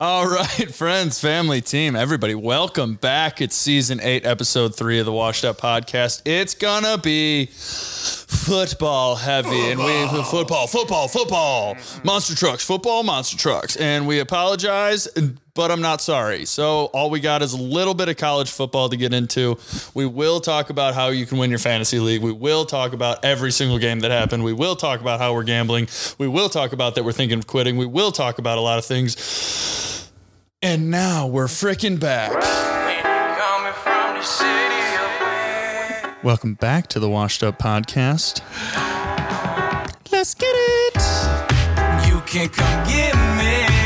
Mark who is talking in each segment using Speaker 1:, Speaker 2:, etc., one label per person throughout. Speaker 1: All right, friends, family, team, everybody, welcome back. It's season eight, episode three of the Washed Up Podcast. It's gonna be football heavy, and we football, football, football, monster trucks, football, monster trucks, and we apologize. But I'm not sorry. So, all we got is a little bit of college football to get into. We will talk about how you can win your fantasy league. We will talk about every single game that happened. We will talk about how we're gambling. We will talk about that we're thinking of quitting. We will talk about a lot of things. And now we're frickin' back.
Speaker 2: Coming from the city of man.
Speaker 1: Welcome back to the Washed Up Podcast. Let's get it.
Speaker 2: You can come get me.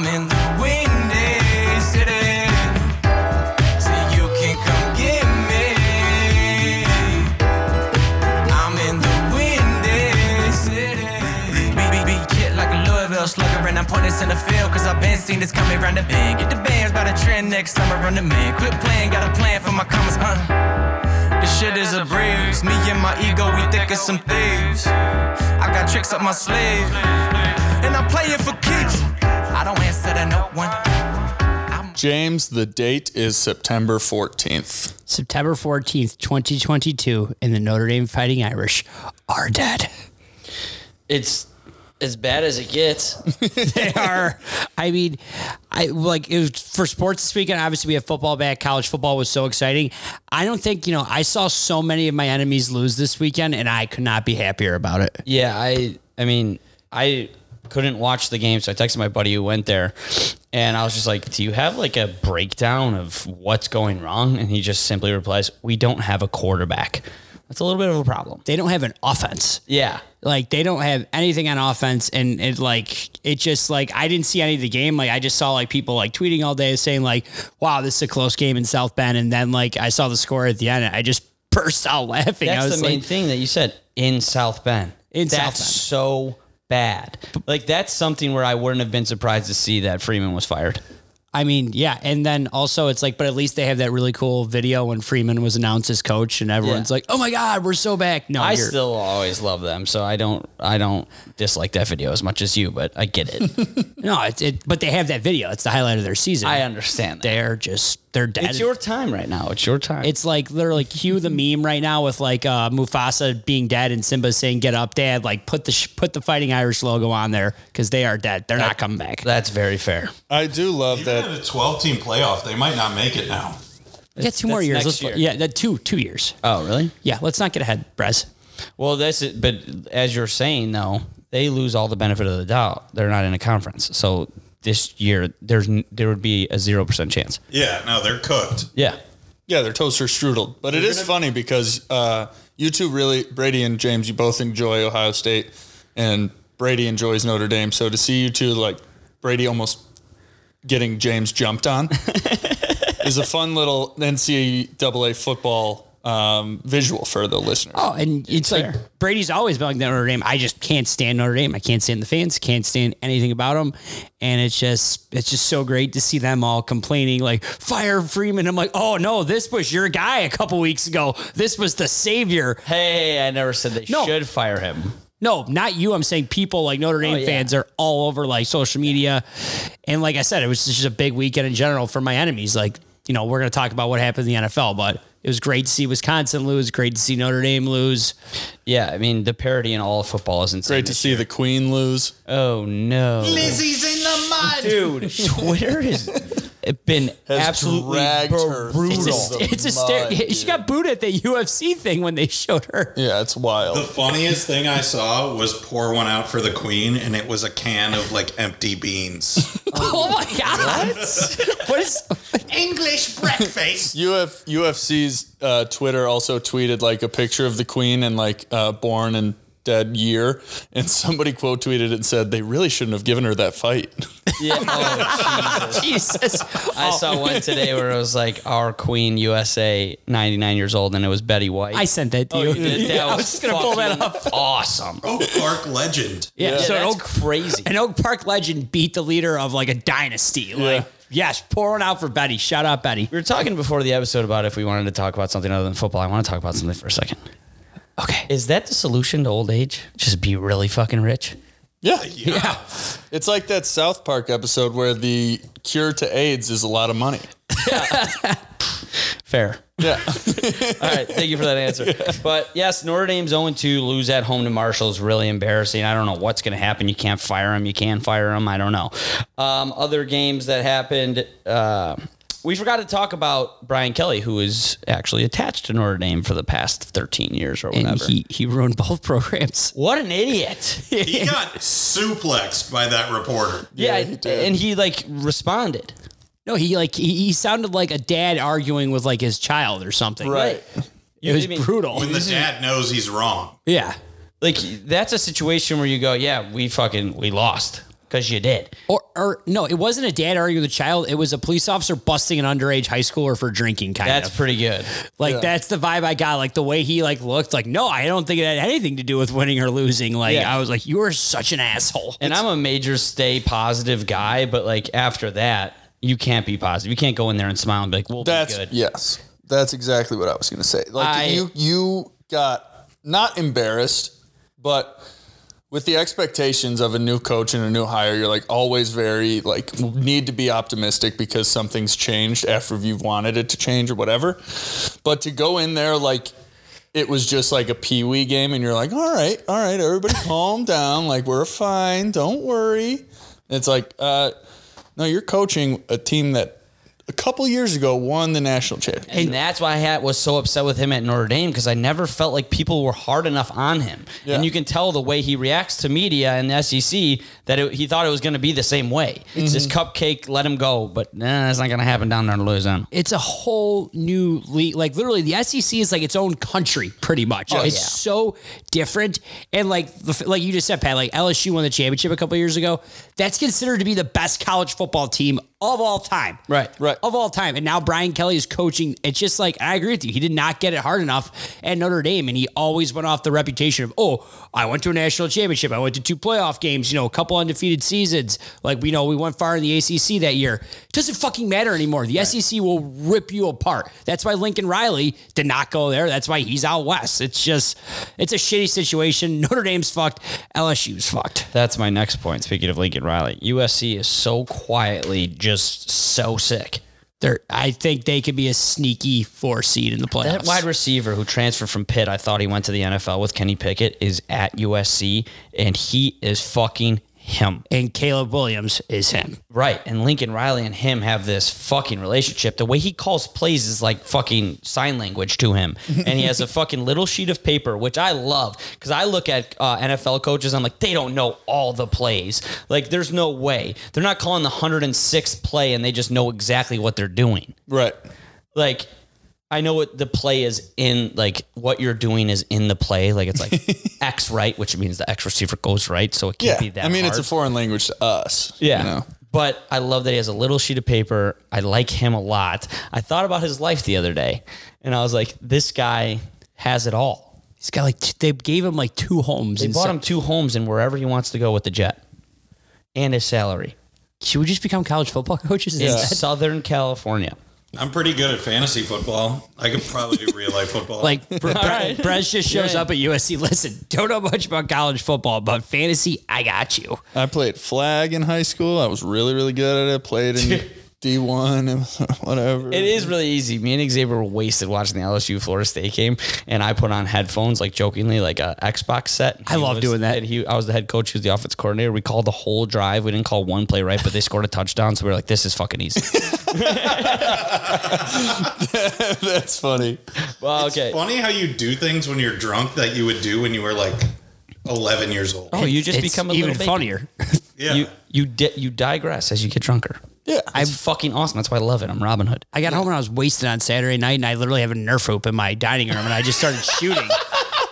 Speaker 2: I'm in the windy city. So you can come get me. I'm in the windy city. Be, be, be kid like a Louisville slugger, and I'm putting this in the field. Cause I've been seen this coming round the bend. Get the bands by the trend next summer, run the man. Quit playing, got a plan for my comments, huh? This shit is a breeze. Me and my ego, we thick as some thieves. I got tricks up my sleeve, and I'm playing for keeps. I don't answer to no one.
Speaker 1: James, the date is September 14th.
Speaker 3: September 14th, 2022, and the Notre Dame Fighting Irish are dead.
Speaker 4: it's as bad as it gets.
Speaker 3: They are, I mean, I like it was for sports this weekend. Obviously, we have football back. College football was so exciting. I don't think, you know, I saw so many of my enemies lose this weekend, and I could not be happier about it.
Speaker 4: yeah, I I mean, I couldn't watch the game, so I texted my buddy who went there and I was just like, "Do you have like a breakdown of what's going wrong?" And he just simply replies, "We don't have a quarterback." That's a little bit of a problem.
Speaker 3: They don't have an offense.
Speaker 4: Yeah.
Speaker 3: Like they don't have anything on offense, and it like it just like I didn't see any of the game. Like I just saw like people like tweeting all day saying like, "Wow, this is a close game in South Bend," and then like I saw the score at the end, and I just burst out laughing. I
Speaker 4: That's
Speaker 3: was
Speaker 4: the main
Speaker 3: like,
Speaker 4: thing that you said in South Bend.
Speaker 3: In South
Speaker 4: that's
Speaker 3: Bend.
Speaker 4: so bad. Like that's something where I wouldn't have been surprised to see that Freeman was fired.
Speaker 3: I mean, yeah, and then also it's like, but at least they have that really cool video when Freeman was announced as coach, and everyone's
Speaker 4: Yeah.
Speaker 3: like, "Oh my God, we're so back!" No,
Speaker 4: I
Speaker 3: you're-
Speaker 4: still always love them, so I don't I don't dislike that video as much as you, but I get it.
Speaker 3: no, it's it, but they have that video. It's the highlight of their season.
Speaker 4: I understand that.
Speaker 3: they're just they're dead.
Speaker 4: It's your time right now. It's your time.
Speaker 3: It's like literally cue the meme right now with like uh, Mufasa being dead and Simba saying "Get up, Dad!" Like put the sh- put the Fighting Irish logo on there because they are dead. They're not coming back.
Speaker 4: that's very fair.
Speaker 1: I do love
Speaker 5: Even in a 12 team playoff, they might not make it now.
Speaker 3: Get two more
Speaker 4: that's
Speaker 3: years.
Speaker 4: next
Speaker 3: Let's,
Speaker 4: year.
Speaker 3: Yeah, that two two years.
Speaker 4: Oh, really?
Speaker 3: Yeah, let's not get ahead, Brez.
Speaker 4: Well, that's it. But as you're saying, though, they lose all the benefit of the doubt. They're not in a conference, so this year there's n- there would be a zero percent chance.
Speaker 5: Yeah, no, they're cooked.
Speaker 4: Yeah.
Speaker 1: Yeah, they're toaster strudel. But it is funny because uh, you two really, Brady and James, you both enjoy Ohio State, and Brady enjoys Notre Dame. So to see you two, like, Brady almost getting James jumped on is a fun little NCAA football um, visual for the listeners.
Speaker 3: Oh, and it's, like Brady's always been like that Notre Dame. I just can't stand Notre Dame. I can't stand the fans. Can't stand anything about them. And it's just it's just so great to see them all complaining like fire Freeman. I'm like, oh no, this was your guy a couple weeks ago. This was the savior.
Speaker 4: Hey, I never said they
Speaker 3: No.
Speaker 4: should fire him.
Speaker 3: No, not you. I'm saying people like Notre Dame
Speaker 4: yeah.
Speaker 3: fans are all over like social media. And like I said, it was just a big weekend in general for my enemies. Like, you know, we're going to talk about what happened in the NFL, but it was great to see Wisconsin lose, great to see Notre Dame lose.
Speaker 4: Yeah, I mean the parody in all of football is insane.
Speaker 1: Great to see the Queen lose.
Speaker 4: Oh no,
Speaker 5: Lizzie's in the mud.
Speaker 4: dude! Twitter has been absolutely
Speaker 1: dragged her through
Speaker 4: brutal.
Speaker 1: the
Speaker 3: It's a stare.
Speaker 1: mud,
Speaker 3: She got booed at the UFC thing when they showed her.
Speaker 1: Yeah, it's wild.
Speaker 5: The funniest thing I saw was pour one out for the queen, and it was a can of like empty beans.
Speaker 3: Oh my god! what is?
Speaker 5: English breakfast.
Speaker 1: Uf, UFC's uh, Twitter also tweeted like a picture of the queen and like uh, born and dead year, and somebody quote tweeted it and said they really shouldn't have given her that fight.
Speaker 4: Yeah. Oh, Jesus.
Speaker 3: Ah, Jesus!
Speaker 4: I saw one today where it was like our Queen USA, 99 years old, and it was Betty White.
Speaker 3: I sent that to
Speaker 4: Oh,
Speaker 3: you.
Speaker 4: you did? That
Speaker 3: I was
Speaker 4: was
Speaker 3: just gonna pull that up.
Speaker 4: fucking Awesome.
Speaker 5: Oh, Park legend.
Speaker 3: Yeah.
Speaker 4: Yeah,
Speaker 3: so an
Speaker 4: that's
Speaker 3: Oak,
Speaker 4: crazy.
Speaker 3: an Oak Park legend beat the leader of like a dynasty. Like yes, pouring out for Betty. Shout out Betty.
Speaker 4: We were talking before the episode about if we wanted to talk about something other than football. I want to talk about something for a second.
Speaker 3: Okay.
Speaker 4: Is that the solution to old age? Just be really fucking rich?
Speaker 1: yeah,
Speaker 5: Yeah.
Speaker 1: It's like that South Park episode where the cure to AIDS is a lot of money.
Speaker 4: Fair.
Speaker 1: Yeah.
Speaker 4: All right, thank you for that answer. But yes, Notre Dame's 0 2. Lose at home to Marshall is really embarrassing. I don't know what's going to happen. You can't fire him. You can fire him. I don't know. Um, other games that happened. Uh, we forgot to talk about Brian Kelly, who is actually attached to Notre Dame for the past 13 years or
Speaker 3: And
Speaker 4: whatever.
Speaker 3: he, he ruined both programs.
Speaker 4: what an idiot.
Speaker 5: He got suplexed by that reporter.
Speaker 4: yeah, and he like responded.
Speaker 3: No, he like he, he sounded like a dad arguing with like his child or something.
Speaker 1: Right.
Speaker 3: It was
Speaker 4: I mean,
Speaker 3: brutal.
Speaker 5: When the dad knows he's wrong.
Speaker 3: Yeah.
Speaker 4: Like that's a situation where you go, yeah, we fucking we lost because you did.
Speaker 3: Or, or no, it wasn't a dad arguing with a child. It was a police officer busting an underage high schooler for drinking. Kind
Speaker 4: That's
Speaker 3: of
Speaker 4: pretty good.
Speaker 3: like that's the vibe I got. Like the way he like looked. Like no, I don't think it had anything to do with winning or losing. Like
Speaker 4: Yeah.
Speaker 3: I was like, you are such an asshole.
Speaker 4: And I'm a major stay positive guy, but like after that, you can't be positive. You can't go in there and smile and be like, "We'll
Speaker 1: That's
Speaker 4: be good."
Speaker 1: yes. That's exactly what I was going to say. Like
Speaker 4: I-
Speaker 1: you you got not embarrassed, but with the expectations of a new coach and a new hire, you're like always very like need to be optimistic because something's changed after you've wanted it to change or whatever. But to go in there like it was just like a pee wee game, and you're like, all right, all right, everybody calm down. Like, we're fine. Don't worry. And it's like, uh, no, you're coaching a team that a couple years ago won the national championship.
Speaker 4: And that's why I had, was so upset with him at Notre Dame because I never felt like people were hard enough on him.
Speaker 1: Yeah.
Speaker 4: And you can tell the way he reacts to media and the SEC that it, he thought it was going to be the same way.
Speaker 1: Mm-hmm.
Speaker 4: It's this cupcake, let him go, but nah, that's not going to happen down there in Louisiana.
Speaker 3: it's a whole new league. Like literally, the SEC is like its own country, pretty much. it's
Speaker 4: yeah.
Speaker 3: so different, and like the, f- like you just said, Pat, like LSU won the championship a couple years ago. That's considered to be the best college football team of all time,
Speaker 4: Right.
Speaker 1: Right.
Speaker 3: Of all time, and now Brian Kelly is coaching. It's just like I agree with you. He did not get it hard enough at Notre Dame, and he always went off the reputation of oh, I went to a national championship, I went to two playoff games, you know, a couple undefeated seasons. Like we know, we went far in the ACC that year. It doesn't fucking matter anymore. The SEC will rip you apart. That's why Lincoln Riley did not go there. That's why he's out west. It's just, it's a shitty situation. Notre Dame's fucked. LSU's fucked.
Speaker 4: That's my next point. Speaking of Lincoln Riley, USC is so quietly just so sick.
Speaker 3: They're, I think they could be a sneaky four seed in the playoffs.
Speaker 4: That wide receiver who transferred from Pitt, I thought he went to the NFL with Kenny Pickett, is at USC, and he is fucking him.
Speaker 3: and Caleb Williams is him.
Speaker 4: Right. And Lincoln Riley and him have this fucking relationship. The way he calls plays is like fucking sign language to him. And he has a fucking little sheet of paper, which I love because I look at uh, NFL coaches, I'm like, they don't know all the plays. Like, there's no way. They're not calling the 106th play and they just know exactly what they're doing
Speaker 1: Right.
Speaker 4: like I know what the play is in, like what you're doing is in the play. Like it's like X right, which means the X receiver goes right, so it
Speaker 1: Yeah.
Speaker 4: can't be that.
Speaker 1: I mean, it's
Speaker 4: hard.
Speaker 1: a foreign language to us.
Speaker 4: yeah.
Speaker 1: You know?
Speaker 4: But I love that he has a little sheet of paper. I like him a lot. I thought about his life the other day, and I was like, this guy has it all.
Speaker 3: He's got like t- they gave him like two homes.
Speaker 4: They
Speaker 3: and
Speaker 4: bought
Speaker 3: so-
Speaker 4: him two homes and wherever he wants to go with the jet, and his salary
Speaker 3: Should we just become college football coaches?
Speaker 4: in
Speaker 3: instead?
Speaker 4: Southern California.
Speaker 5: I'm pretty good at fantasy football. I could probably do real life football.
Speaker 3: Like Bre- Bre- Brez just shows up at USC. Listen, don't know much about college football, but fantasy, I got you.
Speaker 1: I played flag in high school. I was really, really good at it. Played in D1 and whatever.
Speaker 4: It
Speaker 3: Mm-hmm.
Speaker 4: is really easy. Me and Xavier were wasted watching the LSU Florida State game, and I put on headphones, like jokingly, like a Xbox set.
Speaker 3: I love
Speaker 4: was-
Speaker 3: doing that.
Speaker 4: and he, I was the head coach, he was the offense coordinator. We called the whole drive. We didn't call one play right, but they scored a touchdown, so we were like, "This is fucking easy."
Speaker 1: That's funny.
Speaker 4: well, okay.
Speaker 5: Funny how you do things when you're drunk that you would do when you were like 11 years old.
Speaker 4: Oh, you just
Speaker 3: It's
Speaker 4: become a
Speaker 3: even
Speaker 4: little baby.
Speaker 3: funnier.
Speaker 5: yeah.
Speaker 4: You you di- you digress as you get drunker.
Speaker 1: Yeah.
Speaker 4: I'm fucking awesome. That's why I love it. I'm Robin Hood.
Speaker 3: I got home and I was wasted on Saturday night, and I literally have a Nerf hoop in my dining room, and I just started shooting.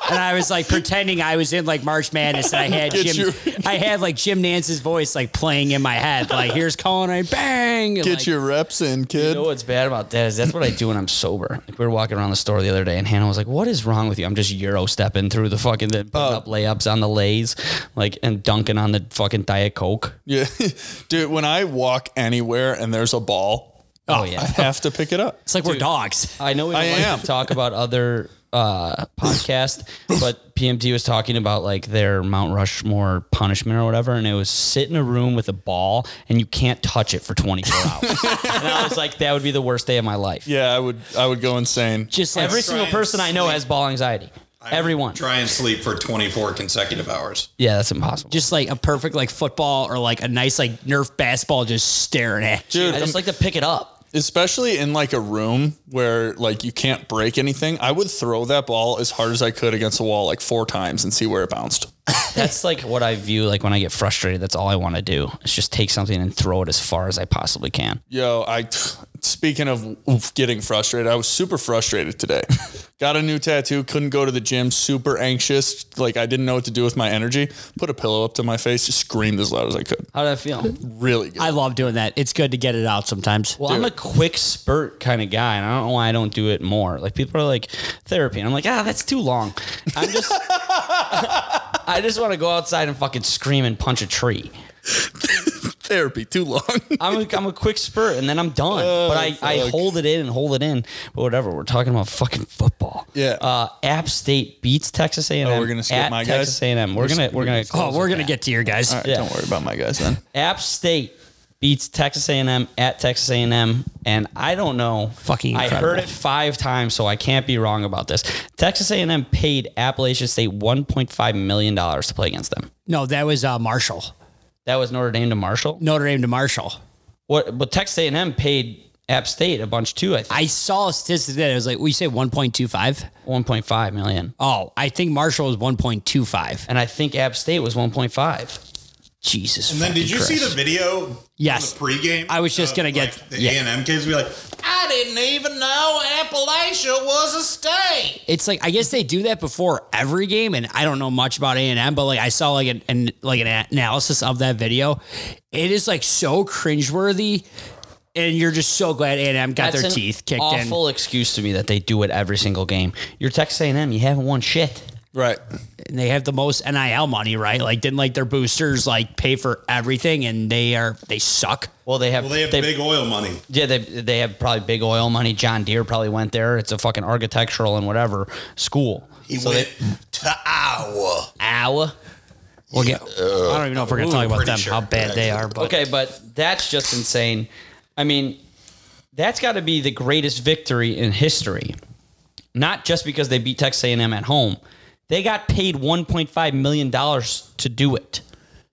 Speaker 3: And I was like pretending I was in like March Madness, and I had
Speaker 1: Get
Speaker 3: Jim, I had like Jim Nance's voice like playing in my head, like here's Colin, I bang. and,
Speaker 1: Get
Speaker 3: like,
Speaker 1: your reps in, kid.
Speaker 4: You know what's bad about that is that's what I do when I'm sober. Like we were walking around the store the other day, and Hannah was like, "What is wrong with you?" I'm just euro stepping through the fucking the putting up layups on the lays, like and dunking on the fucking diet coke.
Speaker 1: yeah. Dude, when I walk anywhere and there's a ball,
Speaker 4: Oh,
Speaker 1: I have to pick it up.
Speaker 3: It's like we're dogs.
Speaker 4: I know we don't
Speaker 1: I
Speaker 4: like
Speaker 1: am.
Speaker 4: to talk about other uh, podcast, but PMT was talking about like their Mount Rushmore punishment or whatever, and it was sit in a room with a ball and you can't touch it for 24 hours. and I was like, that would be the worst day of my life.
Speaker 1: Yeah, I would I would go insane.
Speaker 3: Just like
Speaker 4: Every
Speaker 5: try
Speaker 4: single
Speaker 5: and
Speaker 4: person I know
Speaker 5: sleep.
Speaker 4: has ball anxiety.
Speaker 5: I would
Speaker 4: Everyone.
Speaker 5: Try and sleep for 24 consecutive hours.
Speaker 4: Yeah, that's impossible.
Speaker 3: just like a perfect like football or like a nice like Nerf basketball just staring at you.
Speaker 1: Dude,
Speaker 4: I
Speaker 1: um,
Speaker 4: just like to pick it up.
Speaker 1: especially in like a room where like you can't break anything, I would throw that ball as hard as I could against the wall like four times and see where it bounced.
Speaker 4: That's like what I view like when I get frustrated. That's all I want to do is just take something and throw it as far as I possibly can.
Speaker 1: Yo, I speaking of oof, getting frustrated, I was super frustrated today. Got a new tattoo, couldn't go to the gym, super anxious, like I didn't know what to do with my energy. Put a pillow up to my face, just screamed as loud as I could.
Speaker 4: How did I feel?
Speaker 1: Really good.
Speaker 3: I love doing that. It's good to get it out sometimes.
Speaker 4: Well, I'm a quick spurt kind of guy, and I don't know why I don't do it more. Like people are like therapy, and I'm like, ah, that's too long. I'm just, I just want to go outside and fucking scream and punch a tree.
Speaker 1: Therapy too long.
Speaker 4: I'm a, I'm a quick spurt, and then I'm done. but I, I
Speaker 1: Oh, fuck.
Speaker 4: hold it in and hold it in. But whatever, we're talking about fucking football.
Speaker 1: Yeah. Oh,
Speaker 4: Uh, App State beats Texas A&M.
Speaker 1: we're gonna skip
Speaker 4: at
Speaker 1: my guys?
Speaker 4: Texas A&M. We're gonna we're gonna.
Speaker 3: Oh,
Speaker 4: close
Speaker 3: we're
Speaker 4: with
Speaker 3: gonna
Speaker 4: that.
Speaker 3: get to your guys.
Speaker 1: All right,
Speaker 4: Yeah.
Speaker 1: don't worry about my guys then.
Speaker 4: App State beats Texas A&M at Texas A&M, and I don't know.
Speaker 3: Fucking
Speaker 4: I
Speaker 3: incredible.
Speaker 4: heard it five times, so I can't be wrong about this. Texas A&M paid Appalachian State 1.5 million dollars to play against them.
Speaker 3: No, that was uh, Marshall.
Speaker 4: That was Notre Dame to Marshall.
Speaker 3: Notre Dame to Marshall.
Speaker 4: What? But Texas A&M paid App State a bunch too. I think
Speaker 3: I saw a statistic that it was like we say 1.25.
Speaker 4: 1.5 million,
Speaker 3: Oh, I think Marshall was 1.25.
Speaker 4: and I think App State was 1.5.
Speaker 3: Jesus.
Speaker 5: And then did
Speaker 3: fucking
Speaker 5: you see
Speaker 3: Christ.
Speaker 5: the video? from
Speaker 3: Yes.
Speaker 5: The pregame.
Speaker 3: I was just
Speaker 5: of,
Speaker 3: gonna
Speaker 5: like,
Speaker 3: get-
Speaker 5: the
Speaker 3: yeah.
Speaker 5: A&M kids. Be like, I didn't even know Appalachia was a state.
Speaker 3: it's like I guess they do that before every game, and I don't know much about A and M, but like I saw like an, an like an a- analysis of that video. It is like so cringeworthy, and you're just so glad A and M got
Speaker 4: That's
Speaker 3: their
Speaker 4: an
Speaker 3: teeth kicked in.
Speaker 4: Awful excuse to me that they do it every single game. You're Texas A&M. You haven't won shit.
Speaker 1: Right.
Speaker 3: And they have the most NIL money, right? Like didn't like their boosters like pay for everything, and they are they suck.
Speaker 4: Well, they have.
Speaker 5: Well, they have big oil money.
Speaker 4: Yeah, they, they have probably big oil money. John Deere probably went there. It's a fucking architectural and whatever school.
Speaker 5: He went to Iowa.
Speaker 4: Ow.
Speaker 3: We'll get. I don't even know if we're gonna
Speaker 5: Ooh,
Speaker 3: talk about
Speaker 5: pretty
Speaker 3: them
Speaker 5: sure.
Speaker 3: how bad they are, but
Speaker 4: Okay, but that's just insane. I mean, that's got to be the greatest victory in history. Not just because they beat Texas A&M at home. They got paid 1.5 million dollars to do it.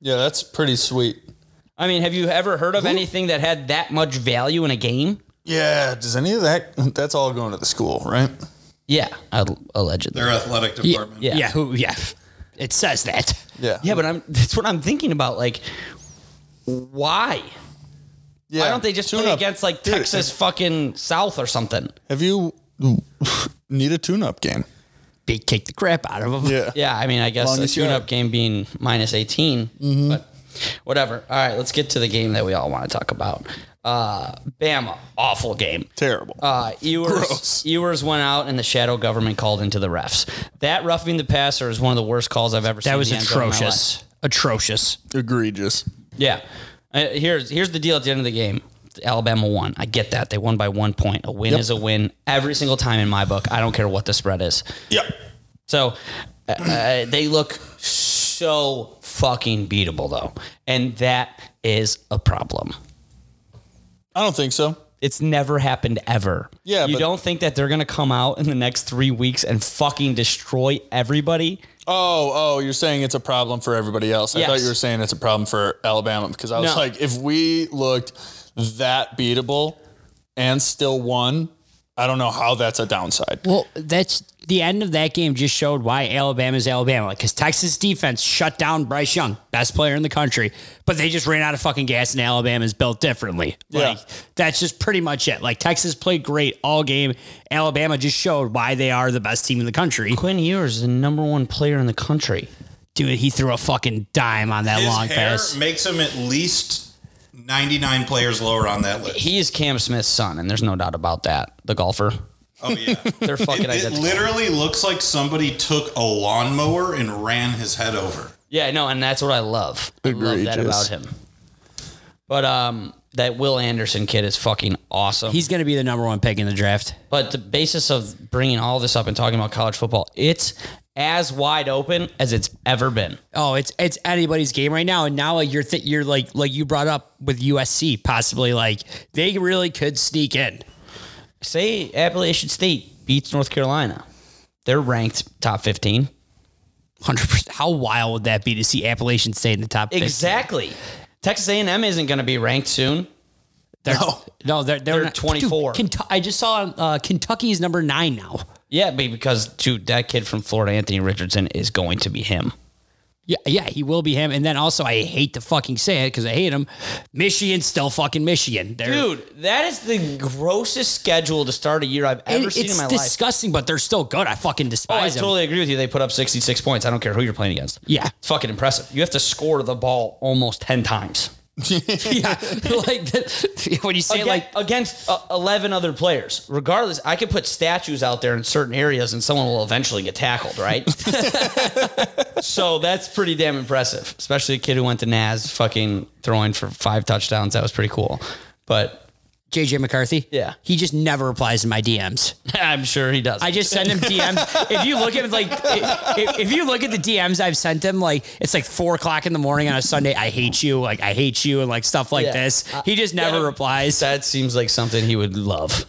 Speaker 1: Yeah, that's pretty sweet.
Speaker 4: I mean, have you ever heard of anything that had that much value in a game?
Speaker 1: Yeah, does any of that that's all going to the school, right?
Speaker 4: Yeah, al- allegedly.
Speaker 5: Their athletic department.
Speaker 4: yeah.
Speaker 3: yeah, who yeah, it says that.
Speaker 1: Yeah.
Speaker 4: Yeah, but I'm that's what I'm thinking about. Like, why? Why don't they just
Speaker 1: Tune
Speaker 4: play
Speaker 1: up.
Speaker 4: against like
Speaker 1: Dude,
Speaker 4: Texas fucking South or something?
Speaker 1: Have you need a tune up game?
Speaker 3: They kick the crap out of them.
Speaker 4: Yeah, I mean, I guess a
Speaker 1: Longest yard.
Speaker 4: tune-up game being minus 18,
Speaker 1: Mm-hmm.
Speaker 4: but whatever. All right, let's get to the game that we all want to talk about. Uh, Bama, awful game.
Speaker 1: Terrible.
Speaker 4: Uh, Ewers,
Speaker 1: Gross.
Speaker 4: Ewers went out and the shadow government called into the refs. That roughing the passer is one of the worst calls I've ever seen.
Speaker 3: That was
Speaker 4: in the end zone in my life.
Speaker 3: atrocious. Atrocious.
Speaker 1: Egregious.
Speaker 4: Yeah. Uh, here's here's the deal at the end of the game. Alabama won. I get that. They won by one point. A win is a win every single time in my book. I don't care what the spread is.
Speaker 1: Yep.
Speaker 4: So uh, uh, they look so fucking beatable though. And that is a problem.
Speaker 1: I don't think so.
Speaker 4: It's never happened ever.
Speaker 1: Yeah,
Speaker 4: You
Speaker 1: but-
Speaker 4: don't think that they're going to come out in the next 3 weeks and fucking destroy everybody?
Speaker 1: Oh, oh, you're saying it's a problem for everybody else. I
Speaker 4: Yes.
Speaker 1: thought you were saying it's a problem for Alabama because I was
Speaker 4: No.
Speaker 1: like, if we looked that beatable and still won, I don't know how that's a downside.
Speaker 3: Well, that's the end of that game just showed why Alabama's Alabama because Texas defense shut down Bryce Young, best player in the country, but they just ran out of fucking gas and Alabama's built differently. Like
Speaker 1: Yeah.
Speaker 3: that's just pretty much it. Like Texas played great all game. Alabama just showed why they are the best team in the country.
Speaker 4: Quinn Ewers is the number 1 player in the country.
Speaker 3: Dude, he threw a fucking dime on that
Speaker 5: His
Speaker 3: long
Speaker 5: hair
Speaker 3: pass.
Speaker 5: makes him at least 99 players lower on that list.
Speaker 4: He is Cam Smith's son and there's no doubt about that. The golfer.
Speaker 5: Oh yeah.
Speaker 4: They're fucking
Speaker 5: It
Speaker 4: identical.
Speaker 5: literally looks like somebody took a lawnmower and ran his head over.
Speaker 4: Yeah, no, and that's what I love. I love that
Speaker 1: Egregious.
Speaker 4: about him. But um, that Will Anderson kid is fucking awesome.
Speaker 3: He's going to be the number one pick in the draft.
Speaker 4: But the basis of bringing all this up and talking about college football, it's as wide open as it's ever been.
Speaker 3: Oh, it's it's anybody's game right now. And now like, you're th- you're like like you brought up with USC possibly like they really could sneak in.
Speaker 4: Say Appalachian State beats North Carolina. They're ranked top 15.
Speaker 3: Hundred percent. How wild would that be to see Appalachian State in the top? 15?
Speaker 4: Exactly. Texas A&M isn't going to be ranked soon.
Speaker 3: They're, no, they're they're,
Speaker 4: They're
Speaker 3: not-
Speaker 4: 24.
Speaker 3: Dude, Kentu- I just saw uh, Kentucky's number nine now.
Speaker 4: Yeah, be- because dude, that kid from Florida, Anthony Richardson, is going to be him.
Speaker 3: Yeah, yeah, he will be him. And then also, I hate to fucking say it because I hate him. Michigan's still fucking Michigan, They're-
Speaker 4: Dude, that is the grossest schedule to start a year I've
Speaker 3: and
Speaker 4: ever seen in
Speaker 3: it's
Speaker 4: my life.
Speaker 3: disgusting, but they're still good. I fucking
Speaker 4: Oh, I
Speaker 3: despise them.
Speaker 4: totally agree with you. They put up 66 points. I don't care who you're playing against.
Speaker 3: Yeah.
Speaker 4: It's fucking impressive. You have to score the ball almost 10 times.
Speaker 3: yeah, like that, when you say
Speaker 4: Again-
Speaker 3: like
Speaker 4: against uh, 11 other players. Regardless, I could put statues out there in certain areas and someone will eventually get tackled, right? so that's pretty damn impressive, especially a kid who went to NAS fucking throwing for five touchdowns. That was pretty cool. But
Speaker 3: JJ McCarthy,
Speaker 4: Yeah.
Speaker 3: he just never replies to my DMs.
Speaker 4: I'm sure he does.
Speaker 3: I just send him DMs. if you look at like, if, if you look at the DMs I've sent him, like it's like four o'clock in the morning on a Sunday. I hate you, like I hate you, and like stuff like
Speaker 4: Yeah. Uh,
Speaker 3: this. He just never
Speaker 4: yeah.
Speaker 3: replies.
Speaker 4: that seems like something he would love.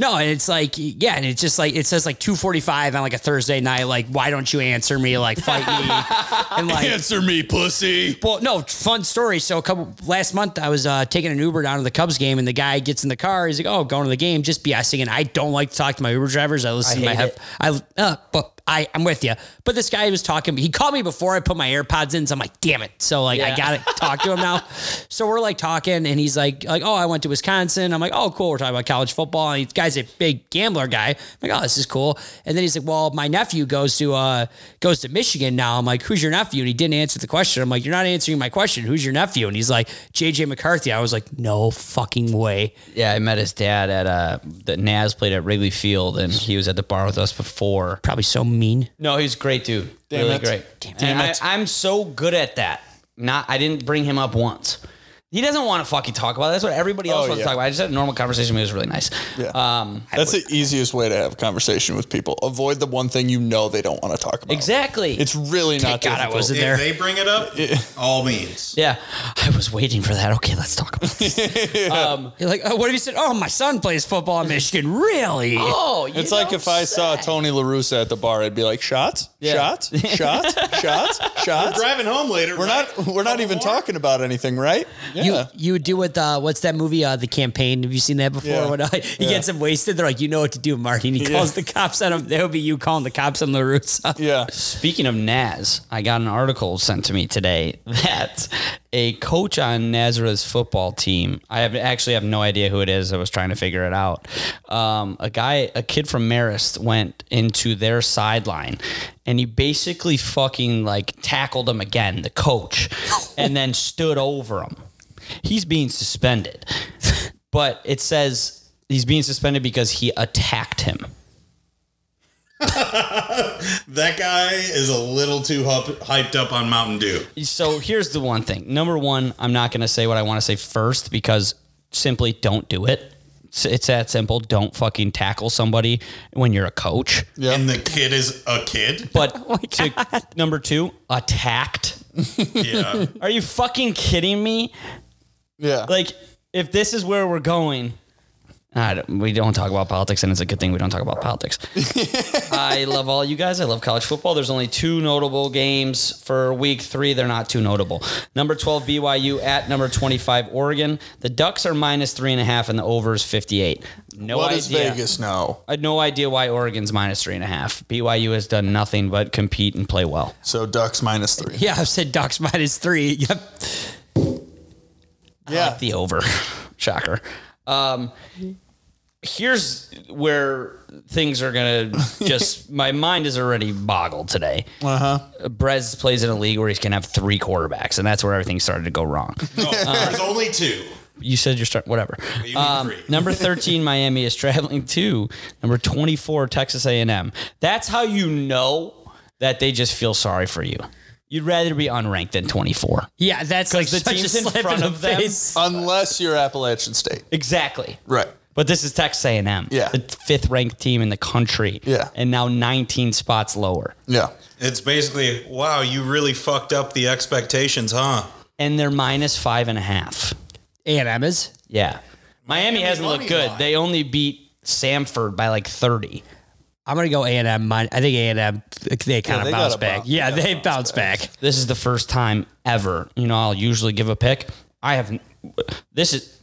Speaker 3: No, and it's like yeah, and it's just like it says like two forty five on like a Thursday night. Like why don't you answer me? Like fight me and like
Speaker 1: Answer me, pussy.
Speaker 3: well, no, fun story. So a couple last month, I was uh, taking an Uber down to the Cubs game, and the guy gets in the car. He's like, "Oh, going to the game, just BSing." And I don't like to talk to my Uber drivers. I listen
Speaker 4: I
Speaker 3: to my
Speaker 4: hate
Speaker 3: hep- I uh, but I I'm with you. But this guy was talking. He called me before I put my AirPods in. So I'm like, "Damn it!" So like, I
Speaker 4: Yeah.
Speaker 3: got to talk to him now. So we're like talking, and he's like, "Like, oh, I went to Wisconsin." I'm like, "Oh, cool." We're talking about college football, and the guy's a big gambler guy. I'm like, "Oh, this is cool." And then he's like, "Well, my nephew goes to uh goes to Michigan now." I'm like, "Who's your nephew?" And he didn't answer the question. I'm like, "You're not answering my question. Who's your nephew?" And he's like, "JJ McCarthy." I was like, "No fucking way."
Speaker 4: Yeah, I met his dad at uh the Nas played at Wrigley Field and he was at the bar with us before.
Speaker 3: Probably so mean.
Speaker 4: No, he's a great dude. really
Speaker 1: it.
Speaker 4: great.
Speaker 3: Damn it.
Speaker 4: and I, I'm so good at that. Not I didn't bring him up once. He doesn't want to fucking talk about it. That's what everybody else
Speaker 1: Oh,
Speaker 4: wants
Speaker 1: yeah.
Speaker 4: to talk about. I just had a normal conversation with him. It was really nice.
Speaker 1: Yeah.
Speaker 4: Um,
Speaker 1: That's the easiest way to have a conversation with people. Avoid the one thing you know they don't want to talk about.
Speaker 4: exactly.
Speaker 1: It's really not
Speaker 3: Thank God I
Speaker 1: difficult.
Speaker 3: wasn't
Speaker 5: If
Speaker 3: there.
Speaker 5: they bring it up, all means.
Speaker 4: yeah. I was waiting for that. Okay, let's talk about this.
Speaker 3: You're like, oh, what if you said? Oh, my son plays football in Michigan. Really?
Speaker 4: oh, you
Speaker 1: It's like
Speaker 4: know?
Speaker 1: if I saw Tony LaRussa at the bar, I'd be like, shots, shots, shots, shots, shots.
Speaker 5: Driving home later.
Speaker 1: We're not we're not even talking about anything, right? Yeah.
Speaker 3: You you would do with uh, what's that movie? Uh, the campaign. Have you seen that before?
Speaker 1: Yeah.
Speaker 3: When uh, he
Speaker 1: Yeah.
Speaker 3: gets him wasted, they're like, you know what to do, Marty. And he calls the cops on him. That would be you calling the cops on Larusa.
Speaker 1: yeah.
Speaker 4: Speaking of Naz, I got an article sent to me today that a coach on Nazareth's football team. I have actually have no idea who it is. I was trying to figure it out. Um, a guy, a kid from Marist, went into their sideline, and he basically fucking like tackled him again, the coach, and then stood over him. He's being suspended, but it says he's being suspended because he attacked him.
Speaker 5: That guy is a little too hup- hyped up on Mountain Dew.
Speaker 4: so here's the one thing. Number one, I'm not going to say what I want to say first because simply don't do it. It's, it's that simple. Don't fucking tackle somebody when you're a coach.
Speaker 1: Yeah.
Speaker 5: And the kid is a kid.
Speaker 4: But to, number two, attacked.
Speaker 5: Yeah.
Speaker 4: Are you fucking kidding me?
Speaker 1: Yeah.
Speaker 4: Like, if this is where we're going, I don't, we don't talk about politics, and it's a good thing we don't talk about politics. I love all you guys. I love college football. There's only two notable games for week three. They're not too notable. Number 12, BYU at number 25, Oregon. The Ducks are minus three and a half, and the over is 58. No
Speaker 1: what
Speaker 4: idea.
Speaker 1: is Vegas now?
Speaker 4: I had no idea why Oregon's minus three and a half. BYU has done nothing but compete and play well.
Speaker 1: So Ducks minus three.
Speaker 3: Yeah, I've said Ducks minus three. Yep.
Speaker 1: Yeah.
Speaker 4: the over. Shocker. Um, here's where things are gonna just. my mind is already boggled today. Uh
Speaker 5: Uh-huh.
Speaker 4: huh. Brez plays in a league where he can have three quarterbacks, and that's where everything started to go wrong.
Speaker 5: No, there's only two.
Speaker 4: you said you're starting whatever.
Speaker 5: You need
Speaker 4: Um,
Speaker 5: three.
Speaker 4: number thirteen, Miami is traveling to number twenty-four, Texas A&M. That's how you know that they just feel sorry for you. You'd rather be unranked than 24.
Speaker 3: Yeah, that's like
Speaker 4: the
Speaker 3: such
Speaker 4: teams
Speaker 3: a
Speaker 4: in
Speaker 3: slap in
Speaker 4: front
Speaker 3: the
Speaker 4: of them-
Speaker 3: face.
Speaker 1: Unless you're Appalachian State.
Speaker 4: Exactly.
Speaker 1: Right.
Speaker 4: But this is Texas A&M,
Speaker 1: Yeah.
Speaker 4: the fifth ranked team in the country,
Speaker 1: Yeah.
Speaker 4: and now 19 spots lower.
Speaker 1: Yeah.
Speaker 5: It's basically, wow, you really fucked up the expectations, huh?
Speaker 4: and they're minus five and a half.
Speaker 3: A and M is.
Speaker 4: Yeah. Miami, hasn't looked
Speaker 5: money
Speaker 4: good.
Speaker 5: line.
Speaker 4: They only beat Samford by like 30.
Speaker 3: I'm gonna go A and M. I think A and M. They kind
Speaker 1: they
Speaker 3: of bounce
Speaker 1: gotta
Speaker 3: back.
Speaker 1: bounce-
Speaker 3: yeah, they bounce back.
Speaker 4: This is the first time ever. You know, I'll usually give a pick. I haven't. This is.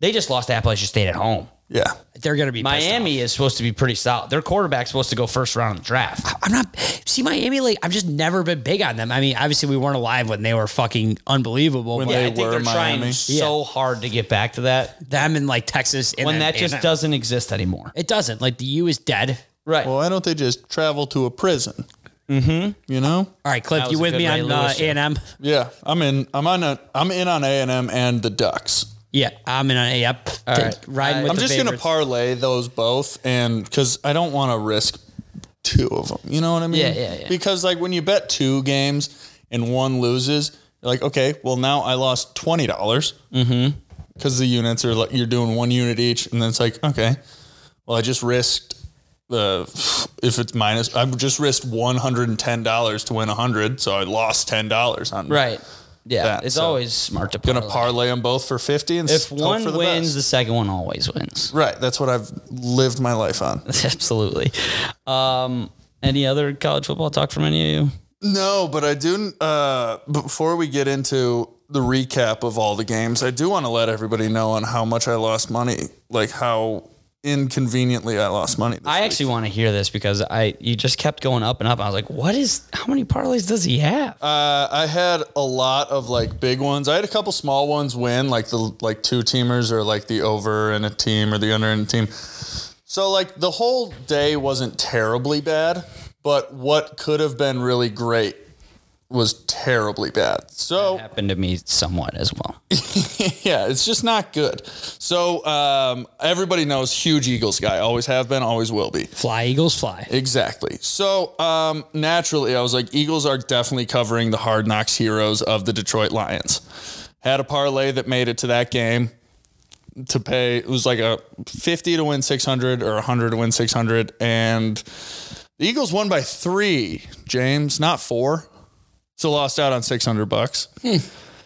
Speaker 4: They just lost to Appalachian State at home.
Speaker 1: Yeah.
Speaker 3: They're gonna be pissed
Speaker 4: Miami is supposed to be pretty solid. Their quarterback's supposed to go first round in the draft.
Speaker 3: off. I'm not. See, Miami. Like, I've just never been big on them. I mean, obviously, we weren't alive when they were fucking unbelievable.
Speaker 1: When
Speaker 3: but
Speaker 1: They
Speaker 4: I think
Speaker 1: were
Speaker 4: they're
Speaker 1: Miami.
Speaker 4: trying so hard to get back to that
Speaker 3: them and like Texas, and
Speaker 4: when
Speaker 3: then
Speaker 4: that just
Speaker 3: A&M.
Speaker 4: doesn't exist anymore.
Speaker 3: It doesn't. Like the U is dead.
Speaker 4: Right.
Speaker 1: Well, why don't they just travel to a prison? Mm-hmm. You know?
Speaker 3: All right, Cliff,
Speaker 4: That
Speaker 3: you with
Speaker 4: was a good
Speaker 3: me
Speaker 4: Ray
Speaker 3: on uh,
Speaker 4: Lewis
Speaker 3: A
Speaker 4: joke.
Speaker 3: and M?
Speaker 1: Yeah. I'm in I'm on a I'm in on A and M and the Ducks.
Speaker 3: Yeah, I'm in on A. Yep, T-
Speaker 4: right.
Speaker 3: riding
Speaker 4: I-
Speaker 3: with
Speaker 4: I'm
Speaker 1: I'm
Speaker 3: the
Speaker 1: just gonna
Speaker 3: favorites.
Speaker 1: parlay those both, and because I don't want to risk two of them. You know what I mean?
Speaker 4: Yeah, yeah, yeah.
Speaker 1: Because like when you bet two games and one loses, you're like, okay, well now I lost twenty dollars
Speaker 4: Mm-hmm.
Speaker 1: because the units are like you're doing one unit each, and then it's like, okay, well I just risked the if it's minus, I just risked one hundred and ten dollars to win a hundred, so I lost ten dollars on
Speaker 4: Right. Yeah.
Speaker 1: That,
Speaker 4: it's
Speaker 1: so-
Speaker 4: always smart to
Speaker 1: Gonna
Speaker 4: parlay.
Speaker 1: parlay them both for fifty, and
Speaker 4: If
Speaker 1: hope
Speaker 4: one
Speaker 1: for the
Speaker 4: wins,
Speaker 1: best.
Speaker 4: the second one always wins.
Speaker 1: right, that's what I've lived my life on.
Speaker 4: Absolutely. Um, any other college football talk from any of you?
Speaker 1: No, but I do. Uh, before we get into the recap of all the games, I do want to let everybody know on how much I lost money, like how inconveniently I lost money. This
Speaker 4: I
Speaker 1: week.
Speaker 4: actually want to hear this because I you just kept going up and up. I was like, what is how many parlays does he have?
Speaker 1: uh, I had a lot of like big ones. I had a couple small ones win, like the like two teamers or like the over in a team or the under in a team. So like the whole day wasn't terribly bad, but what could have been really great was terribly bad. So
Speaker 4: Happened to me somewhat as well.
Speaker 1: yeah, it's just not good. So um, everybody knows huge Eagles guy, always have been, always will be.
Speaker 3: fly Eagles fly.
Speaker 1: Exactly. So um, naturally, I was like, Eagles are definitely covering the hard knocks heroes of the Detroit Lions. Had a parlay that made it to that game to pay. It was like a fifty to win six hundred or hundred to win six hundred, and the Eagles won by three. James, not four. So lost out on six hundred bucks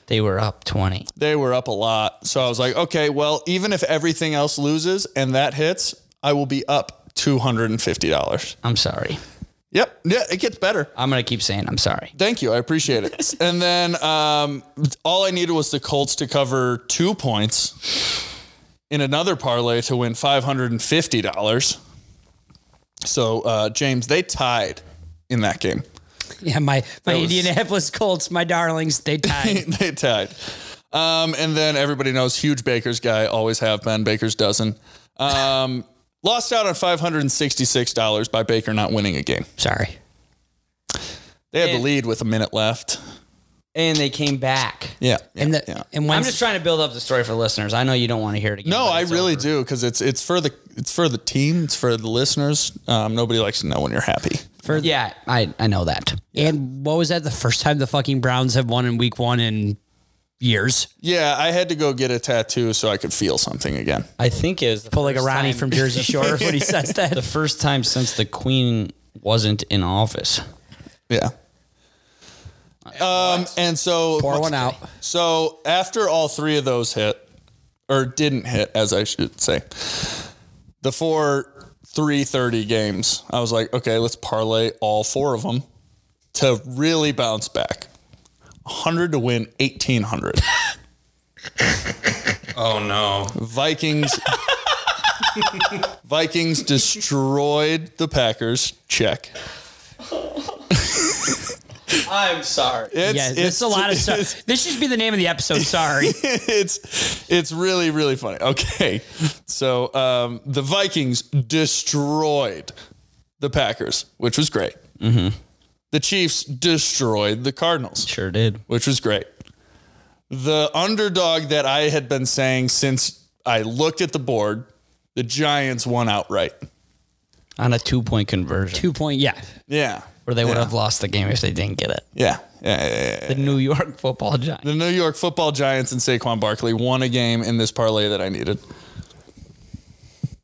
Speaker 4: They were up twenty.
Speaker 1: they were up a lot. So I was like, okay, well, even if everything else loses and that hits, I will be up $250.
Speaker 4: I'm sorry.
Speaker 1: Yep. Yeah, it gets better.
Speaker 4: I'm gonna keep saying I'm sorry.
Speaker 1: Thank you. I appreciate it. and then um, all I needed was the Colts to cover two points in another parlay to win $550. So, uh, James, they tied in that game.
Speaker 3: Yeah, my my
Speaker 1: was-
Speaker 3: Indianapolis Colts, my darlings, they tied.
Speaker 1: they tied. Um, and then everybody knows huge Baker's guy, always have been Baker's dozen. Um, lost out on five hundred and sixty six dollars by Baker not winning a game.
Speaker 3: Sorry.
Speaker 1: They had the
Speaker 4: And-
Speaker 1: lead with a minute left.
Speaker 4: And they came back.
Speaker 1: Yeah, yeah,
Speaker 3: and the,
Speaker 1: yeah.
Speaker 3: and
Speaker 4: I'm
Speaker 3: Wednesday,
Speaker 4: just trying to build up the story for listeners. I know you don't want to hear it again.
Speaker 1: no,
Speaker 4: but
Speaker 1: I
Speaker 4: it's
Speaker 1: really
Speaker 4: over.
Speaker 1: do because it's it's for the it's for the team, it's for the listeners. Um, nobody likes to know when you're happy.
Speaker 4: Yeah, I, I know that.
Speaker 3: and what was that? The first time the fucking Browns have won in Week One in years.
Speaker 1: Yeah, I had to go get a tattoo so I could feel something again.
Speaker 4: I think it was the
Speaker 3: Pull like a
Speaker 4: first
Speaker 3: Ronnie
Speaker 4: time-
Speaker 3: from Jersey Shore when he says
Speaker 4: the
Speaker 3: that.
Speaker 4: first time since the Queen wasn't in office.
Speaker 1: Yeah. Um, and so
Speaker 3: Pour one out.
Speaker 1: So after all three of those hit, or didn't hit, as I should say, the four three thirty games, I was like, okay, let's parlay all four of them to really bounce back. Hundred to win eighteen hundred.
Speaker 5: Oh no.
Speaker 1: Vikings. Vikings destroyed the Packers. Check.
Speaker 4: I'm sorry.
Speaker 1: It's,
Speaker 3: yeah, it's a lot of
Speaker 1: it's-
Speaker 3: sorry. This should be the name of the episode. Sorry.
Speaker 1: it's it's really really funny. Okay, so um, the Vikings destroyed the Packers, which was great. Mm-hmm. The Chiefs destroyed the Cardinals,
Speaker 4: Sure did.
Speaker 1: which was great. The underdog that I had been saying since I looked at the board, the Giants won outright.
Speaker 4: On a two point conversion
Speaker 3: Two point. Yeah.
Speaker 1: Yeah,
Speaker 4: where they would have lost the game if they didn't get it.
Speaker 1: yeah,
Speaker 4: The New York football giant.
Speaker 1: The New York Football Giants and Saquon Barkley won a game in this parlay that I needed.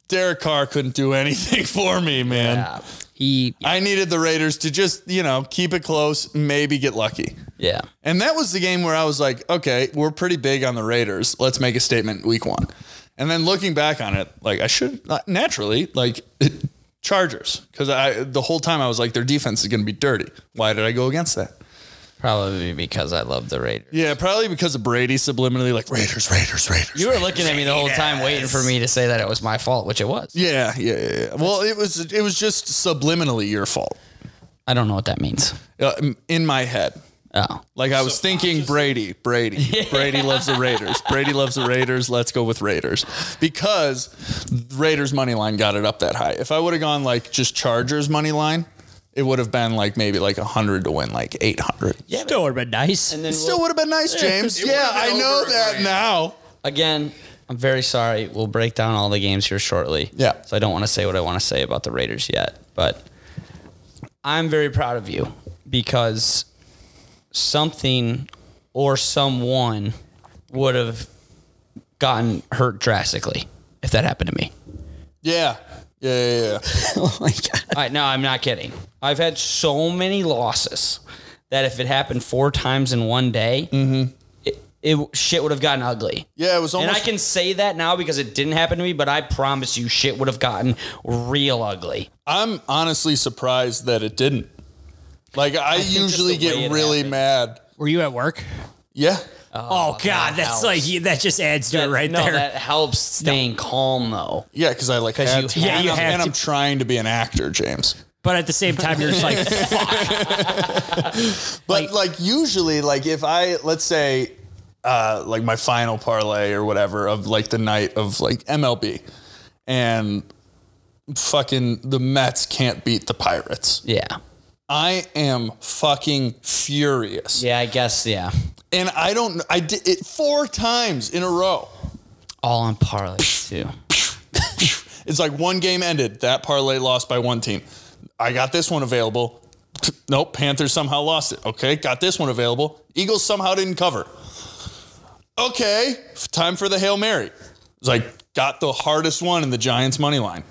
Speaker 1: Derek Carr couldn't do anything for me, man.
Speaker 4: Yeah.
Speaker 3: He
Speaker 1: I needed the Raiders to just, you know, keep it close, maybe get lucky.
Speaker 4: Yeah.
Speaker 1: And that was the game where I was like, okay, we're pretty big on the Raiders. Let's make a statement week one. And then looking back on it, like I should uh, naturally like Chargers because I the whole time I was like, their defense is going to be dirty. Why did I go against that?
Speaker 4: Probably because I love the Raiders.
Speaker 1: Yeah, probably because of Brady subliminally, like Raiders, Raiders, Raiders.
Speaker 4: You were looking at me the whole time waiting for me to say that it was my fault, which it was.
Speaker 1: Yeah, yeah, yeah. yeah. Well, it was it was just subliminally your fault
Speaker 4: I don't know what that means.
Speaker 1: uh, in my head.
Speaker 4: Oh.
Speaker 1: Like I was thinking Brady, Brady, Brady loves the Raiders. Brady loves the Raiders. Let's go with Raiders because the Raiders money line got it up that high. If I would have gone like just Chargers money line, it would have been like maybe like 100 to win like 800.
Speaker 3: yeah, still would have been nice.
Speaker 4: And then
Speaker 1: Still would have been nice, James.
Speaker 5: It
Speaker 1: yeah,
Speaker 5: would've
Speaker 1: I
Speaker 5: been
Speaker 1: know
Speaker 5: over a
Speaker 1: that
Speaker 5: grand.
Speaker 1: now.
Speaker 4: again, I'm very sorry. We'll break down all the games here shortly.
Speaker 1: Yeah.
Speaker 4: So I don't want to say what I want to say about the Raiders yet, but I'm very proud of you because something or someone would have gotten hurt drastically if that happened to me.
Speaker 1: Yeah. Yeah, yeah, yeah.
Speaker 3: oh my god.
Speaker 4: All right, no, I'm not kidding. I've had so many losses that if it happened four times in one day, it, it shit would have gotten ugly.
Speaker 1: Yeah, it was almost
Speaker 4: and I can say that now because it didn't happen to me, but I promise you, shit would have gotten real ugly.
Speaker 1: I'm honestly surprised that it didn't. Like I,
Speaker 4: the
Speaker 1: usually
Speaker 4: way
Speaker 1: get
Speaker 4: it
Speaker 1: really
Speaker 4: happened-
Speaker 1: mad.
Speaker 3: Were you at work?
Speaker 1: Yeah.
Speaker 3: Oh, god, that's
Speaker 4: helps.
Speaker 3: like that just adds to it right
Speaker 4: no,
Speaker 3: there.
Speaker 4: that helps staying calm though.
Speaker 1: Yeah, because I like
Speaker 4: 'Cause
Speaker 1: had
Speaker 4: you
Speaker 1: to,
Speaker 4: had
Speaker 1: and, I'm,
Speaker 3: to. Yeah, you
Speaker 1: and
Speaker 3: had
Speaker 1: I'm trying to be an actor, James.
Speaker 3: but at the same time, you're just like, fuck.
Speaker 1: But like, usually, like if I let's say, uh, like my final parlay or whatever of like the night of like MLB, and fucking the Mets can't beat the Pirates.
Speaker 4: Yeah,
Speaker 1: I am fucking furious,
Speaker 4: yeah, I guess, yeah.
Speaker 1: and I don't. I did it four times in a row.
Speaker 4: All on parlay too.
Speaker 1: It's like one game ended. That parlay lost by one team. I got this one available. Nope, Panthers somehow lost it. Okay, got this one available. Eagles somehow didn't cover. Okay, time for the Hail Mary. It's like, got the hardest one in the Giants money line.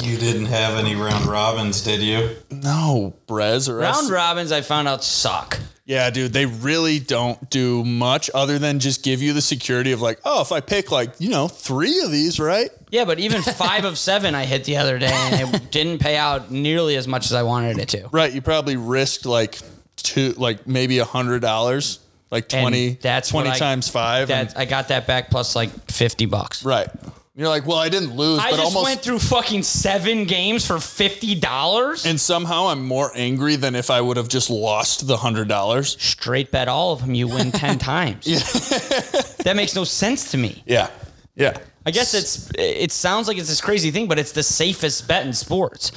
Speaker 5: You didn't have any round robins, did you?
Speaker 1: No, Brez or
Speaker 4: Round
Speaker 1: S-
Speaker 4: robins, I found out suck.
Speaker 1: Yeah, dude, they really don't do much other than just give you the security of like, oh, if I pick like, you know, three of these, right?
Speaker 4: Yeah, but even five of seven I hit the other day, and it didn't pay out nearly as much as I wanted it to.
Speaker 1: Right, you probably risked like two, like maybe a hundred dollars, like
Speaker 4: And
Speaker 1: twenty.
Speaker 4: that's what
Speaker 1: twenty
Speaker 4: I-
Speaker 1: times five. and-
Speaker 4: That I got that back plus like fifty bucks.
Speaker 1: right. You're like, well, I didn't lose,
Speaker 4: I
Speaker 1: but
Speaker 4: just
Speaker 1: almost.
Speaker 4: went through fucking seven games for fifty dollars.
Speaker 1: and somehow I'm more angry than if I would have just lost the hundred dollars.
Speaker 4: Straight bet all of them, you win ten times. that makes no sense to me.
Speaker 1: Yeah, yeah.
Speaker 4: I guess it's it sounds like it's this crazy thing, but it's the safest bet in sports.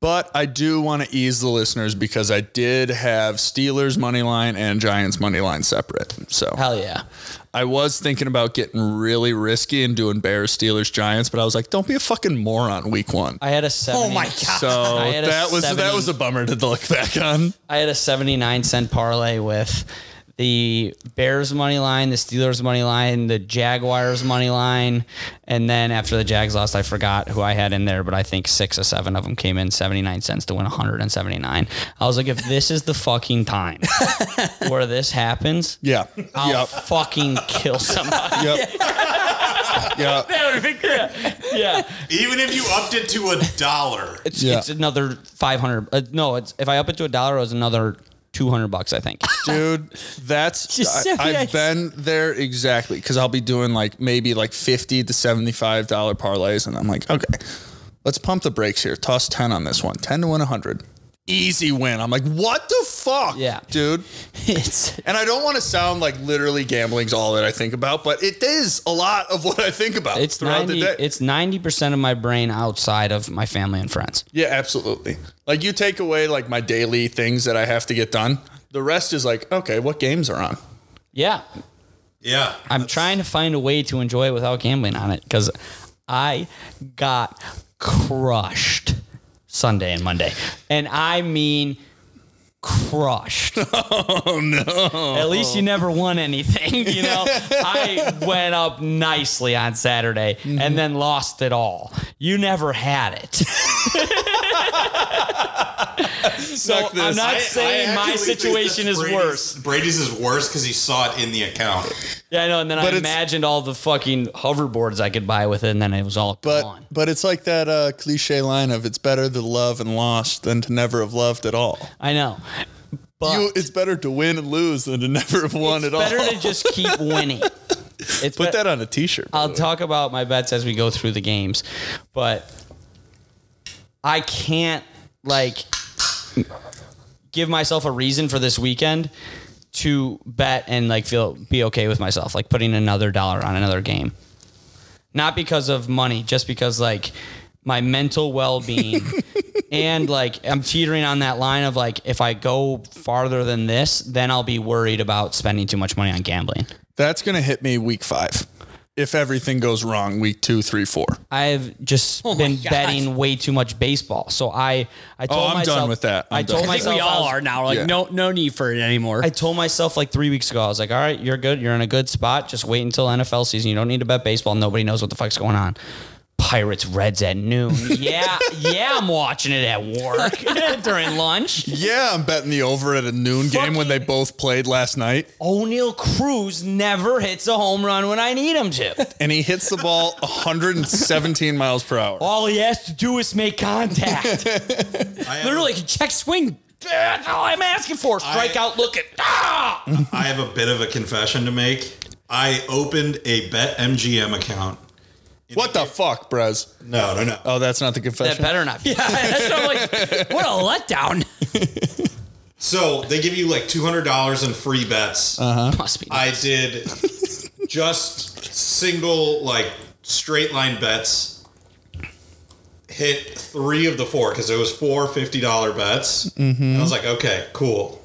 Speaker 1: But I do want to ease the listeners because I did have Steelers money line and Giants money line separate. So
Speaker 4: Hell yeah.
Speaker 1: I was thinking about getting really risky and doing Bears, Steelers, Giants, but I was like, don't be a fucking moron week one.
Speaker 4: I had a seven.
Speaker 3: Oh my god.
Speaker 1: So
Speaker 4: I had a
Speaker 1: that was that
Speaker 4: 70
Speaker 1: was a bummer to look back on.
Speaker 4: I had a 79 cent parlay with the Bears money line, the Steelers money line, the Jaguars money line, and then after the Jags lost, I forgot who I had in there, but I think six or seven of them came in 79 cents to win 179. I was like, if this is the fucking time where this happens,
Speaker 1: Yeah.
Speaker 4: I'll
Speaker 1: Yep.
Speaker 4: fucking kill somebody.
Speaker 1: Yep. yeah.
Speaker 4: that would have been great. Yeah,
Speaker 5: Even if you upped it to a dollar.
Speaker 4: it's,
Speaker 1: Yeah.
Speaker 4: it's another 500. Uh, no, it's if I up it to a dollar, it was another 200 bucks, I think.
Speaker 1: Dude, that's
Speaker 3: Just
Speaker 1: I,
Speaker 3: say
Speaker 1: have
Speaker 3: yes.
Speaker 1: been there exactly because I'll be doing like maybe like fifty to seventy-five dollar parlays, and I'm like, okay, let's pump the brakes here. Toss ten on this one. Ten to win hundred. Easy win. I'm like, what the fuck?
Speaker 4: Yeah.
Speaker 1: Dude.
Speaker 3: It's-
Speaker 1: And I don't want to sound like literally gambling's all that I think about, but it is a lot of what I think about
Speaker 4: It's
Speaker 1: throughout
Speaker 4: ninety.
Speaker 1: the day.
Speaker 4: It's ninety percent of my brain outside of my family and friends.
Speaker 1: Yeah, absolutely. Like you take away like my daily things that I have to get done. The rest is like, okay, what games are on?
Speaker 4: Yeah,
Speaker 5: Yeah.
Speaker 4: I'm trying to find a way to enjoy it without gambling on it because I got crushed Sunday and Monday, and I mean crushed. Oh no! At least you never won anything. You know, I went up nicely on Saturday and then lost it all. You never had it. so
Speaker 1: Suck this.
Speaker 4: I'm not
Speaker 1: I- I
Speaker 4: saying my
Speaker 5: actually think
Speaker 4: situation
Speaker 5: that's
Speaker 4: is
Speaker 5: Brady's-
Speaker 4: worse.
Speaker 5: Brady's is worse because he saw it in the account.
Speaker 4: Yeah, I know. And then
Speaker 1: But
Speaker 4: I
Speaker 1: it's-
Speaker 4: imagined all the fucking hoverboards I could buy with it, and then it was all
Speaker 1: But
Speaker 4: gone.
Speaker 1: but it's like that uh, cliche line of it's better to love and lost than to never have loved at all.
Speaker 4: I know. But
Speaker 1: You, it's better to win and lose than to never have won
Speaker 4: it's
Speaker 1: at
Speaker 4: better
Speaker 1: all.
Speaker 4: to Uh, just keep winning. It's
Speaker 1: Put
Speaker 4: be-
Speaker 1: that on a T-shirt. by
Speaker 4: I'll
Speaker 1: the way.
Speaker 4: talk about my bets as we go through the games, but I can't like give myself a reason for this weekend to bet and like feel be okay with myself, like putting another dollar on another game. Not because of money, just because like my mental well being and like I'm teetering on that line of like if I go farther than this, then I'll be worried about spending too much money on gambling.
Speaker 1: That's gonna hit me week five. If everything goes wrong, week two, three, four.
Speaker 4: I've just been betting way too much baseball. So I, I told
Speaker 1: Oh, I'm
Speaker 4: myself,
Speaker 1: done with that. I'm
Speaker 4: I told
Speaker 1: done.
Speaker 3: I think
Speaker 4: myself
Speaker 3: we all
Speaker 4: I was-
Speaker 3: are now. Like
Speaker 1: Yeah.
Speaker 3: no, no need for it anymore.
Speaker 4: I told myself like three weeks ago, I was like, all right, you're good. You're in a good spot. Just wait until NFL season. You don't need to bet baseball. Nobody knows what the fuck's going on. Pirates Reds at noon. Yeah, yeah, I'm watching it at work during lunch.
Speaker 1: Yeah, I'm betting the over at a noon game when they both played last night,
Speaker 4: O'Neill Cruz never hits a home run when I need him to.
Speaker 1: and he hits the ball 117 miles per hour.
Speaker 4: All he has to do is make contact.
Speaker 5: I have,
Speaker 4: Literally, check swing. That's all I'm asking for. Strike out looking. Ah!
Speaker 5: I have a bit of a confession to make. I opened a Bet MGM account.
Speaker 1: What the fuck, Brez?
Speaker 5: No, no, no.
Speaker 1: Oh, that's not the
Speaker 4: That
Speaker 1: confession.
Speaker 4: better not be.
Speaker 3: yeah, that's what I'm like. What a letdown.
Speaker 5: So they give you like two hundred dollars in free bets.
Speaker 4: Must be.
Speaker 5: I did just single like straight line bets. Hit three of the four because it was four fifty dollar bets. And I was like, okay, cool.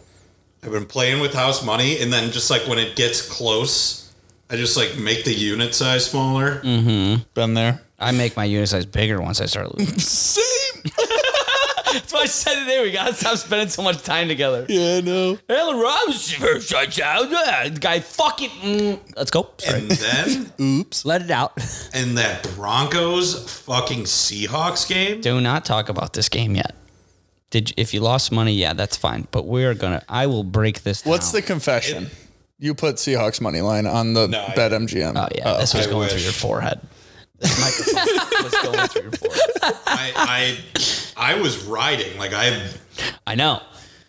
Speaker 5: I've been playing with house money, and then just like when it gets close, I just like make the unit size smaller.
Speaker 1: Been there.
Speaker 4: I make my unit size bigger once I start losing.
Speaker 1: Same.
Speaker 4: That's why I said today we gotta stop spending so much time together.
Speaker 1: Yeah, no.
Speaker 4: Allen Robinson first touchdown. yeah, the Guy, fucking. mm. Let's go. Sorry.
Speaker 5: And then
Speaker 1: Oops.
Speaker 3: Let it out.
Speaker 5: and that Broncos fucking Seahawks game.
Speaker 4: Do not talk about this game yet. Did you, if you lost money, yeah, that's fine. But we are gonna. I will break this.
Speaker 1: What's
Speaker 4: down.
Speaker 1: the confession? you put Seahawks money line on the
Speaker 5: No, I-
Speaker 1: bet MGM.
Speaker 4: Oh yeah, this was
Speaker 5: I
Speaker 4: going through
Speaker 5: wish.
Speaker 4: your forehead. This microphone was going through your forehead.
Speaker 5: I I, I was riding like I
Speaker 4: I know.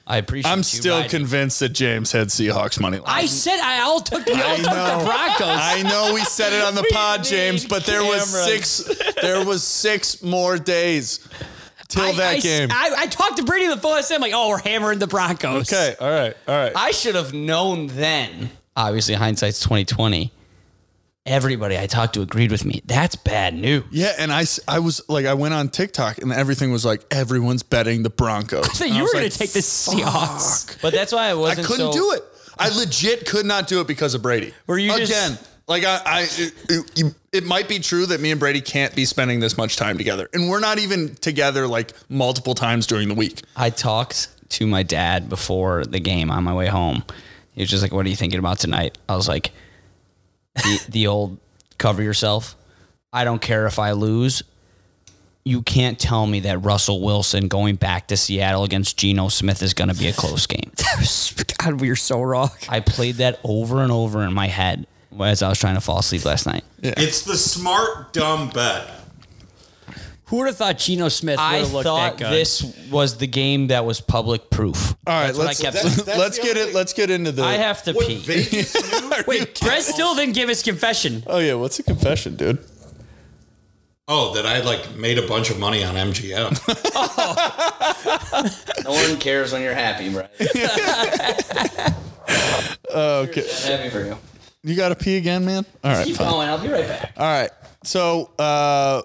Speaker 4: I appreciate.
Speaker 1: I'm
Speaker 4: you
Speaker 1: still
Speaker 4: riding.
Speaker 1: convinced that James had Seahawks money line.
Speaker 3: I said I all took the all
Speaker 1: Mm-hmm. I
Speaker 3: took the
Speaker 1: know.
Speaker 3: Broncos.
Speaker 1: I know we said it on the pod, James, but there was
Speaker 4: cameras.
Speaker 1: six. There was six more days till
Speaker 3: I,
Speaker 1: that
Speaker 3: I-
Speaker 1: game.
Speaker 3: I, I talked to Brady on the phone. I said, I'm like, oh, we're hammering the Broncos.
Speaker 1: okay, all right, all right.
Speaker 4: I should have known then. Obviously, hindsight's twenty twenty. Everybody I talked to agreed with me. That's bad news.
Speaker 1: yeah, and I, s- I was like, I went on TikTok and everything was like, everyone's betting the Broncos.
Speaker 3: So you were going to take the Seahawks.
Speaker 4: But that's why I
Speaker 1: I
Speaker 4: wasn't.
Speaker 1: couldn't
Speaker 4: so-
Speaker 1: do it. I legit could not do it because of Brady.
Speaker 3: Were you just-
Speaker 1: again? like I, I it, it- it might be true that me and Brady can't be spending this much time together, and we're not even together like multiple times during the week.
Speaker 4: I talked to my dad before the game on my way home. He was just like, "What are you thinking about tonight?" I was like, "The, the old cover yourself. I don't care if I lose. You can't tell me that Russell Wilson going back to Seattle against Geno Smith is going to be a close game."
Speaker 3: God, we are so wrong.
Speaker 4: I played that over and over in my head as I was trying to fall asleep last night.
Speaker 5: It's the smart dumb bet.
Speaker 3: Who would have thought Geno Smith would
Speaker 4: I
Speaker 3: have looked
Speaker 4: thought
Speaker 3: that good?
Speaker 4: this was the game that was public proof.
Speaker 1: All right,
Speaker 4: That's what I
Speaker 1: let's
Speaker 4: kept
Speaker 1: let's-
Speaker 4: saying.
Speaker 5: That's
Speaker 1: let's
Speaker 5: the
Speaker 1: get
Speaker 5: only-
Speaker 1: it. Let's get into the.
Speaker 4: I have to pee.
Speaker 5: Vegas knew-
Speaker 3: Wait, Brett still didn't give his confession.
Speaker 1: oh yeah, what's a confession, dude?
Speaker 5: oh, that I like made a bunch of money on MGM.
Speaker 4: No one cares when you're happy, Brett.
Speaker 1: Okay,
Speaker 4: happy for you.
Speaker 1: you got to pee again, man. All right, fine.
Speaker 4: going. I'll be right back.
Speaker 1: All right, so uh,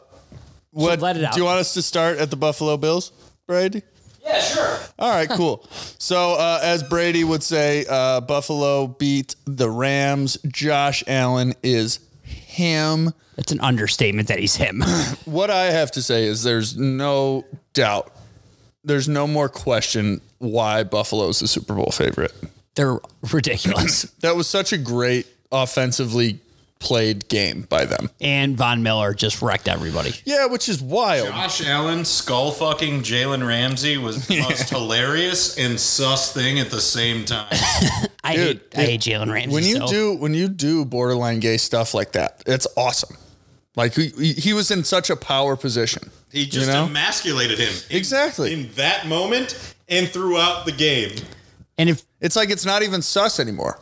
Speaker 1: what?
Speaker 3: let it out.
Speaker 1: Do you want us to start at the Buffalo Bills, Brady?
Speaker 4: Yeah, sure.
Speaker 1: All right, cool. So, uh, as Brady would say, uh, Buffalo beat the Rams. Josh Allen is him.
Speaker 3: That's an understatement that he's him.
Speaker 1: What I have to say is there's no doubt, there's no more question why Buffalo's the Super Bowl favorite.
Speaker 3: They're ridiculous.
Speaker 1: That was such a great offensively played game by them.
Speaker 3: and Von Miller just wrecked everybody.
Speaker 1: Yeah, which is wild.
Speaker 5: Josh Allen skull fucking Jalen Ramsey was the most hilarious and sus thing at the same time.
Speaker 3: I
Speaker 1: Dude,
Speaker 3: hate, I hate Jalen Ramsey.
Speaker 1: when you
Speaker 3: so-
Speaker 1: do when you do borderline gay stuff like that, it's awesome. Like he, he- he was in such a power position.
Speaker 5: He just
Speaker 1: You know?
Speaker 5: emasculated him in-
Speaker 1: Exactly.
Speaker 5: in that moment and throughout the game.
Speaker 3: and if
Speaker 1: It's like it's not even sus anymore.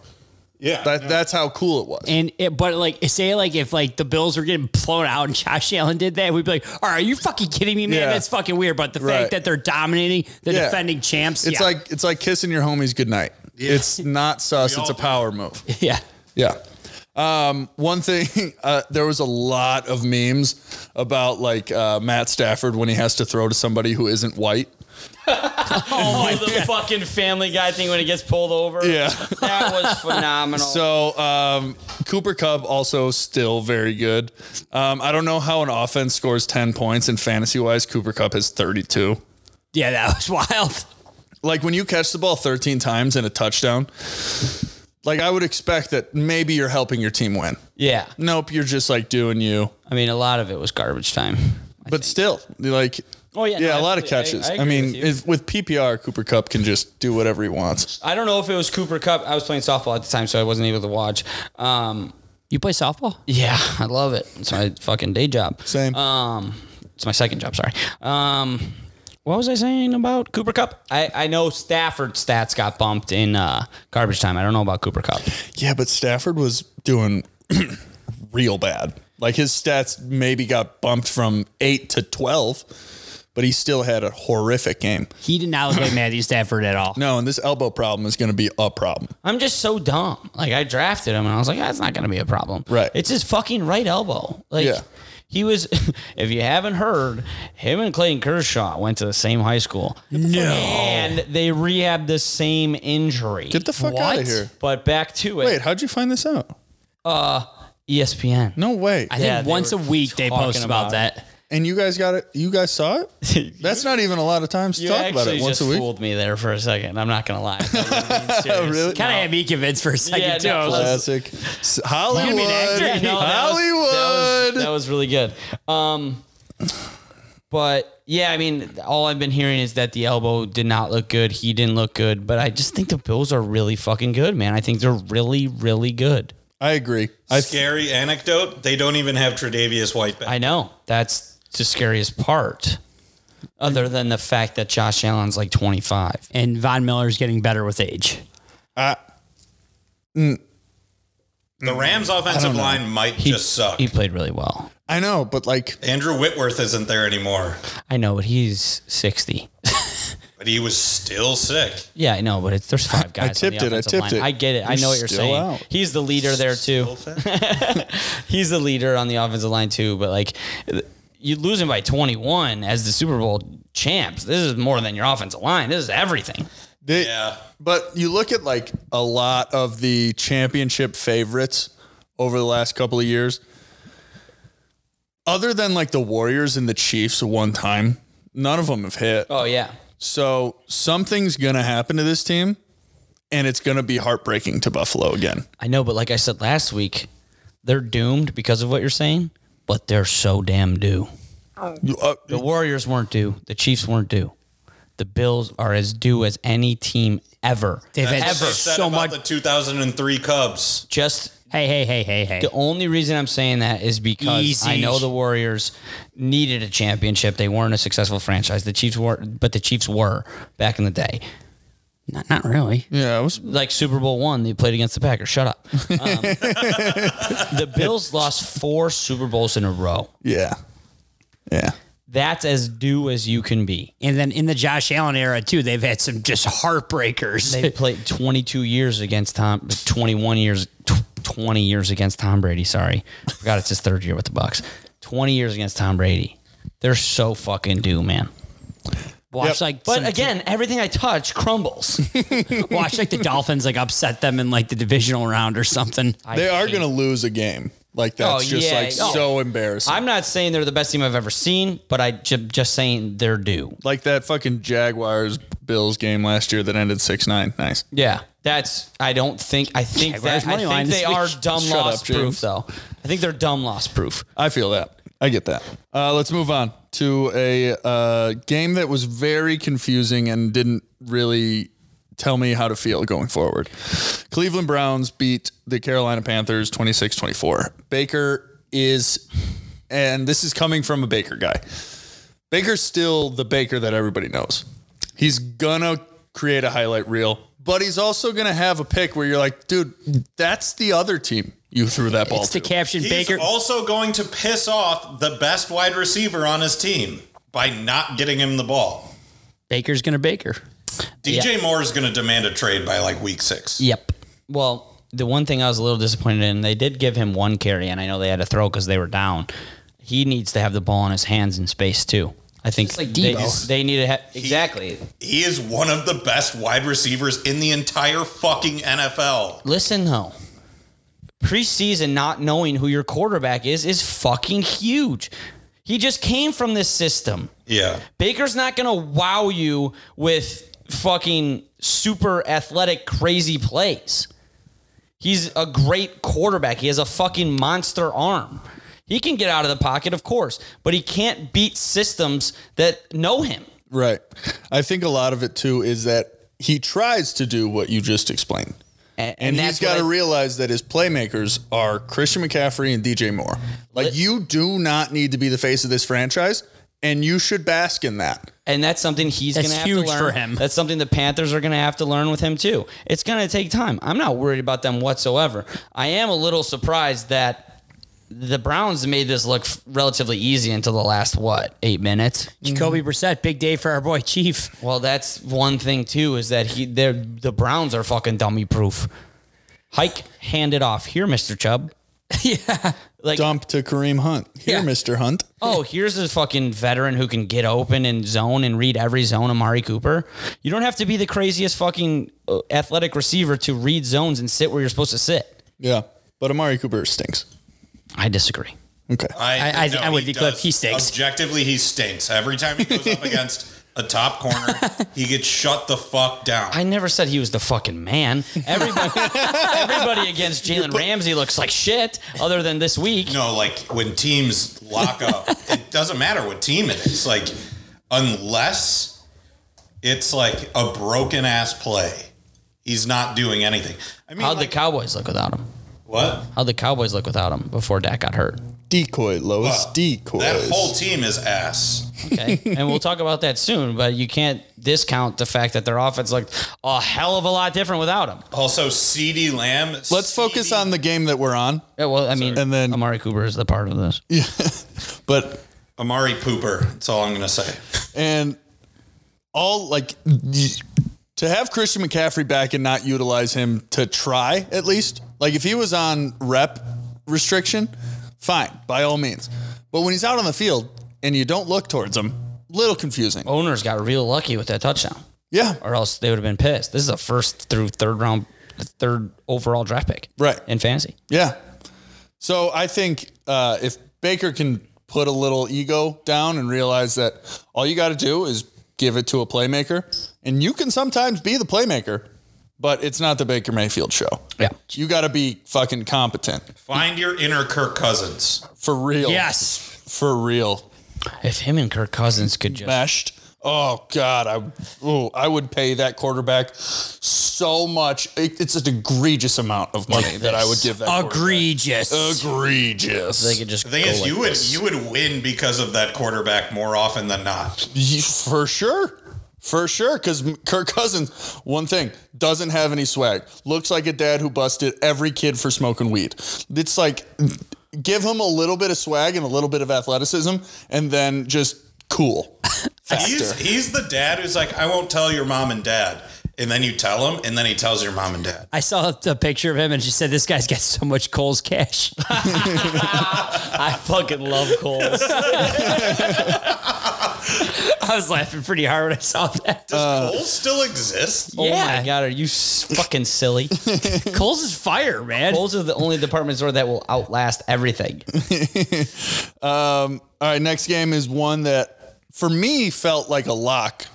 Speaker 5: Yeah,
Speaker 1: That, That's how cool it was.
Speaker 3: and it, but like say like if like the Bills were getting blown out and Josh Allen did that, we'd be like, "All right, are you fucking kidding me, man?
Speaker 1: Yeah.
Speaker 3: That's fucking weird." But the
Speaker 1: Right.
Speaker 3: fact that they're dominating the
Speaker 1: Yeah.
Speaker 3: defending champs,
Speaker 1: It's
Speaker 3: yeah.
Speaker 1: like it's like kissing your homies goodnight. It's not sus.
Speaker 5: We
Speaker 1: It's
Speaker 5: all
Speaker 1: a
Speaker 5: do
Speaker 1: power move.
Speaker 3: yeah,
Speaker 1: Yeah. Um, one thing, uh, there was a lot of memes about like uh, Matt Stafford when he has to throw to somebody who isn't white.
Speaker 4: Oh, the fucking Family Guy thing when it gets pulled over.
Speaker 1: Yeah.
Speaker 4: that was phenomenal.
Speaker 1: So um, Cooper Cup also still very good. Um, I don't know how an offense scores ten points and fantasy wise, Cooper Cup has thirty two.
Speaker 3: yeah, that was wild.
Speaker 1: Like when you catch the ball thirteen times and a touchdown, like I would expect that maybe you're helping your team win.
Speaker 4: yeah,
Speaker 1: Nope, you're just like doing you.
Speaker 4: I mean, a lot of it was garbage time.
Speaker 1: But still, like,
Speaker 4: Oh, yeah,
Speaker 1: yeah,
Speaker 4: no,
Speaker 1: a lot of
Speaker 4: absolutely. I-
Speaker 1: catches.
Speaker 4: I
Speaker 1: I,
Speaker 4: agree
Speaker 1: mean,
Speaker 4: with you.
Speaker 1: if, with PPR, Cooper Cup can just do whatever he wants.
Speaker 4: I don't know if it was Cooper Cup. I was playing softball at the time, so I wasn't able to watch. Um,
Speaker 3: You play softball?
Speaker 4: yeah, I love it. It's my fucking day job.
Speaker 1: Same.
Speaker 4: Um, it's my second job. Sorry. Um, what was I saying about Cooper Cup? I, I know Stafford stats got bumped in uh, garbage time. I don't know about Cooper Cup.
Speaker 1: yeah, but Stafford was doing real bad. Like his stats maybe got bumped from eight to twelve, but he still had a horrific game.
Speaker 3: He did not look like Matthew Stafford at all.
Speaker 1: No, and this elbow problem is going to be a problem.
Speaker 4: I'm just so dumb. Like I drafted him, and I was like, that's not gonna be a problem.
Speaker 1: Right.
Speaker 4: It's his fucking right elbow. Like
Speaker 1: Yeah.
Speaker 4: he was. if you haven't heard, him and Clayton Kershaw went to the same high school. No. And they rehabbed the same injury.
Speaker 1: Get the fuck out of here!
Speaker 4: But back to it. E
Speaker 1: Wait, how'd you find this out?
Speaker 4: ESPN.
Speaker 1: No way.
Speaker 3: I
Speaker 4: Yeah,
Speaker 3: think
Speaker 4: they
Speaker 3: once a
Speaker 4: were
Speaker 3: week they
Speaker 4: talking
Speaker 3: post about,
Speaker 4: about it.
Speaker 3: that.
Speaker 1: and you guys got it. You guys saw it. That's not even a lot of times to
Speaker 4: You
Speaker 1: talk
Speaker 4: actually
Speaker 1: about it once
Speaker 4: just
Speaker 1: a week.
Speaker 4: fooled me there for a second. I'm not gonna lie. oh,
Speaker 1: Really?
Speaker 3: Kind of had me convinced for a second
Speaker 4: Yeah,
Speaker 3: too.
Speaker 4: no,
Speaker 3: I was like,
Speaker 1: Classic S- Hollywood.
Speaker 4: Yeah, no, that was-
Speaker 1: Hollywood.
Speaker 4: that was, that was really good. Um, but yeah, I mean, all I've been hearing is that the elbow did not look good. He didn't look good. But I just think the Bills are really fucking good, man. I think they're really, really good.
Speaker 1: I agree. I
Speaker 5: Scary anecdote. They don't even have Tre'Davious White back.
Speaker 4: I know that's the scariest part, other than the fact that Josh Allen's like 25.
Speaker 3: and Von Miller's getting better with age.
Speaker 5: the Rams' offensive line might just suck.
Speaker 4: He played really well.
Speaker 1: I know, but like
Speaker 5: Andrew Whitworth isn't there anymore,
Speaker 4: I know, but he's 60.
Speaker 5: but he was still sick.
Speaker 4: Yeah, I know, but it's there's five guys.
Speaker 1: tipped it,
Speaker 4: on
Speaker 1: I
Speaker 4: the offensive
Speaker 1: tipped
Speaker 4: line.
Speaker 1: it.
Speaker 4: I get it. I
Speaker 1: You're
Speaker 4: know what you're
Speaker 1: still
Speaker 4: saying.
Speaker 1: out.
Speaker 4: He's the leader there too. he's the leader on the offensive line too. But like, you lose him by 21 as the Super Bowl champs. This is more than your offensive line. This is everything.
Speaker 1: they,
Speaker 5: Yeah.
Speaker 1: But you look at like a lot of the championship favorites over the last couple of years. Other than like the Warriors and the Chiefs one time, none of them have hit.
Speaker 4: Oh yeah,
Speaker 1: So something's going to happen to this team and it's going to be heartbreaking to Buffalo again.
Speaker 4: I know. But like I said last week, they're doomed because of what you're saying. But they're so damn due.
Speaker 1: You- uh,
Speaker 4: The Warriors weren't due. The Chiefs weren't due. The Bills are as due as any team ever.
Speaker 3: They've had
Speaker 5: That's what they said
Speaker 3: so much.
Speaker 5: about the 2003 Cubs.
Speaker 4: Just
Speaker 3: hey, hey, hey, hey, hey.
Speaker 4: The only reason I'm saying that is because
Speaker 3: Easy.
Speaker 4: I know the Warriors needed a championship. They weren't a successful franchise. The Chiefs were, but the Chiefs were back in the day.
Speaker 3: Not, not really.
Speaker 1: yeah, it was
Speaker 4: Like Super Bowl one, they played against the Packers. Shut up. Um, the Bills lost four Super Bowls in a row.
Speaker 1: yeah. Yeah.
Speaker 4: That's as due as you can be.
Speaker 3: And then in the Josh Allen era too, they've had some just heartbreakers.
Speaker 4: They played 22 years against Tom, 21 years, tw- 20 years against Tom Brady. Sorry, forgot it's his third year with the Bucks. 20 years against Tom Brady. They're so fucking due, man.
Speaker 3: watch
Speaker 1: Yep.
Speaker 3: like,
Speaker 4: But
Speaker 3: some-
Speaker 4: again, everything I touch crumbles.
Speaker 3: watch like the Dolphins like upset them in like the divisional round or something.
Speaker 1: They are going to lose a game. Like that's
Speaker 4: Oh,
Speaker 1: just
Speaker 4: yeah.
Speaker 1: like
Speaker 4: Oh.
Speaker 1: so embarrassing.
Speaker 4: I'm not saying they're the best team I've ever seen, but I ju- just saying they're due.
Speaker 1: like that fucking Jaguars Bills game last year that ended six nine. Nice.
Speaker 4: Yeah, that's. I don't think. I think
Speaker 3: where's
Speaker 4: that. I
Speaker 3: money line
Speaker 4: think they
Speaker 3: this
Speaker 4: are
Speaker 3: week?
Speaker 4: dumb
Speaker 1: Shut
Speaker 4: loss
Speaker 1: up, James.
Speaker 4: proof, though. I think they're dumb loss proof.
Speaker 1: I feel that. I get that. Uh, let's move on to a uh, game that was very confusing and didn't really tell me how to feel going forward. Cleveland Browns beat the Carolina Panthers 26 24. Baker is, and this is coming from a Baker guy. Baker's still the Baker that everybody knows. He's gonna create a highlight reel, but he's also gonna have a pick where you're like, dude, that's the other team you threw that ball
Speaker 3: It's the
Speaker 1: to.
Speaker 3: caption
Speaker 5: He's
Speaker 3: Baker.
Speaker 5: also going to piss off the best wide receiver on his team by not getting him the ball.
Speaker 3: Baker's gonna Baker.
Speaker 5: DJ Moore is going to demand a trade by like week six.
Speaker 4: Yep. Well, the one thing I was a little disappointed in, they did give him one carry, and I know they had to throw because they were down. He needs to have the ball in his hands in space too. I think
Speaker 3: like
Speaker 4: they,
Speaker 3: Debo.
Speaker 4: just- they need to have exactly.
Speaker 5: He is one of the best wide receivers in the entire fucking NFL.
Speaker 4: Listen though, preseason not knowing who your quarterback is is fucking huge. He just came from this system.
Speaker 5: Yeah.
Speaker 4: Baker's not going to wow you with fucking super athletic, crazy plays. He's a great quarterback. He has a fucking monster arm. He can get out of the pocket, of course, but he can't beat systems that know him.
Speaker 1: Right. I think a lot of it too is that he tries to do what you just explained.
Speaker 4: And,
Speaker 1: And, he's
Speaker 4: that's what
Speaker 1: got to
Speaker 4: I-
Speaker 1: realize that his playmakers are Christian McCaffrey and DJ Moore. Like,
Speaker 4: Let-
Speaker 1: you do not need to be the face of this franchise, and you should bask in that.
Speaker 4: and that's something he's
Speaker 3: That's
Speaker 4: going to have
Speaker 3: huge
Speaker 4: to learn.
Speaker 3: for him.
Speaker 4: That's something the Panthers are going to have to learn with him too. It's going to take time. I'm not worried about them whatsoever. I am a little surprised that the Browns made this look f- relatively easy until the last what eight minutes.
Speaker 3: Jacoby Brissett, big day for our boy Chief.
Speaker 4: Well, that's one thing too is that he they're the Browns are fucking dummy proof. Hike, hand it off here, Mister Chubb.
Speaker 3: yeah.
Speaker 4: Like,
Speaker 1: Dump to Kareem Hunt. Here,
Speaker 3: Yeah.
Speaker 1: Mr. Hunt.
Speaker 4: oh, here's a fucking veteran who can get open and zone and read every zone. Amari Cooper. You don't have to be the craziest fucking uh, athletic receiver to read zones and sit where you're supposed to sit.
Speaker 1: Yeah. But Amari Cooper stinks.
Speaker 4: I disagree.
Speaker 1: Okay.
Speaker 5: I,
Speaker 3: I- I would
Speaker 5: he
Speaker 3: declare
Speaker 5: does.
Speaker 3: he stinks.
Speaker 5: Objectively, he stinks. Every time he goes up against a top corner, he gets shut the fuck down.
Speaker 4: I never said he was the fucking man. Everybody, everybody against Jalen Ramsey looks like shit, other than this week.
Speaker 5: No, like when teams lock up, it doesn't matter what team it is. Like, unless it's like a broken ass play, he's not doing anything. I mean,
Speaker 4: How'd
Speaker 5: like,
Speaker 4: the Cowboys look without him?
Speaker 5: what?
Speaker 4: How'd the Cowboys look without him before Dak got hurt?
Speaker 1: Decoy, Lois.
Speaker 5: Well,
Speaker 1: decoy.
Speaker 5: That whole team is ass.
Speaker 4: Okay. and we'll talk about that soon, but you can't discount the fact that their offense looked a hell of a lot different without him.
Speaker 5: Also, CD Lamb.
Speaker 1: Let's focus on the game that we're on.
Speaker 4: Yeah, Um, well, I mean,
Speaker 1: And then-
Speaker 4: Amari Cooper is the part of this.
Speaker 1: But
Speaker 5: Amari Pooper. That's all I'm going to say.
Speaker 1: and all like to have Christian McCaffrey back and not utilize him to try at least. Like if he was on rep restriction, fine by all means. But when he's out on the field and you don't look towards him, little confusing.
Speaker 4: Owners got real lucky with that touchdown,
Speaker 1: Yeah,
Speaker 4: or else they would have been pissed. This is a first through third round, third overall draft pick.
Speaker 1: Right.
Speaker 4: In fantasy.
Speaker 1: yeah. So I think uh, if Baker can put a little ego down and realize that all you got to do is give it to a playmaker, and you can sometimes be the playmaker, but it's not the Baker Mayfield show.
Speaker 4: Yeah.
Speaker 1: You got to be fucking competent
Speaker 5: Find your inner Kirk Cousins.
Speaker 1: for real.
Speaker 3: Yes.
Speaker 1: for real.
Speaker 4: If him and Kirk Cousins could just.
Speaker 1: Meshed. Oh God, I ooh, I would pay that quarterback so much. It- it's an egregious amount of money that I would give that.
Speaker 3: Egregious.
Speaker 1: quarterback. Egregious.
Speaker 4: Uh, They could just
Speaker 5: The thing
Speaker 4: go
Speaker 5: is,
Speaker 4: like
Speaker 5: you
Speaker 4: this.
Speaker 5: would you would win because of that quarterback more often than not.
Speaker 1: You- For sure. For sure. Because Kirk Cousins, one thing, doesn't have any swag. Looks like a dad who busted every kid for smoking weed. It's like, give him a little bit of swag and a little bit of athleticism, and then just cool.
Speaker 5: He's, he's the dad who's like, I won't tell your mom and dad. And then you tell him, and then he tells your mom and dad.
Speaker 3: I saw the picture of him and she said, This guy's got so much Cole's cash.
Speaker 4: I fucking love Coles.
Speaker 3: I was laughing pretty hard when I saw that.
Speaker 5: Does Cole still exist?
Speaker 4: Oh
Speaker 3: Yeah.
Speaker 4: my god, are you s- fucking silly?
Speaker 3: Cole's is fire, man.
Speaker 4: Kohl's is the only department store that will outlast everything.
Speaker 1: All right, next game is one that for me felt like a lock,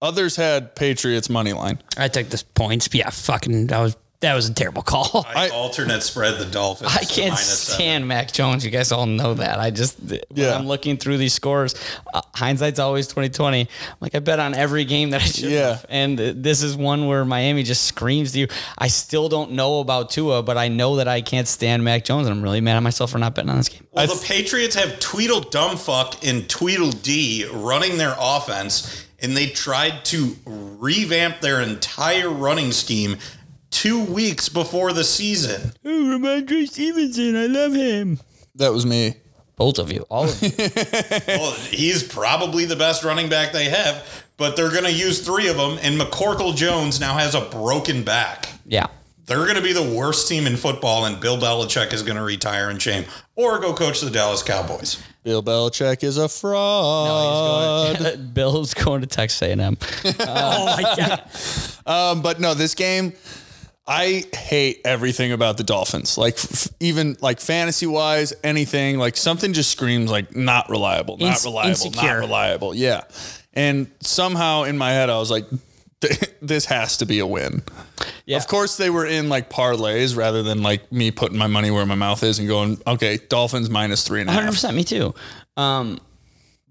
Speaker 1: Others had Patriots money line.
Speaker 3: I took the points. Yeah, fucking that was that was a terrible call.
Speaker 5: I,
Speaker 1: I-
Speaker 5: alternate spread the Dolphins.
Speaker 4: I
Speaker 5: to
Speaker 4: can't
Speaker 5: minus seven.
Speaker 4: stand Mac Jones. You guys all know that. I just when
Speaker 1: Yeah.
Speaker 4: I'm looking through these scores, uh, hindsight's always 2020. Like I bet on every game that I should.
Speaker 1: Yeah.
Speaker 4: have. And uh, this is one where Miami just screams to you. I still don't know about Tua, but I know that I can't stand Mac Jones, and I'm really mad at myself for not betting on this game.
Speaker 5: Well, the Patriots have Tweedledumfuck and Tweedledee running their offense, and they tried to revamp their entire running scheme two weeks before the season.
Speaker 4: Ooh, Ramondre Stevenson, I love him.
Speaker 1: That was me.
Speaker 4: Both of you, all of you.
Speaker 5: well, he's probably the best running back they have, but they're going to use three of them, and McCorkle Jones now has a broken back.
Speaker 4: yeah.
Speaker 5: They're going to be the worst team in football, and Bill Belichick is going to retire in shame or go coach the Dallas Cowboys.
Speaker 1: Bill Belichick is a fraud.
Speaker 4: Bill's going to Texas A&M.
Speaker 3: oh my god.
Speaker 1: Um, but no, this game, I hate everything about the Dolphins. Like f- even like fantasy wise, anything like something just screams like not reliable, not
Speaker 3: Ins-
Speaker 1: reliable, not
Speaker 3: insecure.
Speaker 1: reliable. Yeah, and somehow in my head I was like, this has to be a win.
Speaker 4: Yeah.
Speaker 1: Of course, they were in like parlays rather than like me putting my money where my mouth is and going, okay, Dolphins minus three and a half.
Speaker 4: Hundred percent, me too. Um,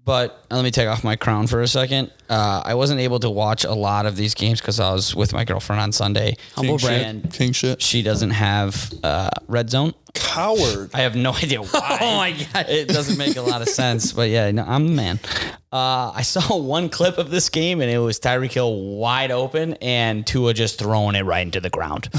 Speaker 4: but uh, let me take off my crown for a second. Uh, I wasn't able to watch a lot of these games because I was with my girlfriend on Sunday.
Speaker 1: King
Speaker 4: Humble
Speaker 1: shit. King shit.
Speaker 4: She doesn't have uh, red zone.
Speaker 1: Coward.
Speaker 4: I have no idea why.
Speaker 3: Oh my god.
Speaker 4: It doesn't make a lot of sense, but yeah, no, I'm the man. Uh, I saw one clip of this game, and it was Tyreek Hill wide open, and Tua just throwing it right into the ground.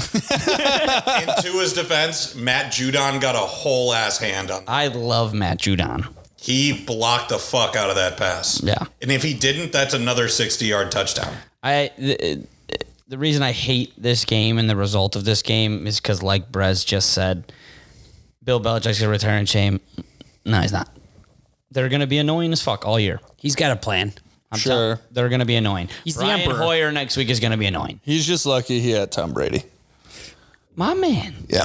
Speaker 5: And to his defense, Matt Judon got a whole ass hand on
Speaker 4: I love Matt Judon.
Speaker 5: He blocked the fuck out of that pass.
Speaker 4: Yeah.
Speaker 5: And if he didn't, that's another 60 yard touchdown.
Speaker 4: I the, the reason I hate this game and the result of this game is because, like Brez just said, Bill Belichick's gonna retire in shame. No, he's not. They're gonna be annoying as fuck all year.
Speaker 3: He's got a plan.
Speaker 4: I'm
Speaker 1: Sure.
Speaker 4: telling- they're gonna be annoying.
Speaker 3: He's the
Speaker 4: Brian
Speaker 3: emperor.
Speaker 4: Hoyer next week is gonna be annoying.
Speaker 1: He's just lucky he had Tom Brady.
Speaker 4: My man.
Speaker 1: Yeah.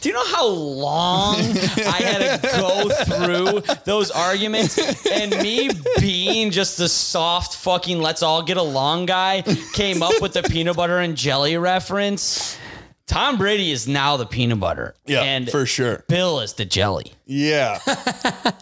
Speaker 4: Do you know how long I had to go through those arguments? And me being just the soft fucking let's all get along guy came up with the peanut butter and jelly reference. Tom Brady is now the peanut butter.
Speaker 1: Yeah.
Speaker 4: and
Speaker 1: for sure.
Speaker 4: Bill is the jelly.
Speaker 1: Yeah.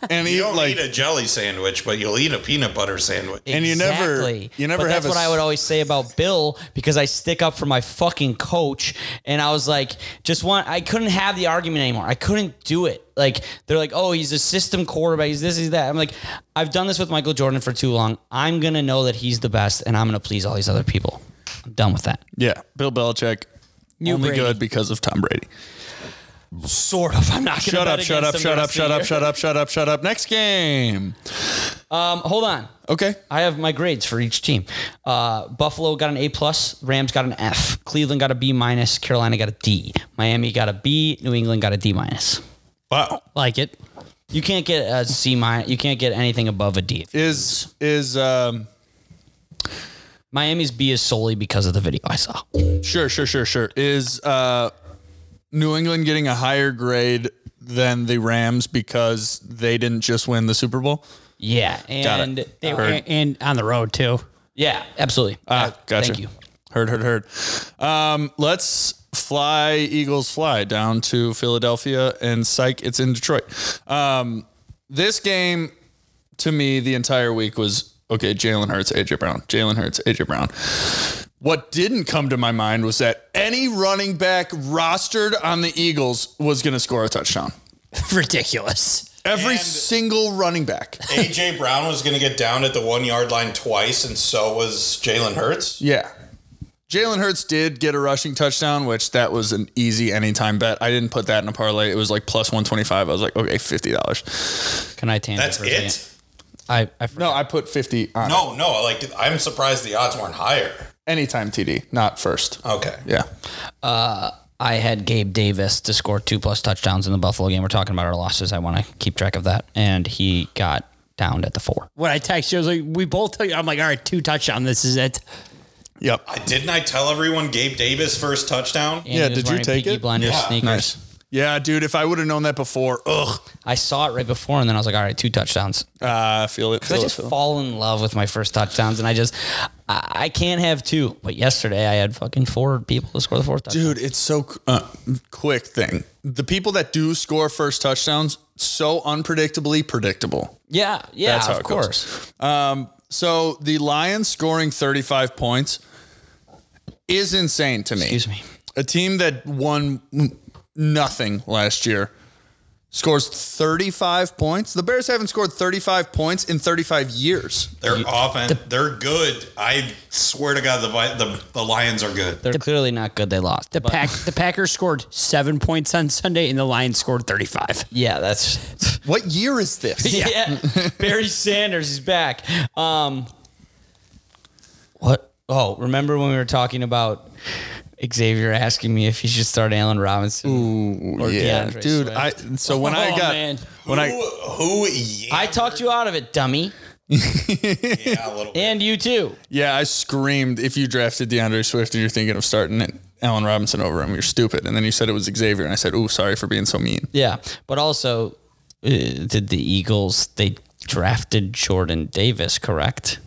Speaker 1: and he
Speaker 5: You don't
Speaker 1: like
Speaker 5: eat a jelly sandwich, but you'll eat a peanut butter sandwich.
Speaker 1: And you never- you never
Speaker 4: but
Speaker 1: have
Speaker 4: that's
Speaker 1: a
Speaker 4: what I
Speaker 1: s-
Speaker 4: would always say about Bill because I stick up for my fucking coach, and I was like, just want. I couldn't have the argument anymore. I couldn't do it. Like they're like, oh, he's a system quarterback. He's this, he's that. I'm like, I've done this with Michael Jordan for too long. I'm gonna know that he's the best, and I'm gonna please all these other people. I'm done with that.
Speaker 1: Yeah, Bill Belichick. only
Speaker 3: Brady.
Speaker 1: good because of Tom Brady.
Speaker 4: Sort of. I'm not.
Speaker 1: Shut up, shut up, shut up, shut up, shut up, shut up, shut up. Next game.
Speaker 4: Um, hold on.
Speaker 1: Okay.
Speaker 4: I have my grades for each team. Uh, Buffalo got an A plus. Rams got an F. Cleveland got a B minus. Carolina got a D. Miami got a B. New England got a D minus.
Speaker 1: Wow.
Speaker 3: Like it.
Speaker 4: You can't get a C minus. You can't get anything above a D.
Speaker 1: Is is um
Speaker 4: Miami's B is solely because of the video I saw.
Speaker 1: sure, sure, sure, sure. Is uh New England getting a higher grade than the Rams because they didn't just win the Super Bowl?
Speaker 4: Yeah,
Speaker 1: it.
Speaker 4: and
Speaker 3: They,
Speaker 1: Heard.
Speaker 3: and, and on the road too.
Speaker 4: yeah, absolutely.
Speaker 1: Ah,
Speaker 4: Uh,
Speaker 1: gotcha.
Speaker 4: Thank you.
Speaker 1: Heard, heard, heard. Um, let's fly Eagles fly down to Philadelphia and psych, it's in Detroit. Um, this game to me the entire week was okay, Jalen Hurts, AJ Brown, Jalen Hurts, AJ Brown. What didn't come to my mind was that any running back rostered on the Eagles was going to score a touchdown.
Speaker 3: Ridiculous.
Speaker 1: Every
Speaker 5: And-
Speaker 1: single running back.
Speaker 5: AJ Brown was going to get down at the one yard line twice, and so was Jalen Hurts.
Speaker 1: Yeah. Jalen Hurts did get a rushing touchdown, which that was an easy anytime bet. I didn't put that in a parlay. It was like plus 125. I was like, okay, $50.
Speaker 4: Can I tangent?
Speaker 5: That's
Speaker 4: for a second?
Speaker 5: it.
Speaker 4: I, I forgot.
Speaker 1: No, I put uh, 50 on
Speaker 5: No, no, like I'm surprised the odds weren't higher.
Speaker 1: anytime TD, not first.
Speaker 4: Oh.
Speaker 5: Okay.
Speaker 1: Yeah.
Speaker 4: I had Gabe Davis to score two plus touchdowns in the Buffalo game. We're talking about our losses. I want to keep track of that, and he got downed at the four.
Speaker 3: When I text you, I was like, we both took I'm like, all right, two touchdown, this is it.
Speaker 1: Yep.
Speaker 5: I- Didn't I tell everyone Gabe Davis first touchdown?
Speaker 4: And
Speaker 1: Yeah,
Speaker 4: he was
Speaker 1: did you
Speaker 4: wearing
Speaker 1: take
Speaker 4: Peaky
Speaker 1: it?
Speaker 4: Blinders
Speaker 5: Yeah.
Speaker 4: sneakers.
Speaker 1: Nice. Yeah, dude, if I would have known that before, ugh.
Speaker 4: I saw it right before, and then I was like, all right, two touchdowns.
Speaker 1: Ah, I feel it. Feel
Speaker 4: I
Speaker 1: it,
Speaker 4: just
Speaker 1: feel it.
Speaker 4: fall in love with my first touchdowns, and I just I, I can't have two. But yesterday, I had fucking four people to score the fourth touchdown.
Speaker 1: Dude, it's so uh, quick thing. The people that do score first touchdowns, so unpredictably predictable.
Speaker 4: Yeah, yeah,
Speaker 1: That's how
Speaker 4: of
Speaker 1: it goes.
Speaker 4: course.
Speaker 1: So the Lions scoring 35 points is insane to me.
Speaker 4: Excuse me.
Speaker 1: A team that won nothing last year scores 35 points. The Bears haven't scored 35 points in 35 years.
Speaker 5: They're offense. they're good. I swear to God, the Vi- the, the Lions are good.
Speaker 4: They're clearly not good. They lost.
Speaker 3: The
Speaker 4: but-
Speaker 3: pack the Packers scored seven points on Sunday, and the Lions scored thirty five.
Speaker 4: Yeah, that's
Speaker 1: What year is this?
Speaker 4: yeah. Barry Sanders is back. Um, what? Oh, remember when we were talking about Xavier asking me if he should start Allen Robinson? or DeAndre
Speaker 1: dude.
Speaker 4: Swift?
Speaker 1: I so when I
Speaker 4: Oh,
Speaker 1: got
Speaker 4: man.
Speaker 1: when
Speaker 5: who,
Speaker 1: I
Speaker 5: who yeah,
Speaker 4: I talked you out of it, dummy,
Speaker 5: yeah, a little bit.
Speaker 4: and you too.
Speaker 1: yeah, I screamed if you drafted DeAndre Swift and you're thinking of starting it. Allen Robinson over him. You're stupid. And then you said it was Xavier, and I said, "Ooh, sorry for being so mean."
Speaker 4: Yeah, but also, uh, did the Eagles they drafted Jordan Davis? Correct.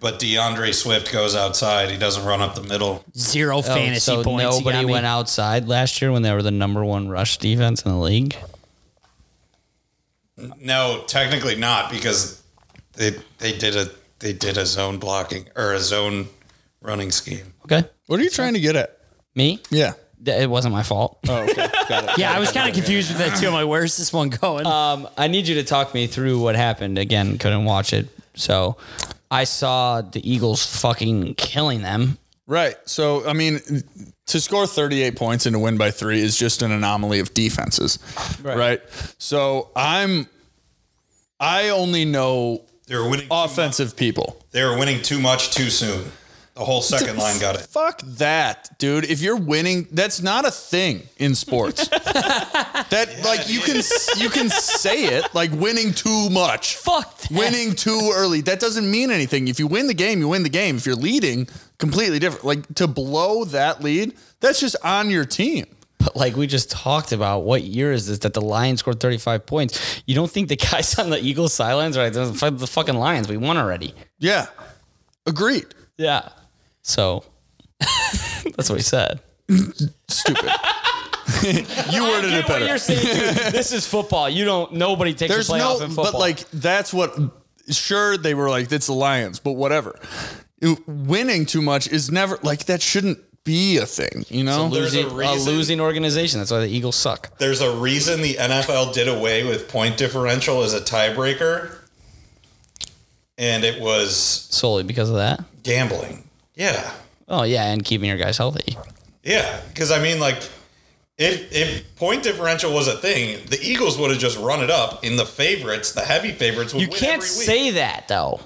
Speaker 5: But DeAndre Swift goes outside. He doesn't run up the middle.
Speaker 3: Zero
Speaker 4: Oh,
Speaker 3: fantasy
Speaker 4: so
Speaker 3: points. You got
Speaker 4: nobody
Speaker 3: me.
Speaker 4: went outside last year when they were the number one rush defense in the league.
Speaker 5: No, technically not because they they did a they did a zone blocking or a zone running scheme.
Speaker 4: Okay,
Speaker 1: What are you trying to get at?
Speaker 4: me.
Speaker 1: Yeah.
Speaker 4: Th- It wasn't my fault.
Speaker 1: Oh, okay. Got it.
Speaker 3: Yeah, I was kind of confused with that too. I'm like, where's this one going?
Speaker 4: Um, I need you to talk me through what happened. Again, couldn't watch it. So I saw the Eagles fucking killing them.
Speaker 1: Right. So, I mean, to score 38 points and to win by three is just an anomaly of defenses. Right. So, I'm, I only know
Speaker 5: They were winning.
Speaker 1: offensive people.
Speaker 5: They were winning too much too soon. The whole second line got it.
Speaker 1: Fuck that, dude. If you're winning, that's not a thing in sports. that like you can you can say it like winning too much.
Speaker 3: Fuck that.
Speaker 1: Winning too early. That doesn't mean anything. If you win the game, you win the game. If you're leading, completely different. Like to blow that lead, that's just on your team.
Speaker 4: But like we just talked about, what year is this that the Lions scored 35 points? You don't think the guys on the Eagles sidelines are like, "Those are the fucking Lions, we won already.
Speaker 1: Yeah. Agreed.
Speaker 4: Yeah. So that's what he said.
Speaker 1: Stupid. you worded it better.
Speaker 4: saying, dude. This is football. You don't, nobody takes
Speaker 1: There's no, but like that's what. Sure, they were like it's the Lions, but whatever. It- Winning too much is never like that. Shouldn't be a thing, you know.
Speaker 5: There's
Speaker 4: losing,
Speaker 5: a
Speaker 4: a,
Speaker 5: reason-
Speaker 4: losing organization. That's why the Eagles suck.
Speaker 5: There's a reason the NFL did away with point differential as a tiebreaker, and it was
Speaker 4: Solely because of that.
Speaker 5: gambling. Yeah,
Speaker 4: Oh, yeah. And keeping your guys healthy.
Speaker 5: yeah. Because I mean, like, if if point differential was a thing, the Eagles would have just run it up in the favorites. The heavy favorites would.
Speaker 4: You
Speaker 5: win
Speaker 4: can't
Speaker 5: every week.
Speaker 4: say that though.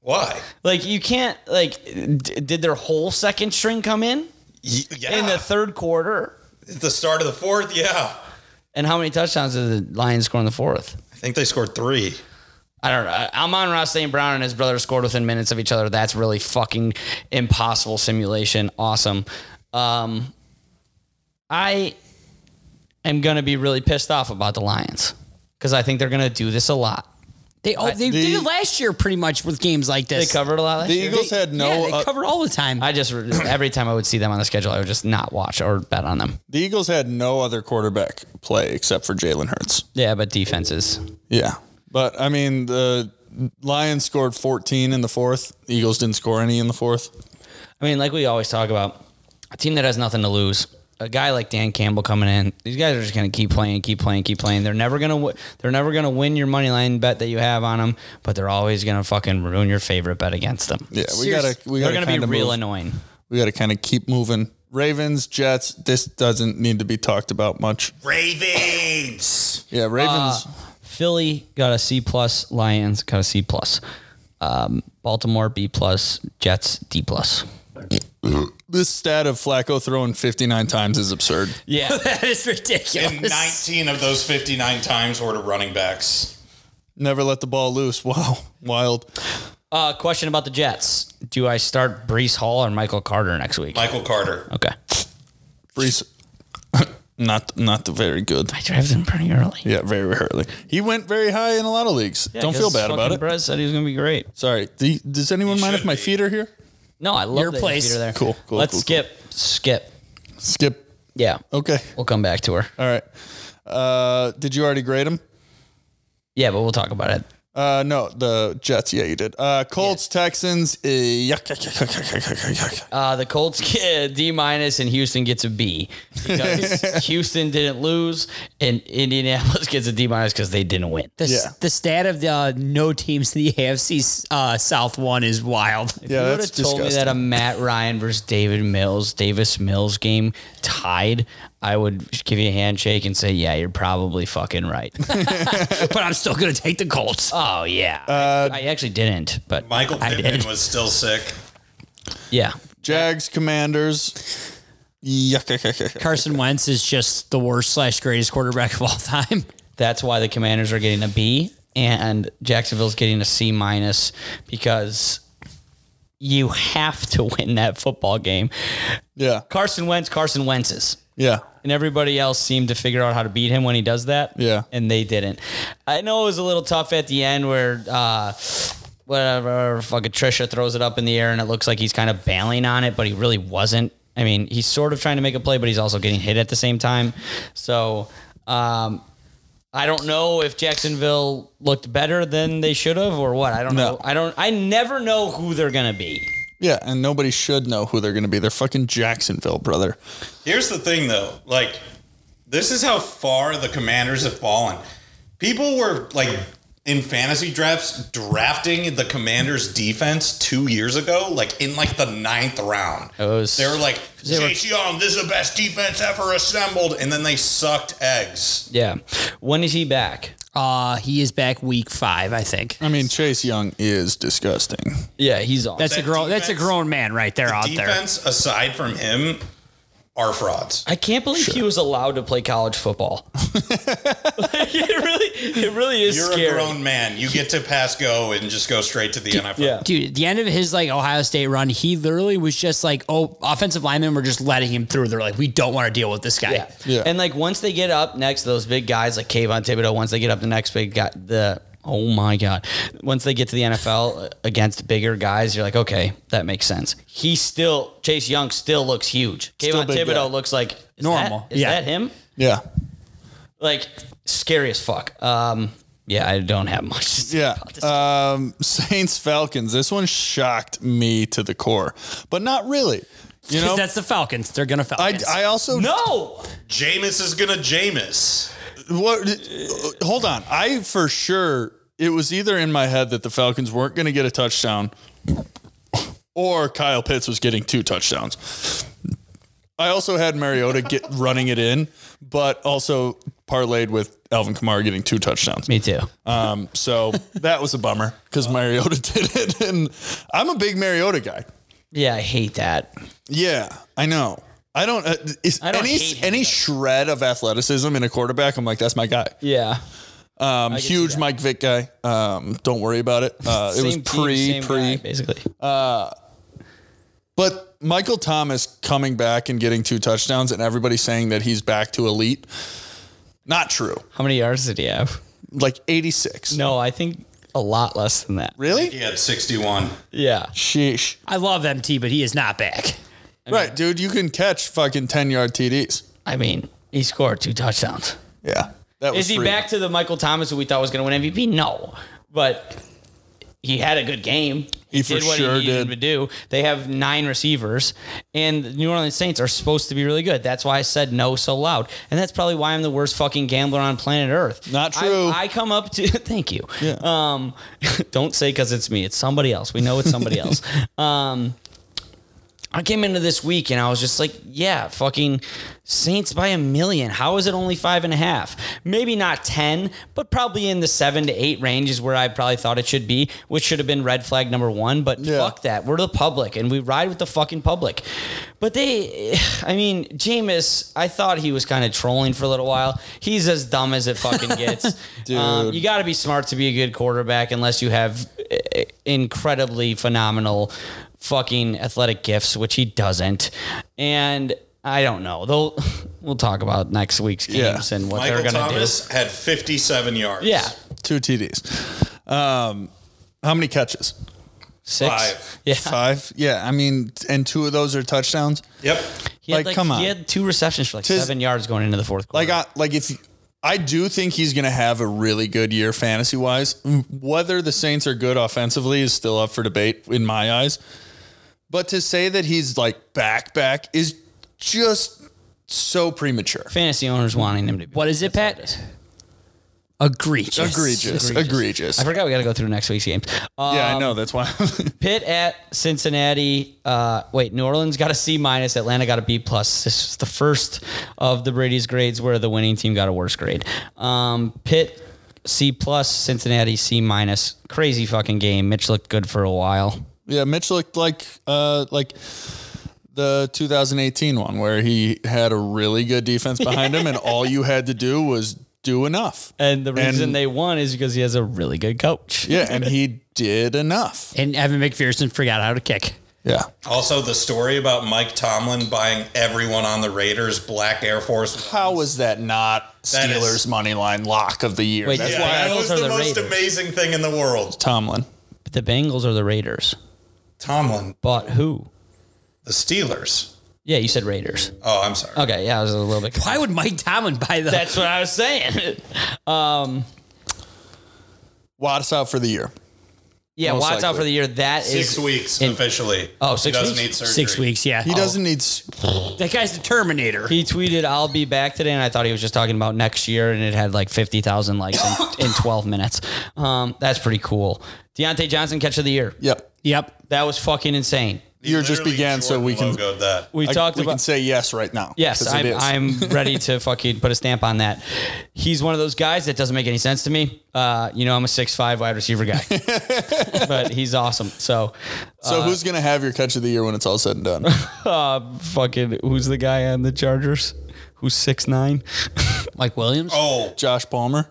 Speaker 5: why.
Speaker 4: Like you can't like d- did their whole second string come in
Speaker 5: Y- Yeah,
Speaker 4: in the third quarter?
Speaker 5: At the start of the fourth. Yeah,
Speaker 4: And how many touchdowns did the Lions score in the fourth?
Speaker 5: I think they scored three.
Speaker 4: I don't know. Amon Ross St. Brown and his brother scored within minutes of each other. That's really fucking impossible simulation. Awesome. Um, I am gonna be really pissed off about the Lions because I think they're gonna do this a lot.
Speaker 3: they oh, they did it last year pretty much with games like
Speaker 4: They
Speaker 3: this.
Speaker 4: covered a lot. Last
Speaker 1: the
Speaker 4: year.
Speaker 1: Eagles had
Speaker 3: yeah,
Speaker 1: no.
Speaker 3: they
Speaker 1: uh,
Speaker 3: covered all the time.
Speaker 4: I just every time I would see them on the schedule, I would just not watch or bet on them.
Speaker 1: the Eagles had no other quarterback play except for Jalen Hurts.
Speaker 4: Yeah, but defenses.
Speaker 1: Yeah, but I mean the Lions scored 14 in the fourth. The Eagles didn't score any in the fourth.
Speaker 4: I mean, like we always talk about, a team that has nothing to lose. A guy like Dan Campbell coming in, these guys are just going to keep playing, keep playing, keep playing. They're never going to w- they're never going to win your money line bet that you have on them, but they're always going to fucking ruin your favorite bet against them.
Speaker 1: Yeah, we
Speaker 3: Seriously,
Speaker 1: gotta we
Speaker 4: they're
Speaker 1: gotta
Speaker 4: going to be
Speaker 1: kinda
Speaker 4: real
Speaker 1: move-
Speaker 4: annoying.
Speaker 1: We gotta kind of keep moving. Ravens, Jets. This doesn't need to be talked about much.
Speaker 5: Ravens.
Speaker 1: Yeah, Ravens.
Speaker 5: Ah.
Speaker 4: Philly got a C plus, Lions got a C plus, um, Baltimore B plus, Jets D plus.
Speaker 1: this stat of Flacco throwing 59 times is absurd.
Speaker 4: Yeah,
Speaker 3: that is ridiculous.
Speaker 5: And 19 of those 59 times were to running backs.
Speaker 1: Never let the ball loose. Wow, wild.
Speaker 4: Uh, question about the Jets. Do I start Brees Hall or Michael Carter next week?
Speaker 5: Michael Carter.
Speaker 4: Okay.
Speaker 1: Brees, Not not very good.
Speaker 4: I drafted him pretty early.
Speaker 1: Yeah, very early. He went very high in a lot of leagues. Don't feel bad about it.
Speaker 4: Brett said he was going to be great.
Speaker 1: Sorry. Do you- does anyone mind if
Speaker 5: should
Speaker 1: my
Speaker 5: be.
Speaker 1: feet are here?
Speaker 4: No, I love
Speaker 3: Your
Speaker 4: that
Speaker 3: place.
Speaker 4: Feet are there.
Speaker 1: Cool, cool,
Speaker 4: Let's
Speaker 1: cool, cool.
Speaker 4: skip. Skip.
Speaker 1: Skip.
Speaker 4: Yeah.
Speaker 1: Okay.
Speaker 4: We'll come back to her.
Speaker 1: All right. Uh, did you already grade him?
Speaker 4: Yeah, but we'll talk about it.
Speaker 1: Uh, no, the Jets. Yeah, you did. Uh, Colts, Texans. Uh, yuck, yuck, yuck, yuck, yuck, yuck, yuck, yuck.
Speaker 4: Uh, the Colts get a D minus and Houston gets a B because Houston didn't lose and Indianapolis gets a D minus because they didn't win.
Speaker 3: The,
Speaker 1: Yeah.
Speaker 3: the stat of the uh, no teams in the AFC uh, South one is wild.
Speaker 1: Yeah,
Speaker 4: you would
Speaker 1: that's
Speaker 4: have told
Speaker 1: disgusting.
Speaker 4: me that a Matt Ryan versus David Mills, Davis Mills game tied, I would give you a handshake and say, "Yeah, you're probably fucking right."
Speaker 3: but I'm still gonna take the Colts.
Speaker 4: oh yeah,
Speaker 1: Uh,
Speaker 4: I, I actually didn't, but
Speaker 5: Michael
Speaker 4: I
Speaker 5: Pittman
Speaker 4: did.
Speaker 5: was still sick.
Speaker 4: yeah,
Speaker 1: Jags, Commanders. Yuck, yuck, yuck, yuck.
Speaker 3: Carson Wentz is just the worst slash greatest quarterback of all time.
Speaker 4: that's why the Commanders are getting a B and Jacksonville's getting a C minus because you have to win that football game.
Speaker 1: Yeah,
Speaker 4: Carson Wentz, Carson Wentz's.
Speaker 1: yeah.
Speaker 4: and everybody else seemed to figure out how to beat him when he does that.
Speaker 1: Yeah.
Speaker 4: and they didn't. I know it was a little tough at the end where. Uh, Whatever, fucking Trisha throws it up in the air and it looks like he's kind of bailing on it, but he really wasn't. I mean, he's sort of trying to make a play, but he's also getting hit at the same time. So, um, I don't know if Jacksonville looked better than they should have or what. I don't
Speaker 1: No.
Speaker 4: know. I don't. I never know who they're gonna be.
Speaker 1: Yeah, and nobody should know who they're going to be. They're fucking Jacksonville, brother.
Speaker 5: Here's the thing, though. Like, this is how far the Commanders have fallen. People were like in fantasy drafts drafting the Commanders defense two years ago, like in like the ninth round.
Speaker 4: was-
Speaker 5: they were like, "Chase Young, this is the best defense ever assembled," and then they sucked eggs.
Speaker 4: Yeah. When is he back?
Speaker 3: Uh, he is back week five, I think.
Speaker 1: I mean, Chase Young is disgusting.
Speaker 4: Yeah, he's on.
Speaker 3: That's a
Speaker 5: That
Speaker 3: grown. That's a
Speaker 5: defense-
Speaker 3: grown man right there out there.
Speaker 5: Defense aside from him are frauds.
Speaker 4: I can't believe he was allowed to play college football. Like, it really, it really is
Speaker 5: You're
Speaker 4: scary.
Speaker 5: a grown man. You get to pass go and just go straight to the NFL.
Speaker 4: yeah.
Speaker 3: Dude, at the end of his like Ohio State run, he literally was just like, "Oh, offensive linemen were just letting him through." They're like, "We don't want to deal with this guy."
Speaker 4: Yeah.
Speaker 1: Yeah.
Speaker 4: and like once they get up next, those big guys like Kayvon Thibodeau. Once they get up the next big guy, the oh my god, once they get to the NFL against bigger guys, you're like, okay, that makes sense. He still Chase Young still looks huge.
Speaker 1: Still
Speaker 4: Kayvon
Speaker 1: big
Speaker 4: Thibodeau
Speaker 1: guy.
Speaker 4: looks like is
Speaker 3: Normal.
Speaker 4: That, is
Speaker 3: Yeah.
Speaker 4: that him?
Speaker 1: Yeah,
Speaker 4: Like scary as fuck. Um, yeah, I don't have much. To say
Speaker 1: yeah.
Speaker 4: about this.
Speaker 1: Um, Saints, Falcons. This one shocked me to the core, but not really. You
Speaker 3: 'Cause
Speaker 1: know,
Speaker 3: that's the Falcons. They're gonna
Speaker 1: I,
Speaker 3: Falcons.
Speaker 1: I also
Speaker 4: no,
Speaker 5: Jameis is gonna Jameis.
Speaker 1: What? uh, Hold on. I for sure it was either in my head that the Falcons weren't going to get a touchdown, or Kyle Pitts was getting two touchdowns. I also had Mariota get running it in, but also parlayed with Alvin Kamara getting two touchdowns.
Speaker 4: me too.
Speaker 1: Um, so that was a bummer because Mariota did it, and I'm a big Mariota guy.
Speaker 4: Yeah, I hate that.
Speaker 1: Yeah, I know. I don't. Uh, is
Speaker 4: I don't
Speaker 1: any
Speaker 4: hate him,
Speaker 1: any shred of athleticism in a quarterback? I'm like, that's my guy.
Speaker 4: Yeah.
Speaker 1: Um, huge Mike Vick guy. Um, don't worry about it. Uh, it was
Speaker 4: Same team,
Speaker 1: pre
Speaker 4: same
Speaker 1: pre,
Speaker 4: guy, basically.
Speaker 1: but Michael Thomas coming back and getting two touchdowns, and everybody saying that he's back to elite. Not true.
Speaker 4: How many yards did he have?
Speaker 1: Like eighty six.
Speaker 4: No, I think a lot less than that.
Speaker 1: Really?
Speaker 5: He had 61.
Speaker 4: Yeah.
Speaker 1: Sheesh.
Speaker 3: I love MT, but he is not back.
Speaker 1: right, dude. You can catch fucking ten yard TDs.
Speaker 4: I mean, he scored two touchdowns.
Speaker 1: Yeah. That was
Speaker 4: Is he
Speaker 1: free.
Speaker 4: back to the Michael Thomas who we thought was going to win MVP? No. But he had a good game.
Speaker 1: He for sure did.
Speaker 4: to do. They have nine receivers, and the New Orleans Saints are supposed to be really good. That's why I said no so loud, and that's probably why I'm the worst fucking gambler on planet Earth.
Speaker 1: Not
Speaker 4: I-
Speaker 1: true.
Speaker 4: I, come up to thank you.
Speaker 1: Yeah.
Speaker 4: Um, don't say because it's me. It's somebody else. We know it's somebody else. Um, I came into this week and I was just like, yeah, fucking Saints by a million. How is it only five and a half? Maybe not 10, but probably in the seven to eight range is where I probably thought it should be, which should have been red flag number one. But
Speaker 1: Yeah.
Speaker 4: fuck that. We're the public and we ride with the fucking public. But they, I mean, Jameis, I thought he was kind of trolling for a little while. He's as dumb as it fucking gets. Um,
Speaker 1: Dude.
Speaker 4: you got to be smart to be a good quarterback unless you have eh, incredibly phenomenal fucking athletic gifts, which he doesn't. And I don't know. Though we'll talk about next week's
Speaker 1: Yeah.
Speaker 4: games and what
Speaker 5: Michael
Speaker 4: they're gonna
Speaker 5: Thomas had 57 yards.
Speaker 4: do. Yeah,
Speaker 1: Two TDs. Um, how many catches?
Speaker 4: six.
Speaker 5: Five.
Speaker 4: Yeah,
Speaker 1: Five. Yeah, I mean, and two of those are touchdowns.
Speaker 5: Yep.
Speaker 4: He had,
Speaker 1: Like, come on.
Speaker 4: He had two receptions for like
Speaker 1: Tis-
Speaker 4: seven yards going into the fourth quarter.
Speaker 1: Like, I, like if I do think he's going to have a really good year fantasy wise, whether the Saints are good offensively is still up for debate in my eyes. But to say that he's like back back is just so premature.
Speaker 4: fantasy owners wanting him to. be.
Speaker 3: What is it,
Speaker 4: That's
Speaker 3: Pat? Egregious.
Speaker 1: Egregious, egregious.
Speaker 4: I forgot we got to go through next week's games. Uh,
Speaker 1: yeah, I know. That's why.
Speaker 4: Pitt at Cincinnati. Uh, wait, New Orleans got a C minus. Atlanta got a B plus. This is the first of the Brady's grades where the winning team got a worse grade. Um, Pitt C plus. Cincinnati C minus. Crazy fucking game. Mitch looked good for a while.
Speaker 1: yeah, Mitch looked like uh like the 2018 one where he had a really good defense behind him, and all you had to do was do enough.
Speaker 4: And the reason
Speaker 1: And-
Speaker 4: they won is because he has a really good coach.
Speaker 1: Yeah, and he did enough.
Speaker 3: And Evan McPherson forgot how to kick.
Speaker 1: Yeah.
Speaker 5: Also, the story about Mike Tomlin buying everyone on the Raiders black Air Force.
Speaker 1: How was that not
Speaker 5: That is-
Speaker 1: Steelers money line lock of the year?
Speaker 4: Wait,
Speaker 1: That's
Speaker 5: Yeah,
Speaker 4: why
Speaker 5: that
Speaker 4: Bengals
Speaker 5: was
Speaker 4: are
Speaker 5: the,
Speaker 4: the
Speaker 5: most
Speaker 4: Raiders.
Speaker 5: amazing thing in the world.
Speaker 1: Tomlin.
Speaker 4: But the Bengals are the Raiders.
Speaker 5: Tomlin,
Speaker 4: But who?
Speaker 5: the Steelers.
Speaker 4: Yeah, you said Raiders.
Speaker 5: Oh, I'm sorry.
Speaker 4: Okay, yeah, I was a little bit.
Speaker 3: Why would Mike Tomlin buy the?
Speaker 4: That's what I was saying.
Speaker 1: Watts out for the year.
Speaker 4: Yeah,
Speaker 1: Most
Speaker 4: Watt's out
Speaker 1: likely.
Speaker 4: for the year. That is
Speaker 5: Six weeks
Speaker 4: in-
Speaker 5: officially.
Speaker 4: Oh, six
Speaker 5: he doesn't
Speaker 4: weeks?
Speaker 5: Need surgery.
Speaker 3: Six weeks, yeah.
Speaker 4: Oh.
Speaker 1: He
Speaker 3: Oh,
Speaker 1: doesn't need. s-
Speaker 3: That guy's the Terminator.
Speaker 4: He tweeted, "I'll be back today," and I thought he was just talking about next year, and it had like fifty thousand likes in, in twelve minutes. Um, that's pretty cool. Deontay Johnson catch of the year.
Speaker 1: Yep.
Speaker 3: yep.
Speaker 4: That was fucking insane.
Speaker 5: He
Speaker 1: Year just
Speaker 5: literally
Speaker 1: began, so
Speaker 5: Jordan
Speaker 1: we can.
Speaker 5: logoed that.
Speaker 4: We
Speaker 1: I-
Speaker 4: talked
Speaker 1: we
Speaker 4: about
Speaker 1: can say yes right now.
Speaker 4: Yes,
Speaker 1: 'cause it
Speaker 4: I'm,
Speaker 1: is.
Speaker 4: I'm ready to fucking put a stamp on that. He's one of those guys that doesn't make any sense to me. Uh, you know, I'm a six five wide receiver guy, but he's awesome. So, uh,
Speaker 1: So who's gonna have your catch of the year when it's all said and done?
Speaker 4: fucking, who's the guy on the Chargers? Who's six nine?
Speaker 3: Mike Williams.
Speaker 5: Oh,
Speaker 1: Josh Palmer.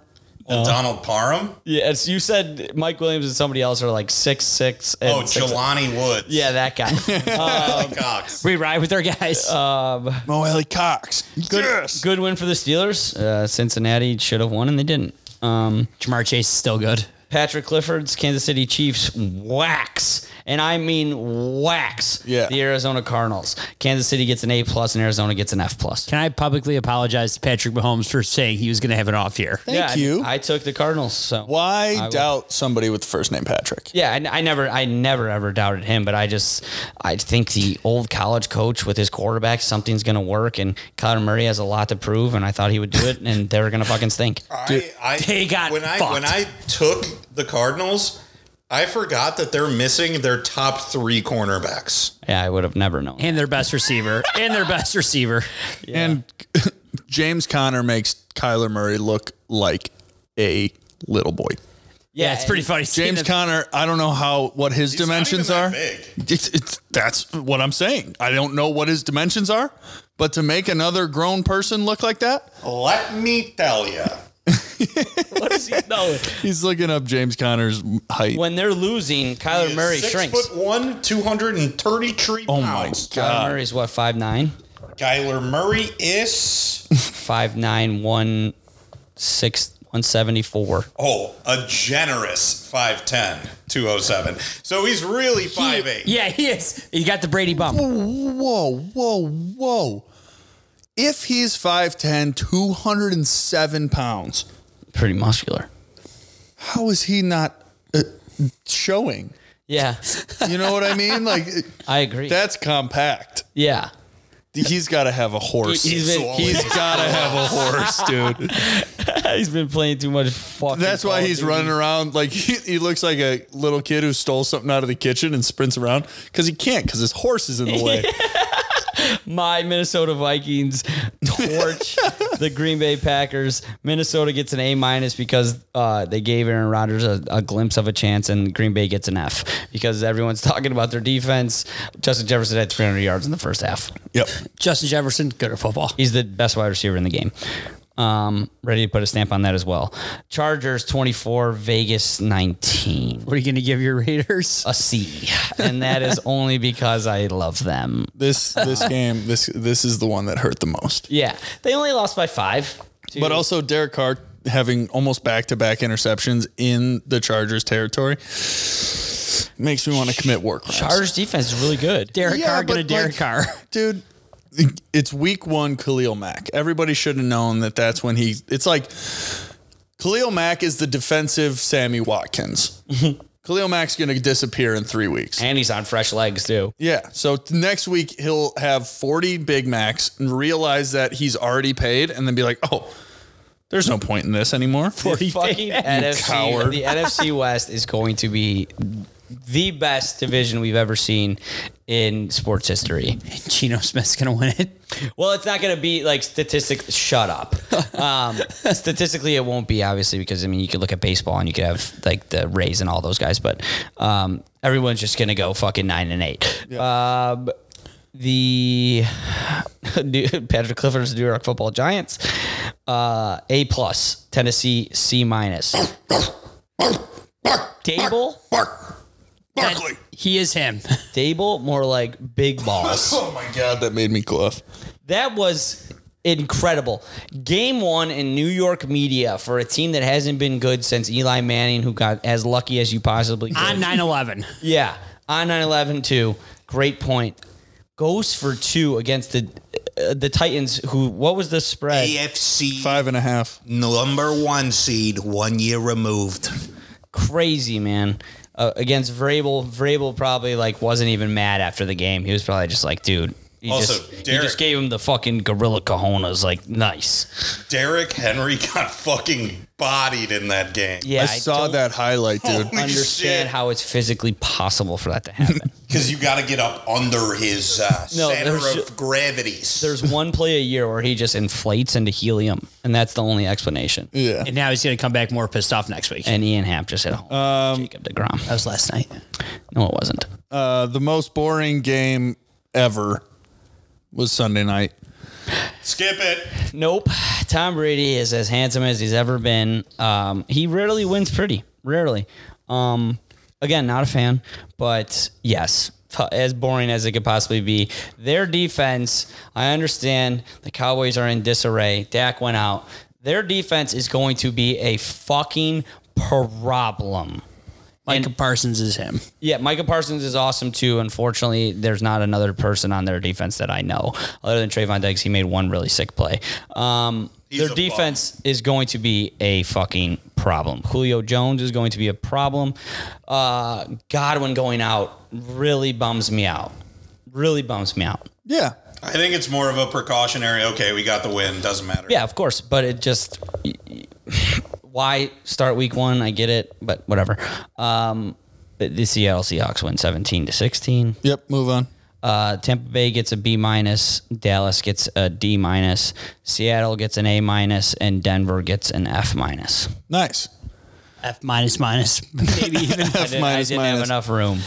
Speaker 4: Oh.
Speaker 5: Donald Parham.
Speaker 4: Yes, you said Mike Williams and somebody else are like six six. And
Speaker 5: Oh,
Speaker 4: six-
Speaker 5: Jelani Woods.
Speaker 4: Yeah, that guy.
Speaker 5: Cox.
Speaker 3: We ride with our guys.
Speaker 1: Uh, Moelle Cox. yes.
Speaker 4: Good win for the Steelers. Uh, Cincinnati should have won and they didn't. Um,
Speaker 3: Jamar Chase is still good.
Speaker 4: Patrick Clifford's Kansas City Chiefs wax, and I mean wax.
Speaker 1: Yeah.
Speaker 4: The Arizona Cardinals. Kansas City gets an A plus, and Arizona gets an F plus.
Speaker 3: Can I publicly apologize to Patrick Mahomes for saying he was going to have an off year?
Speaker 1: Thank you.
Speaker 4: I, I took the Cardinals. So
Speaker 1: Why
Speaker 4: I will-
Speaker 1: doubt somebody with the first name Patrick?
Speaker 4: Yeah, I, I never, I never ever doubted him, but I just, I think the old college coach with his quarterback, something's gonna work, and Kyler Murray has a lot to prove, and I thought he would do it, and they were gonna fucking stink.
Speaker 5: I, I,
Speaker 3: They got
Speaker 5: when I
Speaker 3: fucked.
Speaker 5: when I took the Cardinals, I forgot that they're missing their top three cornerbacks.
Speaker 4: Yeah, I would have never known.
Speaker 3: And their best receiver. and their best receiver.
Speaker 1: And James Conner makes Kyler Murray look like a little boy.
Speaker 3: Yeah, it's pretty
Speaker 4: and-
Speaker 3: funny.
Speaker 1: James
Speaker 3: Seeing
Speaker 1: Conner, I don't know how what his
Speaker 5: not
Speaker 1: dimensions
Speaker 5: even
Speaker 1: are.
Speaker 5: that big.
Speaker 1: It's, it's that's what I'm saying. I don't know what his dimensions are, but to make another grown person look like that,
Speaker 5: Let me tell you.
Speaker 4: What is he? No,
Speaker 1: he's looking up James Conner's height.
Speaker 4: when they're losing, Kyler Murray
Speaker 5: six
Speaker 4: shrinks.
Speaker 5: foot one, two hundred and thirty three
Speaker 1: oh my
Speaker 5: pounds.
Speaker 4: Kyler
Speaker 1: god!
Speaker 4: Murray's what five nine,
Speaker 5: Kyler Murray is
Speaker 4: five nine one six one seventy four.
Speaker 5: oh a generous 5'10", 207. So he's really
Speaker 3: he-
Speaker 5: five eight.
Speaker 3: Yeah, he is. He got the Brady bump.
Speaker 1: Whoa, whoa, whoa! If he's 5'10", 207 pounds,
Speaker 4: Pretty muscular.
Speaker 1: how is he not uh, showing?
Speaker 4: Yeah,
Speaker 1: You know what I mean? Like
Speaker 4: I agree.
Speaker 1: that's compact.
Speaker 4: yeah,
Speaker 1: He's got to have a horse.
Speaker 4: He's been-
Speaker 1: he's got to have a horse, dude.
Speaker 4: he's been playing too much. Fucking
Speaker 1: That's why he's running around like he, he looks like a little kid who stole something out of the kitchen and sprints around because he can't because his horse is in the way.
Speaker 4: my Minnesota Vikings torch the Green Bay Packers. Minnesota gets an A minus because uh, they gave Aaron Rodgers a, a glimpse of a chance, and Green Bay gets an F because everyone's talking about their defense. Justin Jefferson had 300 yards in the first half.
Speaker 1: Yep.
Speaker 3: Justin Jefferson, good at football.
Speaker 4: He's the best wide receiver in the game. Um, ready to put a stamp on that as well. Chargers 24, Vegas 19.
Speaker 3: What are you going to give your Raiders?
Speaker 4: A C. And that is only because I love them.
Speaker 1: This this game this this is the one that hurt the most.
Speaker 4: Yeah. They only lost by five. to-
Speaker 1: But also Derek Carr having almost back to back interceptions in the Chargers territory makes me want to commit war crimes.
Speaker 4: Chargers defense is really good.
Speaker 3: Derek
Speaker 1: Yeah,
Speaker 3: Carr going to
Speaker 1: but,
Speaker 3: Derek
Speaker 1: like-
Speaker 3: Carr.
Speaker 1: dude. It's week one, Khalil Mack. Everybody should have known that that's when he. It's like Khalil Mack is the defensive Sammy Watkins. Khalil Mack's going to disappear in three weeks.
Speaker 4: And he's on fresh legs too.
Speaker 1: Yeah. So t- next week, he'll have 40 Big Macs and realize that he's already paid and then be like, oh, there's no point in this anymore.
Speaker 4: fucking NFC,
Speaker 1: coward.
Speaker 4: The NFC West is going to be the best division we've ever seen in sports history.
Speaker 3: Geno Smith's going to win it.
Speaker 4: Well, it's not going to be like statistic. Shut up. Um, statistically, it won't be obviously because I mean you could look at baseball and you could have like the Rays and all those guys, but um, everyone's just going to go fucking nine and eight. Um, the New- Patrick Clifford's New York Football Giants, uh, A plus. Tennessee C minus. Dable,
Speaker 1: Barkley.
Speaker 3: He is him.
Speaker 4: Dable, more like big balls.
Speaker 1: Oh my God, that made me cough.
Speaker 4: That was incredible. Game one in New York media for a team that hasn't been good since Eli Manning, who got as lucky as you possibly could.
Speaker 3: On 9 11.
Speaker 4: yeah, on 9 11 too. Great point. Goes for two against the uh, the Titans, who, what was the spread?
Speaker 6: AFC
Speaker 1: Five and a half.
Speaker 6: number one seed, one year removed.
Speaker 4: Crazy, man. Uh, against Vrabel, Vrabel probably like wasn't even mad after the game. He was probably just like, dude. He
Speaker 5: Also,
Speaker 4: just, he
Speaker 5: Derek-
Speaker 4: just gave him the fucking gorilla cojones, like nice.
Speaker 5: Derrick Henry got fucking bodied in that game.
Speaker 4: Yeah,
Speaker 1: I saw
Speaker 4: don't-
Speaker 1: that highlight,
Speaker 3: Oh
Speaker 1: dude.
Speaker 5: Holy
Speaker 4: understand
Speaker 5: shit.
Speaker 4: how it's physically possible for that to happen.
Speaker 6: Because you got to get up under his uh,
Speaker 4: No,
Speaker 6: center
Speaker 4: there's
Speaker 6: of gravities.
Speaker 4: There's one play a year where he just inflates into helium, and that's the only explanation.
Speaker 1: Yeah.
Speaker 3: And now he's going to come back more pissed off next week. Um,
Speaker 4: And Ian Happ just hit home. Jacob
Speaker 3: that
Speaker 4: DeGrom.
Speaker 3: was last night.
Speaker 4: No, it wasn't.
Speaker 1: Uh, the most boring game ever was Sunday night.
Speaker 5: Skip it.
Speaker 4: Nope. Tom Brady is as handsome as he's ever been. Um, he rarely wins pretty. Rarely. Um, again, not a fan, but yes, p- as boring as it could possibly be. Their defense, I understand the Cowboys are in disarray. Dak went out. Their defense is going to be a fucking problem.
Speaker 3: Micah Parsons is him.
Speaker 4: Yeah, Micah Parsons is awesome too. Unfortunately, there's not another person on their defense that I know other than Trayvon Diggs. He made one really sick play. Um,
Speaker 5: a
Speaker 4: their
Speaker 5: bum.
Speaker 4: defense is going to be a fucking problem. Julio Jones is going to be a problem. Uh, Godwin going out really bums me out. Really bums me out.
Speaker 1: Yeah.
Speaker 5: I think it's more of a precautionary. Okay, we got the win. Doesn't matter.
Speaker 4: Yeah, of course, but it just why start week one? I get it, but whatever. Um, the Seattle Seahawks win seventeen to sixteen.
Speaker 1: Yep. Move on.
Speaker 4: Uh, Tampa Bay gets a B minus, Dallas gets a D minus, Seattle gets an A minus, and Denver gets an F minus.
Speaker 1: Nice.
Speaker 3: F minus minus. Maybe even.
Speaker 4: I didn't,
Speaker 1: minus,
Speaker 4: I didn't
Speaker 1: minus. Um,
Speaker 4: have enough room.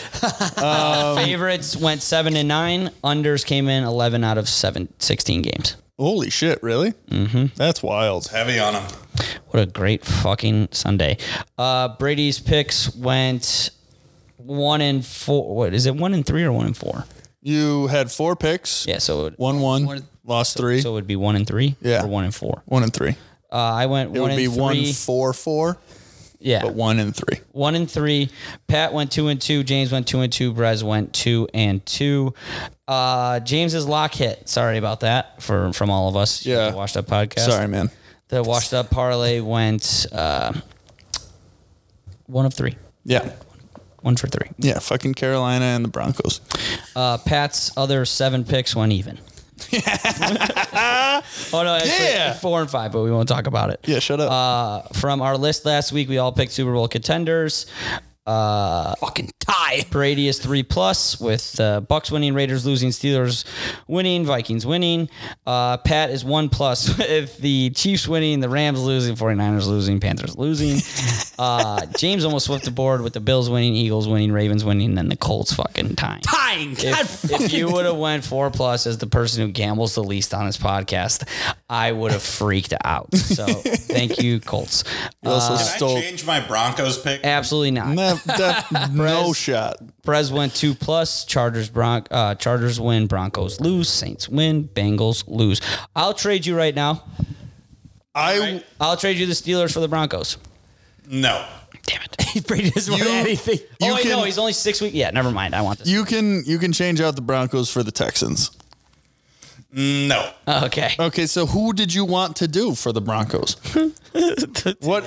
Speaker 4: Favorites went seven and nine. Unders came in eleven out of seven, 16 games.
Speaker 1: Holy shit, really? Mm-hmm. That's wild.
Speaker 5: Heavy on him.
Speaker 4: What a great fucking Sunday. Uh, Brady's picks went one and four. What is it? One and three or one and four?
Speaker 1: You had four picks.
Speaker 4: Yeah, so it would,
Speaker 1: One, one, lost three,
Speaker 4: so it would be one and three.
Speaker 1: Yeah.
Speaker 4: or one and four.
Speaker 1: one and three.
Speaker 4: Uh, I went
Speaker 1: It
Speaker 4: one
Speaker 1: would
Speaker 4: and
Speaker 1: be
Speaker 4: three.
Speaker 1: one, four, four,
Speaker 4: yeah,
Speaker 1: but one and three.
Speaker 4: one and three. Pat went two and two. James went two and two. Brez went two and two. Uh, James's lock hit. Sorry about that for from all of us.
Speaker 1: Yeah.
Speaker 4: the washed up podcast.
Speaker 1: Sorry, man.
Speaker 4: the washed up parlay went uh, one of three.
Speaker 1: Yeah.
Speaker 4: One for three.
Speaker 1: Yeah. Fucking Carolina and the Broncos.
Speaker 4: Uh, Pat's other seven picks went even. oh no! Actually,
Speaker 1: Yeah.
Speaker 4: four and five, but we won't talk about it.
Speaker 1: Yeah. Shut up.
Speaker 4: from our list last week, we all picked Super Bowl contenders. Uh,
Speaker 3: Fucking tie.
Speaker 4: Brady is three plus with uh, Bucks winning, Raiders losing, Steelers winning, Vikings winning. Uh, Pat is one plus with the Chiefs winning, the Rams losing, 49ers losing, Panthers losing. Uh, James almost swept the board with the Bills winning, Eagles winning, Ravens winning, and then the Colts fucking tying.
Speaker 3: Tying. God,
Speaker 4: If, if you would have went four plus as the person who gambles the least on this podcast, I would have freaked out. So thank you, Colts. Uh,
Speaker 1: You also
Speaker 5: Can
Speaker 1: stole.
Speaker 5: I change my Broncos pick?
Speaker 4: Absolutely not.
Speaker 1: No, that- no shot.
Speaker 4: Prez went two plus. Chargers Bron- uh, Chargers win. Broncos lose. Saints win. Bengals lose. I'll trade you right now.
Speaker 1: I
Speaker 4: I'll trade you the Steelers for the Broncos.
Speaker 5: No.
Speaker 4: Damn it!
Speaker 3: Brady doesn't want
Speaker 1: You-
Speaker 3: anything.
Speaker 1: you
Speaker 4: oh, wait,
Speaker 1: can
Speaker 4: no, he's only six weeks. Yeah, never mind. I want this.
Speaker 1: you can you can change out the Broncos for the Texans.
Speaker 5: No.
Speaker 4: okay.
Speaker 1: Okay, so who did you want to do for the Broncos? what uh, what,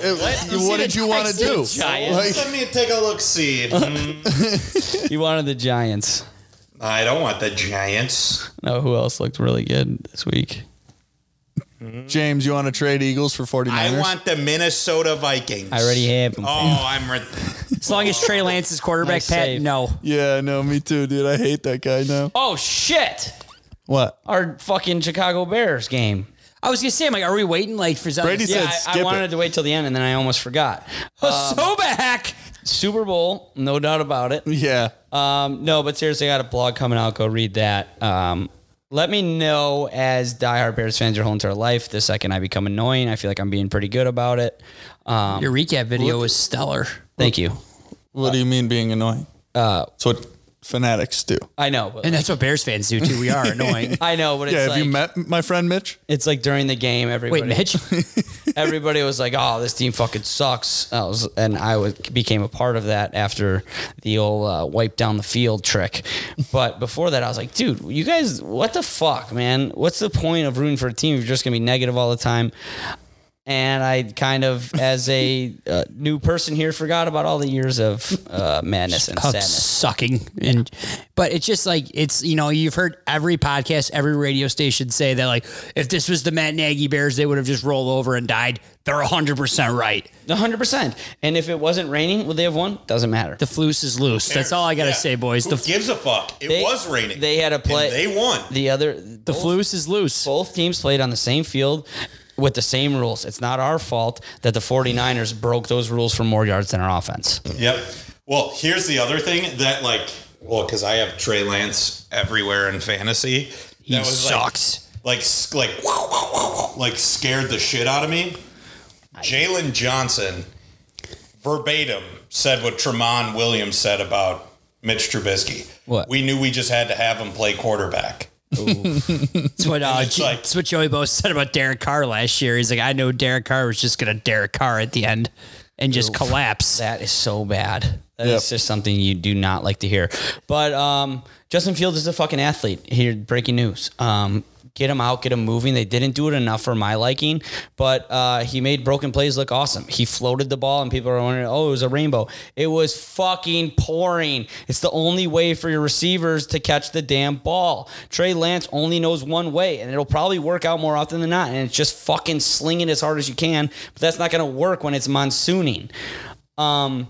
Speaker 1: did you want to do?
Speaker 4: Giants.
Speaker 1: Like,
Speaker 5: Let me take a look, seed.
Speaker 4: Uh-huh.
Speaker 5: Mm,
Speaker 4: you wanted the Giants.
Speaker 5: I don't want the Giants.
Speaker 4: No, who else looked really good this week?
Speaker 1: James, you want to trade Eagles for 49ers?
Speaker 5: I want the Minnesota Vikings.
Speaker 4: I already have them.
Speaker 5: Oh, I'm. Re-
Speaker 3: As long as Trey Lance is quarterback,
Speaker 4: Nice
Speaker 3: Pat,
Speaker 4: save.
Speaker 3: no.
Speaker 1: yeah, no, me too, dude. I hate that guy now.
Speaker 4: Oh shit!
Speaker 1: What?
Speaker 4: Our fucking Chicago Bears game.
Speaker 3: I was gonna say, I'm like, are we waiting like for something?
Speaker 1: Brady
Speaker 4: Yeah,
Speaker 1: said
Speaker 4: I, I
Speaker 1: skip it.
Speaker 4: wanted um, to wait till the end, and then I almost forgot.
Speaker 3: so back.
Speaker 4: Super Bowl, no doubt about it.
Speaker 1: Yeah.
Speaker 4: Um, no, but seriously, I got a blog coming out. Go read that. Um, let me know as diehard Bears fans your whole entire life. The second I become annoying, I feel like I'm being pretty good about it. Um,
Speaker 3: Your recap video was stellar.
Speaker 4: Thank you.
Speaker 1: What do you mean being annoying? Uh, That's what fanatics do.
Speaker 4: I know, but
Speaker 3: And that's what Bears fans do too. We are annoying.
Speaker 4: I know, but it's
Speaker 1: Yeah, have
Speaker 4: like
Speaker 1: you met my friend Mitch?
Speaker 4: it's like during the game, everybody
Speaker 3: Wait, Mitch?
Speaker 4: everybody was like, "Oh, this team fucking sucks," I was, and I was, became a part of that after the old uh, wipe down the field trick. But before that, I was like, "Dude, you guys, what the fuck, man? What's the point of rooting for a team if you're just gonna be negative all the time?" And I kind of, as a uh, new person here, forgot about all the years of uh, madness and
Speaker 3: Of
Speaker 4: sadness.
Speaker 3: sucking and but it's just like it's you know you've heard every podcast every radio station say that like if this was the Matt Nagy Bears they would have just rolled over and died they're 100% right
Speaker 4: hundred percent. And if it wasn't raining, would they have won? Doesn't matter.
Speaker 3: the floose is loose that's all I gotta
Speaker 5: Yeah.
Speaker 3: say boys
Speaker 5: Who
Speaker 3: the,
Speaker 5: gives a fuck? It
Speaker 4: They-
Speaker 5: was raining.
Speaker 4: They had a play.
Speaker 5: And they won.
Speaker 4: the other
Speaker 3: the floose is loose
Speaker 4: both teams played on the same field with the same rules. It's not our fault that the 49ers broke those rules for more yards than our offense.
Speaker 7: Yep.
Speaker 5: Well, here's the other thing that, like, well, because I have Trey Lance everywhere in fantasy.
Speaker 3: he sucks
Speaker 5: Like, like, s- like, like scared the shit out of me. Jalen Johnson, verbatim, said what Tremont Williams said about Mitch Trubisky.
Speaker 4: What?
Speaker 5: We knew we just had to have him play quarterback.
Speaker 3: that's what uh,
Speaker 5: It's
Speaker 3: J-
Speaker 5: like-
Speaker 3: that's what Joey Bo said about Derek Carr last year he's like I know Derek Carr was just gonna Derek Carr at the end and just collapse
Speaker 4: That is so bad. That's
Speaker 1: Yep.
Speaker 4: just something you do not like to hear. But um, Justin Fields is a fucking athlete. Here, breaking news. Um, get him out, get him moving. They didn't do it enough for my liking, but uh, he made broken plays look awesome. He floated the ball, and people are wondering, oh, it was a rainbow. It was fucking pouring. It's the only way for your receivers to catch the damn ball. Trey Lance only knows one way, and it'll probably work out more often than not. And it's just fucking slinging as hard as you can, but that's not going to work when it's monsooning. Um,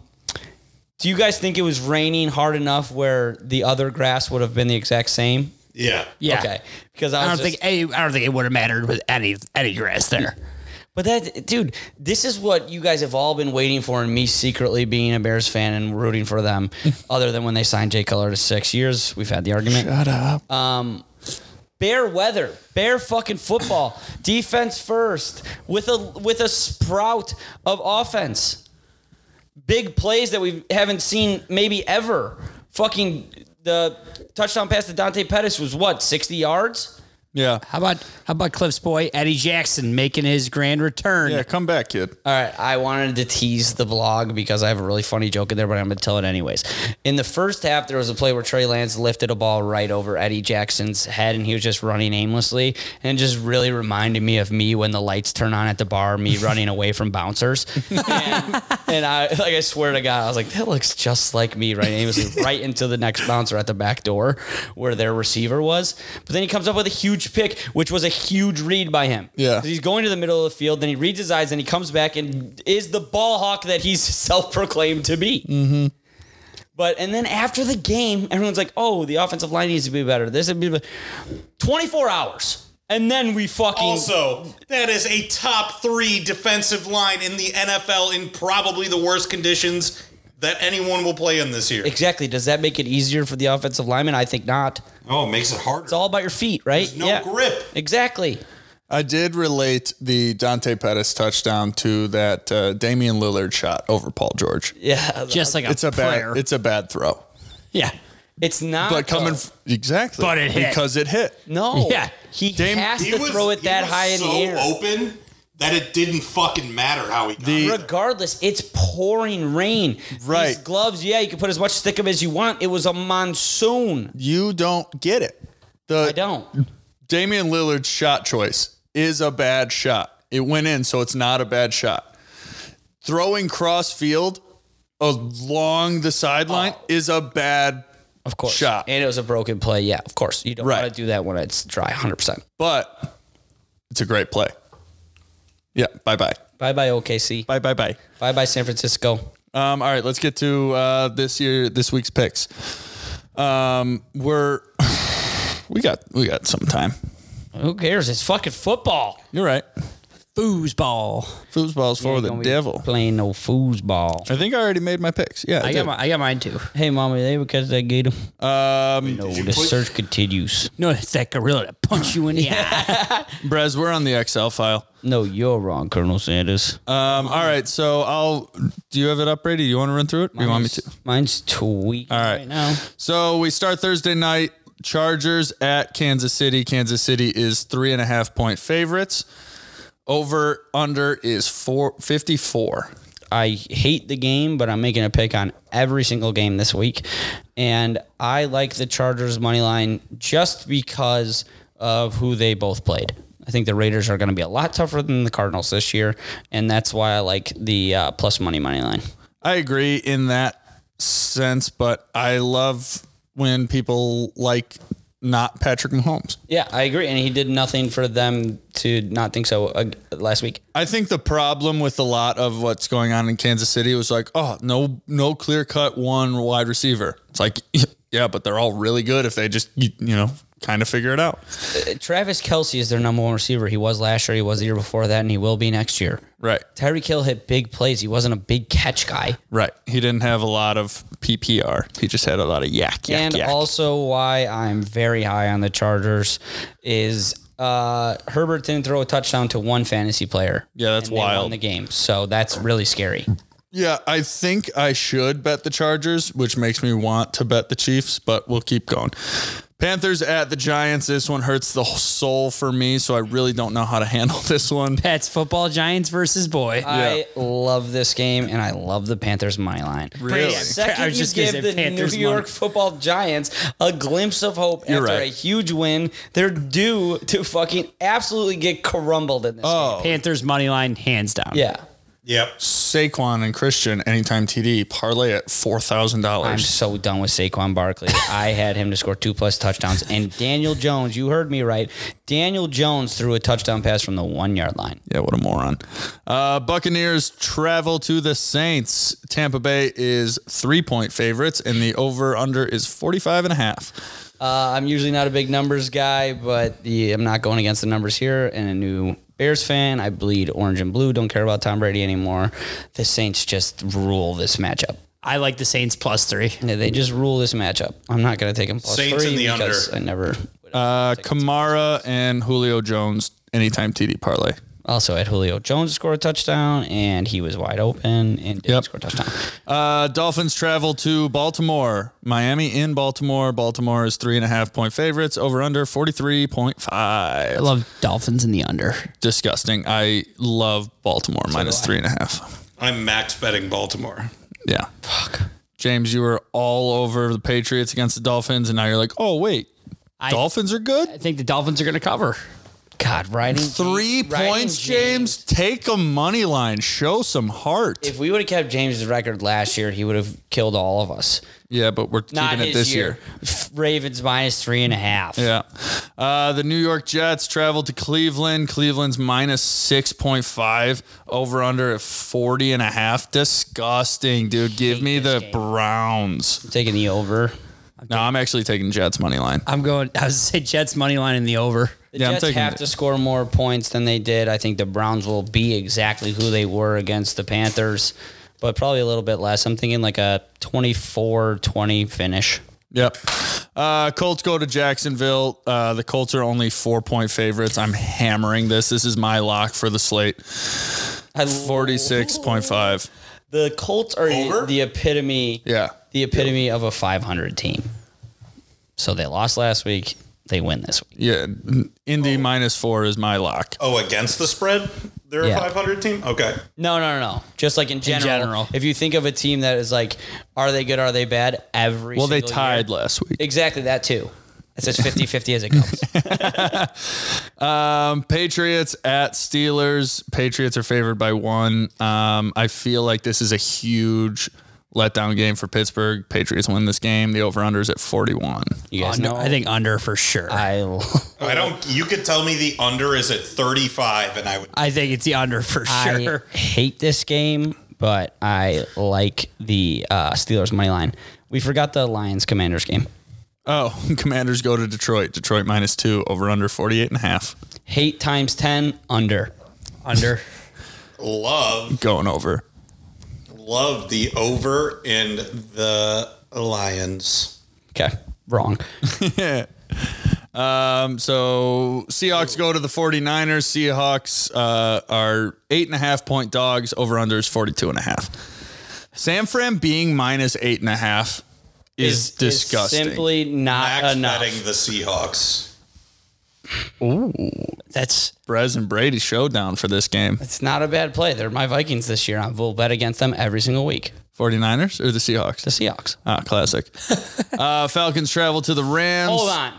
Speaker 4: do you guys think it was raining hard enough where the other grass would have been the exact same?
Speaker 7: Yeah.
Speaker 3: yeah
Speaker 4: Okay. Because I,
Speaker 3: I
Speaker 4: was
Speaker 3: don't
Speaker 4: just-
Speaker 3: think any, I don't think it would have mattered with any any grass there.
Speaker 4: But that, dude, this is what you guys have all been waiting for, and me secretly being a Bears fan and rooting for them. other than when they signed Jay Cutler to six years, we've had the argument. Shut up. Um, bear weather, bear fucking football, defense first, with a with a sprout of offense, big plays that we haven't seen maybe ever. Fucking the touchdown pass to Dante Pettis was what sixty yards.
Speaker 1: Yeah.
Speaker 3: How about how about Cliff's boy Eddie Jackson making his grand return?
Speaker 1: Yeah, come back, kid.
Speaker 4: All right, I wanted to tease the blog because I have a really funny joke in there, but I'm going to tell it anyways. In the first half, there was a play where Trey Lance lifted a ball right over Eddie Jackson's head, and he was just running aimlessly, and it just really reminded me of me when the lights turn on at the bar, me running away from bouncers. And, and I, like, I swear to God, I was like, that looks just like me running aimlessly right into the next bouncer at the back door where their receiver was. But then he comes up with a huge pick, which was a huge read by him.
Speaker 1: Yeah.
Speaker 4: 'Cause He's going to the middle of the field, then he reads his eyes, and he comes back and is the ball hawk that he's self proclaimed to be. But and then after the game, everyone's like, "Oh, the offensive line needs to be better. This would be better. 24 hours." And then we fucking
Speaker 5: Also, that is a top three defensive line in the NFL in probably the worst conditions that anyone will play in this year.
Speaker 4: Exactly. Does that make it easier for the offensive lineman? I think not.
Speaker 5: Oh, it makes it harder.
Speaker 4: It's all about your feet, right?
Speaker 5: There's no grip.
Speaker 4: Exactly.
Speaker 1: I did relate the Dante Pettis touchdown to that uh, Damian Lillard shot over Paul George.
Speaker 4: Yeah.
Speaker 3: Just like a
Speaker 1: It's a
Speaker 3: prayer.
Speaker 1: bad. It's a bad throw.
Speaker 3: yeah.
Speaker 4: It's not.
Speaker 1: But coming f- exactly,
Speaker 3: But it hit.
Speaker 1: because it hit.
Speaker 4: No.
Speaker 3: Yeah.
Speaker 4: He
Speaker 1: Dame-
Speaker 4: has
Speaker 5: He
Speaker 4: to
Speaker 5: was-
Speaker 4: throw it
Speaker 5: he
Speaker 4: that
Speaker 5: was
Speaker 4: high in
Speaker 5: so
Speaker 4: the air.
Speaker 5: open that it didn't fucking matter how he got
Speaker 1: The-
Speaker 5: it.
Speaker 4: Regardless, it's pouring rain.
Speaker 1: Right.
Speaker 4: These gloves, yeah, you can put as much stick 'em as you want. It was a monsoon.
Speaker 1: You don't get it. The
Speaker 4: I don't.
Speaker 1: Damian Lillard's shot choice is a bad shot. It went in, so it's not a bad shot. Throwing cross field along the sideline is a bad
Speaker 4: Of course.
Speaker 1: Shot.
Speaker 4: And it was a broken play. Yeah, of course. You don't
Speaker 1: Right.
Speaker 4: want to do that when it's dry, 100%.
Speaker 1: but it's a great play. Yeah, bye bye.
Speaker 4: Bye bye, OKC.
Speaker 1: Bye bye bye.
Speaker 4: Bye bye, San Francisco.
Speaker 1: Um, all right, let's get to uh, this year, this week's picks. Um, we're we got we got some time.
Speaker 4: Who cares? It's fucking football.
Speaker 1: You're right.
Speaker 3: Foosball.
Speaker 1: Foosball's for the
Speaker 4: Gonna be
Speaker 1: devil.
Speaker 4: Playing no foosball.
Speaker 1: I think I already made my picks. Yeah, I,
Speaker 3: I
Speaker 1: did.
Speaker 3: got my, I got mine too.
Speaker 4: Hey, mommy, they would catch that gator.
Speaker 1: Um,
Speaker 4: No, the search continues.
Speaker 3: No, it's that gorilla that punched you in the eye.
Speaker 1: Brez, we're on the Excel file.
Speaker 4: No, you're wrong, Colonel Sanders.
Speaker 1: Um, all right, so I'll. Do you have it up, Brady? Do you want to run through it? Do you want me to?
Speaker 4: Mine's tweaked
Speaker 1: All right.
Speaker 4: right. now.
Speaker 1: So we start Thursday night. Chargers at Kansas City. Kansas City is three and a half point favorites. Over under is four fifty four.
Speaker 4: I hate the game, but I'm making a pick on every single game this week. And I like the Chargers money line just because of who they both played. I think the Raiders are going to be a lot tougher than the Cardinals this year, and that's why I like the uh, plus money money line.
Speaker 1: I agree in that sense, but I love when people like not Patrick Mahomes.
Speaker 4: Yeah, I agree, and he did nothing for them to not think so uh, last week.
Speaker 1: I think the problem with a lot of what's going on in Kansas City was like, oh, no, no clear cut one wide receiver. It's like, yeah, but they're all really good if they just, you, you know, kind of figure it out.
Speaker 4: Travis Kelsey is their number one receiver. He was last year, he was the year before that, and he will be next year.
Speaker 1: Right.
Speaker 4: Tyreek Hill hit big plays. He wasn't a big catch guy.
Speaker 1: Right. He didn't have a lot of PPR. He just had a lot of yak, yak,
Speaker 4: and
Speaker 1: yak.
Speaker 4: also why I'm very high on the Chargers is uh, Herbert didn't throw a touchdown to one fantasy player.
Speaker 1: Yeah, that's
Speaker 4: and they won
Speaker 1: wild.
Speaker 4: the game, so that's really scary.
Speaker 1: yeah, I think I should bet the Chargers, which makes me want to bet the Chiefs, but we'll keep going. Panthers at the Giants. This one hurts the soul for me, so I really don't know how to handle this one.
Speaker 3: That's football giants versus boy.
Speaker 4: I love this game, and I love the Panthers money line.
Speaker 1: Really?
Speaker 3: I
Speaker 4: The second
Speaker 3: was
Speaker 4: you
Speaker 3: just gonna
Speaker 4: give
Speaker 3: say
Speaker 4: the
Speaker 3: Panthers
Speaker 4: New York
Speaker 3: money.
Speaker 4: Football Giants a glimpse of hope
Speaker 1: You're
Speaker 4: after
Speaker 1: right.
Speaker 4: a huge win, they're due to fucking absolutely get crumbled in this. game.
Speaker 3: Panthers money line hands down.
Speaker 4: yeah.
Speaker 5: Yep.
Speaker 1: Saquon and Christian anytime TD parlay at four thousand
Speaker 4: I'm
Speaker 1: dollars.
Speaker 4: so done with Saquon Barkley. I had him to score two plus touchdowns. And Daniel Jones, you heard me right. Daniel Jones threw a touchdown pass from the one yard line.
Speaker 1: Yeah, what a moron. Uh, Buccaneers travel to the Saints. Tampa Bay is three point favorites, and the over under is 45 and a half.
Speaker 4: Uh, I'm usually not a big numbers guy, but the, I'm not going against the numbers here. And a new Bears fan, I bleed orange and blue. Don't care about Tom Brady anymore. The Saints just rule this matchup.
Speaker 3: I like the Saints plus three.
Speaker 4: Yeah, They just rule this matchup. I'm not going to take them plus
Speaker 5: Saints
Speaker 4: three
Speaker 5: in the under.
Speaker 4: because I never.
Speaker 1: Uh, Kamara and Julio Jones anytime TD parlay.
Speaker 4: Also, had Julio Jones score a touchdown, and he was wide open and didn't
Speaker 1: Yep.
Speaker 4: score a touchdown.
Speaker 1: Uh, Dolphins travel to Baltimore. Miami in Baltimore. Baltimore is three and a half point favorites. Over under 43.5.
Speaker 3: I love dolphins in the under.
Speaker 1: Disgusting. I love Baltimore minus three and a half.
Speaker 5: I'm max betting Baltimore.
Speaker 1: Yeah. Fuck. James, you were all over the Patriots against the Dolphins, and now you're like, oh wait, Dolphins are good.
Speaker 3: I think the Dolphins are going to cover.
Speaker 4: God, riding
Speaker 1: Three
Speaker 4: riding
Speaker 1: points, James. Take a money line. Show some heart.
Speaker 4: If we would have kept James's record last year, he would have killed all of us.
Speaker 1: yeah, but we're
Speaker 4: Not
Speaker 1: keeping it
Speaker 4: his
Speaker 1: this year.
Speaker 4: year. Ravens minus three and a half.
Speaker 1: Yeah. Uh, the New York Jets traveled to Cleveland. Cleveland's minus 6.5 over under at 40 and a half. Disgusting, dude. Give me the Browns.
Speaker 4: Taking the over.
Speaker 1: No, I'm actually taking Jets money line.
Speaker 3: I'm going. I was gonna say Jets money line in the over.
Speaker 4: The
Speaker 1: Yeah, I'm
Speaker 4: Jets
Speaker 1: taking
Speaker 4: have
Speaker 1: it.
Speaker 4: to score more points than they did. I think the Browns will be exactly who they were against the Panthers, but probably a little bit less. I'm thinking like a 24-20 finish.
Speaker 1: Yep. Uh, Colts go to Jacksonville. Uh, the Colts are only four point favorites. I'm hammering this. This is my lock for the slate.
Speaker 4: I
Speaker 1: 46.5.
Speaker 4: The Colts are the epitome
Speaker 1: Yeah.
Speaker 4: the epitome of a 500 team. So they lost last week. They win this week.
Speaker 1: Yeah.
Speaker 4: Oh.
Speaker 1: Indy minus four is my lock.
Speaker 5: Oh, against the spread, they're
Speaker 4: Yeah.
Speaker 5: a 500 team. Okay,
Speaker 4: No, no, no, no. Just like in general,
Speaker 3: general.
Speaker 4: If you think of a team that is like, are they good? Are they bad? Every
Speaker 1: Well, they
Speaker 4: single
Speaker 1: tied
Speaker 4: year.
Speaker 1: last week.
Speaker 4: Exactly that too. It's as 50-50 as it comes.
Speaker 1: Um, Patriots at Steelers. Patriots are favored by one. Um, I feel like this is a huge letdown game for Pittsburgh. Patriots win this game. The over under is at 41.
Speaker 4: You guys
Speaker 3: Under-
Speaker 4: know.
Speaker 3: Uh, I think under for sure. I,
Speaker 4: I
Speaker 5: I don't. You could tell me the under is at 35, and I would.
Speaker 3: think it's the under for sure.
Speaker 4: I hate this game, but I like the uh, Steelers money line. We forgot the Lions Commanders game.
Speaker 1: Oh, commanders go to Detroit. Detroit minus two, over under 48 and a half.
Speaker 4: Hate times ten under.
Speaker 3: under.
Speaker 5: love
Speaker 1: Going over.
Speaker 5: love the over and the Lions.
Speaker 4: Okay, wrong.
Speaker 1: Um, so Seahawks go to the 49ers. Seahawks uh, are eight and a half point dogs. Over under is 42 and a half. San Fran being minus eight and a half is, disgusting.
Speaker 4: simply not
Speaker 5: Max
Speaker 4: enough.
Speaker 5: betting the Seahawks.
Speaker 3: That's
Speaker 1: Brez and Brady showdown for this game.
Speaker 4: It's not a bad play. They're my Vikings this year. I will bet against them every single week.
Speaker 1: 49ers or the
Speaker 4: The
Speaker 1: Seahawks?
Speaker 4: Seahawks.
Speaker 1: Ah, classic. uh, Falcons travel to the Rams.
Speaker 4: Hold on.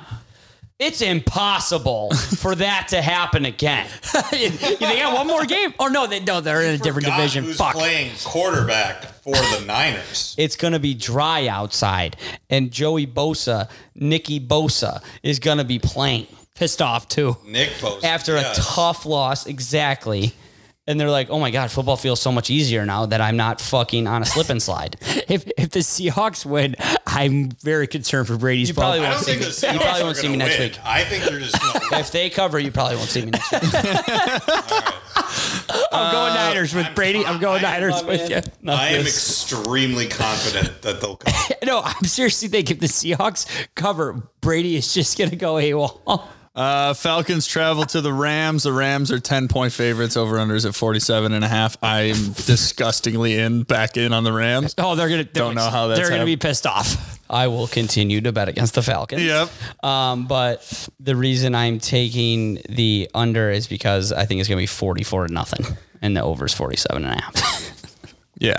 Speaker 4: It's impossible for that to happen again.
Speaker 3: they got one more game. Or no, they no, they're in a different
Speaker 5: God,
Speaker 3: division.
Speaker 5: who's
Speaker 3: Fuck.
Speaker 5: playing quarterback for the Niners?
Speaker 4: It's going to be dry outside, and Joey Bosa, Nicky Bosa, is going to be playing.
Speaker 3: Pissed off too.
Speaker 5: Nick Bosa
Speaker 4: after
Speaker 5: yes.
Speaker 4: a tough loss, exactly. And they're like, "Oh my god, football feels so much easier now that I'm not fucking on a slip and slide."
Speaker 3: If if the Seahawks win, I'm very concerned for Brady's.
Speaker 4: You probably
Speaker 5: I
Speaker 4: won't
Speaker 5: don't
Speaker 4: see
Speaker 5: think
Speaker 4: me.
Speaker 5: the Seahawks
Speaker 4: You probably won't see me next week.
Speaker 5: I think they're just gonna win.
Speaker 4: If they cover, you probably won't see me next week.
Speaker 3: I'm going Niners with
Speaker 5: I'm-
Speaker 3: Brady. I'm going
Speaker 5: I'm-
Speaker 3: Niners
Speaker 4: I'm
Speaker 3: with
Speaker 4: in.
Speaker 3: you. Not
Speaker 5: I am
Speaker 3: this.
Speaker 5: extremely confident that they'll come.
Speaker 3: No, I'm seriously thinking if the Seahawks cover, Brady is just gonna go AWOL.
Speaker 1: Uh, Falcons travel to the Rams. The Rams are 10 point favorites. Over unders at 47 and a half. I'm disgustingly in back in on the Rams.
Speaker 3: Oh, they're gonna
Speaker 1: Don't know how that's
Speaker 3: they're gonna be
Speaker 1: happened.
Speaker 3: pissed off.
Speaker 4: I will continue to bet against the Falcons.
Speaker 1: Yep.
Speaker 4: Um, but the reason I'm taking the under is because I think it's going to be 44 to nothing, and the over is 47 and a half.
Speaker 1: Yeah.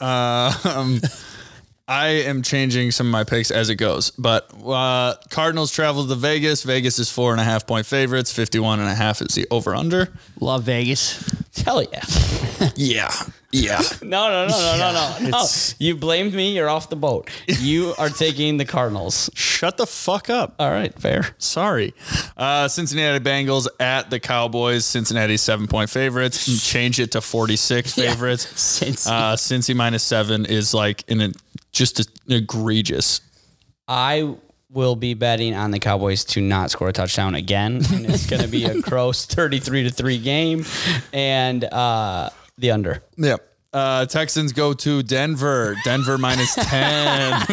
Speaker 1: Uh, um, I am changing some of my picks as it goes, but uh, Cardinals travel to Vegas. Vegas is four and a half point favorites. 51 and a half is the over under.
Speaker 3: Love Vegas.
Speaker 4: Hell yeah!
Speaker 1: Yeah. Yeah.
Speaker 4: No, no, no, no, no, no, no. You blamed me. You're off the boat. You are taking the Cardinals.
Speaker 1: Shut the fuck up.
Speaker 4: All right, fair.
Speaker 1: Sorry. Uh, Cincinnati Bengals at the Cowboys. Cincinnati seven point favorites. Change it to 46 favorites.
Speaker 3: Since
Speaker 1: Uh, Cincy minus seven is like an just an egregious.
Speaker 4: I will be betting on the Cowboys to not score a touchdown again. And it's going to be a gross 33 to 3 game and uh, the under.
Speaker 1: Yep. Uh, Texans go to Denver. Denver minus 10.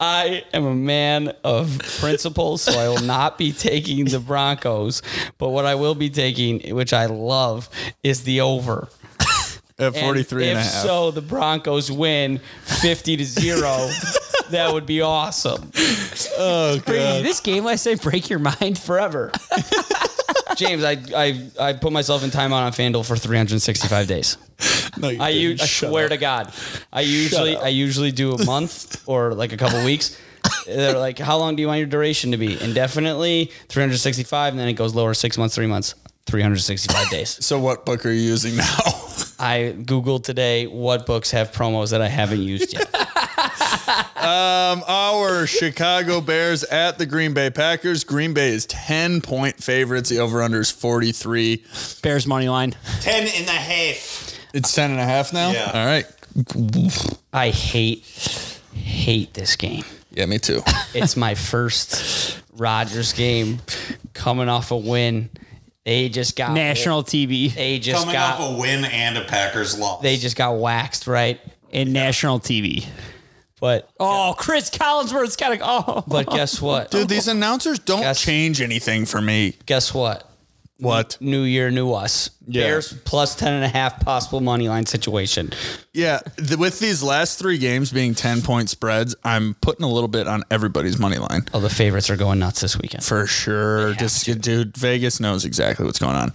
Speaker 4: I am a man of principles, so I will not be taking the Broncos. But what I will be taking, which I love, is the over.
Speaker 1: at
Speaker 4: And
Speaker 1: 43 and a
Speaker 4: if
Speaker 1: half.
Speaker 4: so, the Broncos win 50 to 0. that would be awesome.
Speaker 3: Brady, this game last night break your mind forever.
Speaker 4: James, I, I I put myself in timeout on FanDuel for 365 days. I, u- I swear to God, I usually I usually do a month or like a couple weeks. They're like, how long do you want your duration to be? Indefinitely, 365, and then it goes lower six months, three months, 365 days.
Speaker 1: So what book are you using now?
Speaker 4: I Googled today what books have promos that I haven't used yet.
Speaker 1: Um, Our Chicago Bears at the Green Bay Packers. Green Bay is 10 point favorites. The over under is 43.
Speaker 3: Bears money line.
Speaker 5: Ten and a half.
Speaker 1: It's 10 and a half now?
Speaker 5: Yeah.
Speaker 1: All right.
Speaker 4: I hate, hate this game.
Speaker 1: Yeah, me too.
Speaker 4: It's my first Rodgers game coming off a win. They just got
Speaker 3: National TV
Speaker 4: They just
Speaker 5: Coming
Speaker 4: got
Speaker 5: off a win and a Packers loss.
Speaker 4: they just got waxed, right?
Speaker 3: and national TV.
Speaker 4: But
Speaker 3: Oh, Chris Collinsworth's got to go.
Speaker 4: but guess what?
Speaker 1: Dude, these announcers don't
Speaker 4: Guess-
Speaker 1: change anything for me.
Speaker 4: Guess what?
Speaker 1: What?
Speaker 4: New year, new us.
Speaker 1: Yeah.
Speaker 4: Bears plus ten and a half possible money line situation.
Speaker 1: Yeah, th- with these last three games being 10 point spreads, I'm putting a little bit on everybody's money line.
Speaker 4: Oh, the favorites are going nuts this weekend.
Speaker 1: For sure. Just dude, Vegas knows exactly what's going on.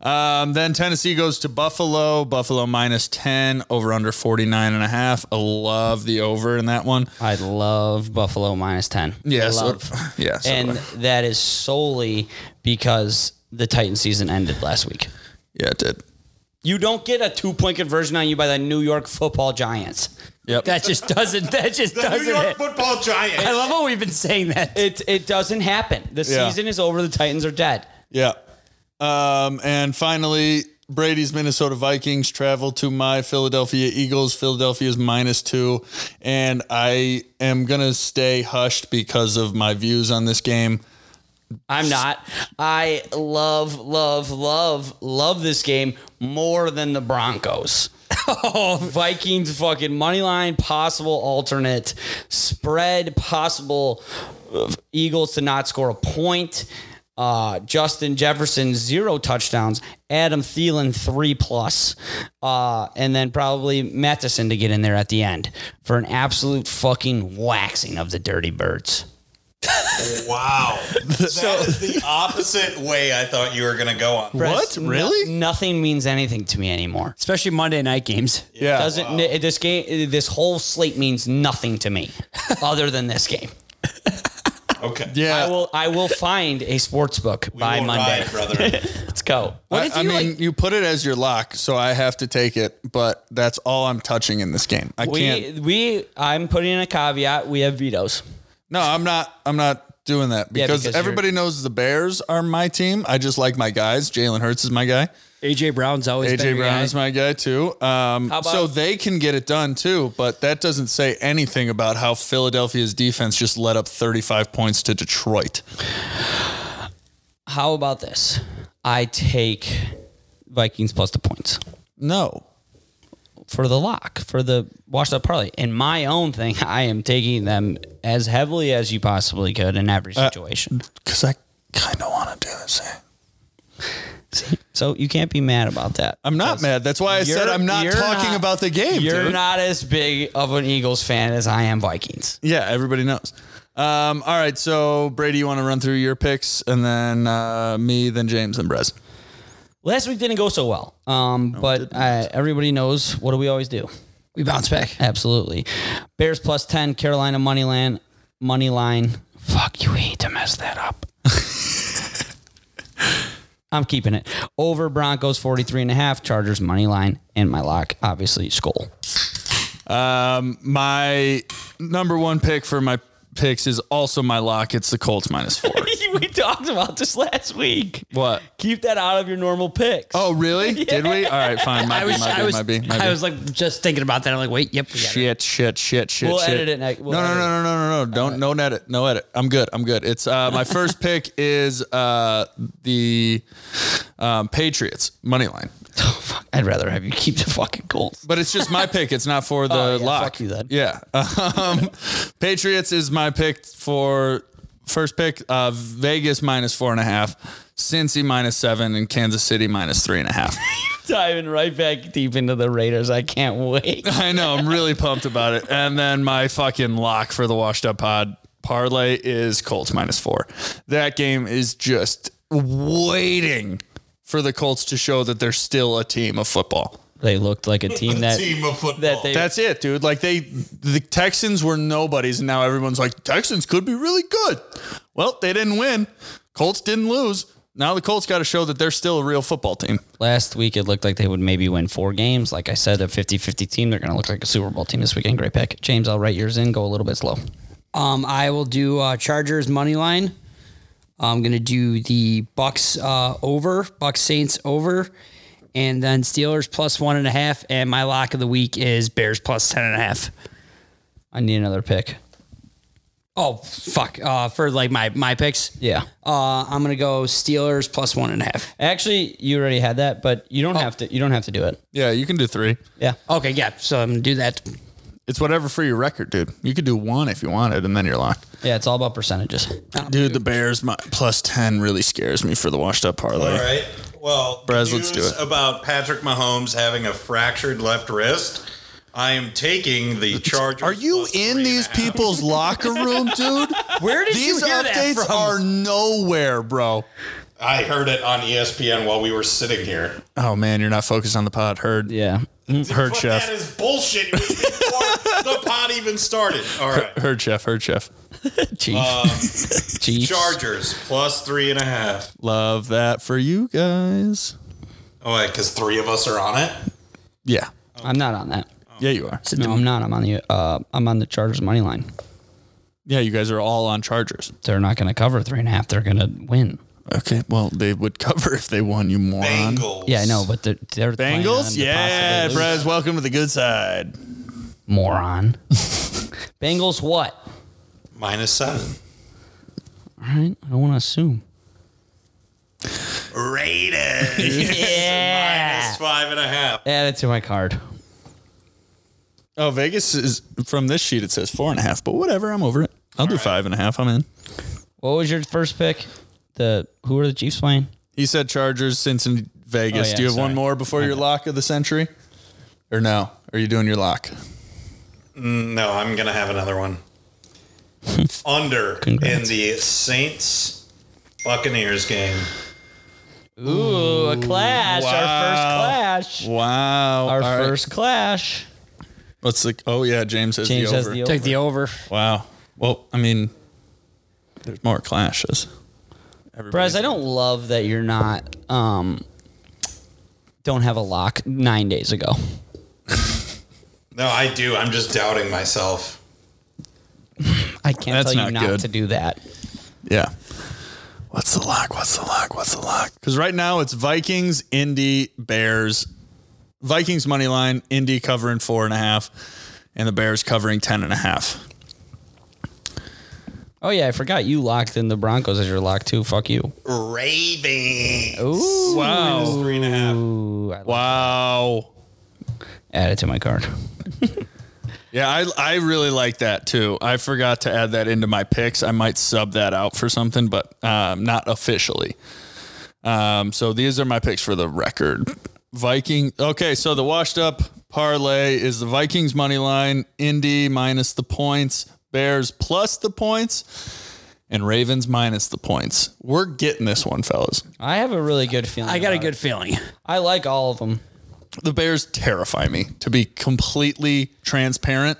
Speaker 1: Um, then Tennessee goes to Buffalo. Buffalo minus 10, over under 49 and a half. I love the over in that one.
Speaker 4: I love Buffalo minus ten.
Speaker 1: Yeah, so-
Speaker 4: love.
Speaker 1: yeah, so
Speaker 4: and
Speaker 1: do
Speaker 4: that is solely because the Titan season ended last week.
Speaker 1: Yeah, it did.
Speaker 4: You don't get a two point conversion on you by the New York Football Giants.
Speaker 1: Yep.
Speaker 3: That just doesn't. That just doesn't.
Speaker 5: New York
Speaker 3: hit.
Speaker 5: football giant.
Speaker 3: I love how we've been saying that.
Speaker 4: It it doesn't happen. The
Speaker 1: Yeah.
Speaker 4: season is over. The Titans are dead.
Speaker 1: yeah. Um, and finally, Brady's Minnesota Vikings travel to my Philadelphia Eagles. Philadelphia's minus two. And I am going to stay hushed because of my views on this game.
Speaker 4: I'm not. I love, love, love, love this game more than the Broncos. Oh, Vikings fucking money line possible alternate spread possible uh, Eagles to not score a point. Uh, Justin Jefferson zero touchdowns. Adam Thielen three plus, uh, and then probably Matheson to get in there at the end for an absolute fucking waxing of the Dirty Birds.
Speaker 5: Wow. that is the opposite way I thought you were going to go on.
Speaker 4: What?
Speaker 1: Really?
Speaker 4: nothing means anything to me anymore.
Speaker 3: Especially Monday night games.
Speaker 1: Yeah.
Speaker 4: Doesn't this game? This whole slate means nothing to me, other than this game.
Speaker 5: Okay.
Speaker 1: yeah.
Speaker 4: I will. I will find a sports book
Speaker 5: We
Speaker 4: by
Speaker 5: will
Speaker 4: Monday.
Speaker 5: ride, brother.
Speaker 4: Let's go.
Speaker 1: I, I mean, you put it as your lock, so I have to take it, but that's all I'm touching in this game. I can't.
Speaker 4: we we. I'm putting in a caveat. We have vetoes.
Speaker 1: No, I'm not. I'm not doing that
Speaker 4: Yeah,
Speaker 1: because,
Speaker 4: because you're-
Speaker 1: everybody knows the Bears are my team. I just like my guys. Jalen Hurts is my guy.
Speaker 3: AJ Brown's always been
Speaker 1: AJ
Speaker 3: a
Speaker 1: Brown
Speaker 3: guy.
Speaker 1: is my guy too. Um,
Speaker 4: How about-
Speaker 1: so they can get it done too, but that doesn't say anything about how Philadelphia's defense just let up 35 points to Detroit.
Speaker 4: How about this? I take Vikings plus the points
Speaker 1: No,
Speaker 4: for the lock for the washed up parlay. In my own thing, I am taking them as heavily as you possibly could in every
Speaker 1: Uh,
Speaker 4: situation.
Speaker 1: because I kind of want to do the same.
Speaker 4: so you can't be mad about that.
Speaker 1: I'm not mad. That's why I said
Speaker 4: You're-
Speaker 1: I'm not
Speaker 4: you're
Speaker 1: talking
Speaker 4: not-
Speaker 1: about the game.
Speaker 4: You're
Speaker 1: dude.
Speaker 4: not as big of an Eagles fan as I am Vikings.
Speaker 1: Yeah, everybody knows. Um, all right, so Brady, you want to run through your picks, and then uh, me, then James, then Brez.
Speaker 4: Last week didn't go so well, um, but uh, everybody knows what do we always do?
Speaker 3: We bounce back.
Speaker 4: Absolutely, Bears plus ten, Carolina money line, money line. Fuck you, hate to mess that up. I'm keeping it over Broncos 43 and a half, Chargers money line, and my lock obviously Skull.
Speaker 1: My number one pick for my picks is also my lock. It's the Colts minus four.
Speaker 4: we talked about this last week.
Speaker 1: what?
Speaker 4: Keep that out of your normal picks.
Speaker 1: Oh, really? Did we? All right, fine. Might
Speaker 3: I
Speaker 1: be,
Speaker 3: was,
Speaker 1: might
Speaker 3: I
Speaker 1: be,
Speaker 3: was,
Speaker 1: might be, might
Speaker 3: I
Speaker 1: be.
Speaker 3: was like just thinking about that. I'm like, wait, yep. we got it.
Speaker 1: Shit, shit, shit, shit.
Speaker 4: We'll
Speaker 1: shit.
Speaker 4: edit it next- we'll
Speaker 1: no, no,
Speaker 4: edit
Speaker 1: no, no, no, no, no. Don't no edit, no edit. I'm good. I'm good. It's uh, my first pick is uh, the um, Patriots money line.
Speaker 4: Fuck, I'd rather have you keep the fucking Colts.
Speaker 1: But it's just my pick. It's not for the
Speaker 4: Oh, yeah,
Speaker 1: lock.
Speaker 4: fuck you then.
Speaker 1: Yeah. Um, Patriots is my pick for first pick. Uh, Vegas minus four and a half, Cincy minus seven, and Kansas City minus three and a half.
Speaker 4: diving right back deep into the Raiders. I can't wait.
Speaker 1: I know. I'm really pumped about it. And then my fucking lock for the washed up pod parlay is Colts minus four. That game is just waiting for the Colts to show that they're still a team of football.
Speaker 4: They looked like a team that
Speaker 5: team of football.
Speaker 4: that they
Speaker 1: That's it, dude. Like they, the Texans were nobodies, and now everyone's like, Texans could be really good. Well, they didn't win. Colts didn't lose. Now the Colts got to show that they're still a real football team.
Speaker 4: last week it looked like they would maybe win four games. Like I said, a 50-50 team. They're going to look like a Super Bowl team this weekend. Great pick, James. I'll write yours in. Go a little bit slow.
Speaker 3: Um, I will do uh, Chargers money line. I'm gonna do the Bucks uh, over, Bucks Saints over, and then Steelers plus one and a half. And my lock of the week is Bears plus ten and a half.
Speaker 4: I need another pick.
Speaker 3: Oh fuck! Uh, for like my my picks,
Speaker 4: Yeah.
Speaker 3: uh, I'm gonna go Steelers plus one and a half.
Speaker 4: Actually, you already had that, but you don't have to. You don't have to do it.
Speaker 1: Yeah, you can do three.
Speaker 4: Yeah.
Speaker 3: Okay, yeah. So I'm gonna do that.
Speaker 1: It's whatever for your record, dude. You could do one if you wanted, and then you're locked.
Speaker 4: Yeah. It's all about percentages.
Speaker 1: Dude, the Bears my, plus ten really scares me for the washed up parlay.
Speaker 5: All right. Well,
Speaker 1: Brez,
Speaker 5: news
Speaker 1: let's do it.
Speaker 5: about Patrick Mahomes having a fractured left wrist. I am taking the Chargers.
Speaker 1: Are you
Speaker 5: plus
Speaker 1: in
Speaker 5: three
Speaker 1: these
Speaker 5: and a half.
Speaker 1: people's locker room, dude?
Speaker 3: Where did
Speaker 1: These
Speaker 3: you hear that
Speaker 1: updates
Speaker 3: from?
Speaker 1: are nowhere, bro.
Speaker 5: I heard it on E ESPN while we were sitting here.
Speaker 1: Oh man, you're not focused on the pod. Heard,
Speaker 4: Yeah.
Speaker 1: heard,
Speaker 5: but
Speaker 1: chef.
Speaker 5: That is bullshit. It was before the pot even started. All right.
Speaker 1: heard, chef. Heard, chef.
Speaker 4: Chief. Chiefs.
Speaker 5: Chargers plus three and a half.
Speaker 1: Love that for you guys.
Speaker 5: Oh, wait, because three of us are on it.
Speaker 1: Yeah.
Speaker 4: I'm not on that.
Speaker 1: Oh. Yeah, you are.
Speaker 4: No, I'm not. I'm on the. Uh, I'm on the Chargers money line.
Speaker 1: Yeah, you guys are all on Chargers.
Speaker 4: They're not going to cover three and a half. They're going to win.
Speaker 1: Okay. Well, they would cover if they won, you moron.
Speaker 5: Bengals.
Speaker 4: Yeah, I know, but they're, they're planning on
Speaker 1: Bengals?
Speaker 4: to
Speaker 1: Yeah,
Speaker 4: possibly lose.
Speaker 1: Brez, welcome to the good side.
Speaker 4: Moron. Bengals what?
Speaker 5: Minus seven.
Speaker 4: All right, I don't want to assume.
Speaker 5: Raiders.
Speaker 4: Yeah.
Speaker 5: Minus five and a half.
Speaker 4: Add it to my card.
Speaker 1: Oh, Vegas is from this sheet it says four and a half, but whatever, I'm over it. I'll do five and a half. I'm in.
Speaker 4: What was your first pick? The who are the Chiefs playing?
Speaker 1: He said Chargers, Cincinnati, Vegas.
Speaker 4: Oh, yeah,
Speaker 1: do you have
Speaker 4: sorry.
Speaker 1: one more before your lock of the century? Or no? Are you doing your lock?
Speaker 5: No, I'm gonna have another one. Under in the Saints Buccaneers game.
Speaker 4: Ooh, a clash. Our first clash.
Speaker 1: Wow.
Speaker 4: Our
Speaker 1: All right.
Speaker 4: first clash.
Speaker 1: What's the oh yeah, James has
Speaker 4: James
Speaker 1: the
Speaker 4: has
Speaker 1: over.
Speaker 4: the
Speaker 3: Take the over.
Speaker 1: wow. Well, I mean there's more clashes.
Speaker 4: Brez, I don't love that you're not um don't have a lock nine days ago.
Speaker 5: No, I do. I'm just doubting myself.
Speaker 4: I can't
Speaker 1: That's
Speaker 4: tell
Speaker 1: not
Speaker 4: you not
Speaker 1: good.
Speaker 4: to do that.
Speaker 1: Yeah. What's the lock? What's the lock? What's the lock? Because right now it's Vikings, Indy, Bears. Vikings money line, Indy covering four and a half, and the Bears covering ten and a half.
Speaker 4: Oh yeah, I forgot you locked in the Broncos as your lock too. Fuck you.
Speaker 5: Ravens.
Speaker 4: Ooh.
Speaker 5: Minus three and a half.
Speaker 4: I
Speaker 1: Wow.
Speaker 4: Add it to my card.
Speaker 1: Yeah, I, I really like that too. I forgot to add that into my picks. I might sub that out for something, but um, not officially. Um, so these are my picks for the record. Viking. Okay, so the washed up parlay is the Vikings money line, Indy minus the points, Bears plus the points, and Ravens minus the points. We're getting this one, fellas.
Speaker 4: I have a really good feeling.
Speaker 3: I got a
Speaker 4: about it.
Speaker 3: good feeling.
Speaker 4: I like all of them.
Speaker 1: the Bears terrify me. To be completely transparent,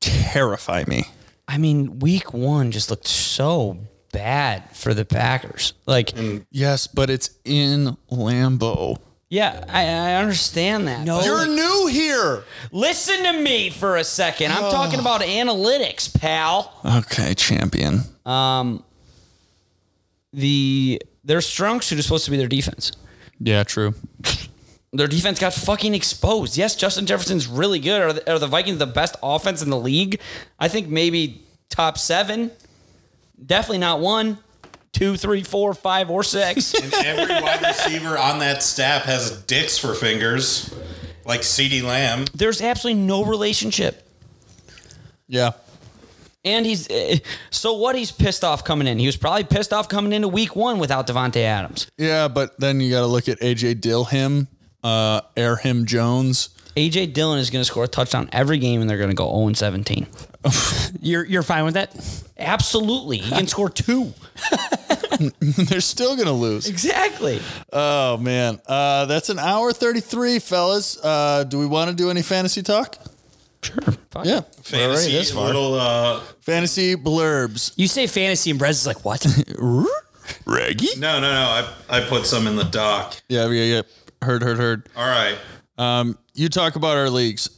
Speaker 1: terrify me.
Speaker 4: I mean, week one just looked so bad for the Packers. Like,
Speaker 1: Yes, but it's in Lambo.
Speaker 4: yeah, I, I understand that.
Speaker 3: No.
Speaker 4: but-
Speaker 1: You're new here.
Speaker 4: listen to me for a second. I'm talking about analytics, pal. Um,
Speaker 1: Okay, champion.
Speaker 4: the their strong suit is supposed to be their defense.
Speaker 1: Yeah, true.
Speaker 4: Their defense got fucking exposed. Yes, Justin Jefferson's really good. Are the, are the Vikings the best offense in the league? I think maybe top seven. Definitely not one, two, three, four, five, or six.
Speaker 5: And every wide receiver on that staff has dicks for fingers, like Ceedee Lamb.
Speaker 4: There's absolutely no relationship.
Speaker 1: Yeah.
Speaker 4: And he's eh, so what? He's pissed off coming in. He was probably pissed off coming into Week One without Devontae Adams.
Speaker 1: Yeah, but then you got to look at AJ Dill him, uh, Air him Jones.
Speaker 4: AJ Dillon is going to score a touchdown every game, and they're going to go 0 17.
Speaker 3: You're you're fine with that?
Speaker 4: Absolutely, he can score two.
Speaker 8: They're still going to lose.
Speaker 4: Exactly.
Speaker 8: Oh, man. Uh, that's an hour 33, fellas. Uh, do we want to do any fantasy talk? Sure. Yeah. We're already
Speaker 5: Fantasy,
Speaker 8: this far.
Speaker 5: little uh,
Speaker 8: Fantasy blurbs.
Speaker 3: You say fantasy and Brez is like, what?
Speaker 8: Reggie?
Speaker 5: no, no, no. I, I put some in the dock.
Speaker 8: Yeah, yeah, yeah. Heard, heard, heard.
Speaker 5: All right,
Speaker 8: Um, you talk about our leagues.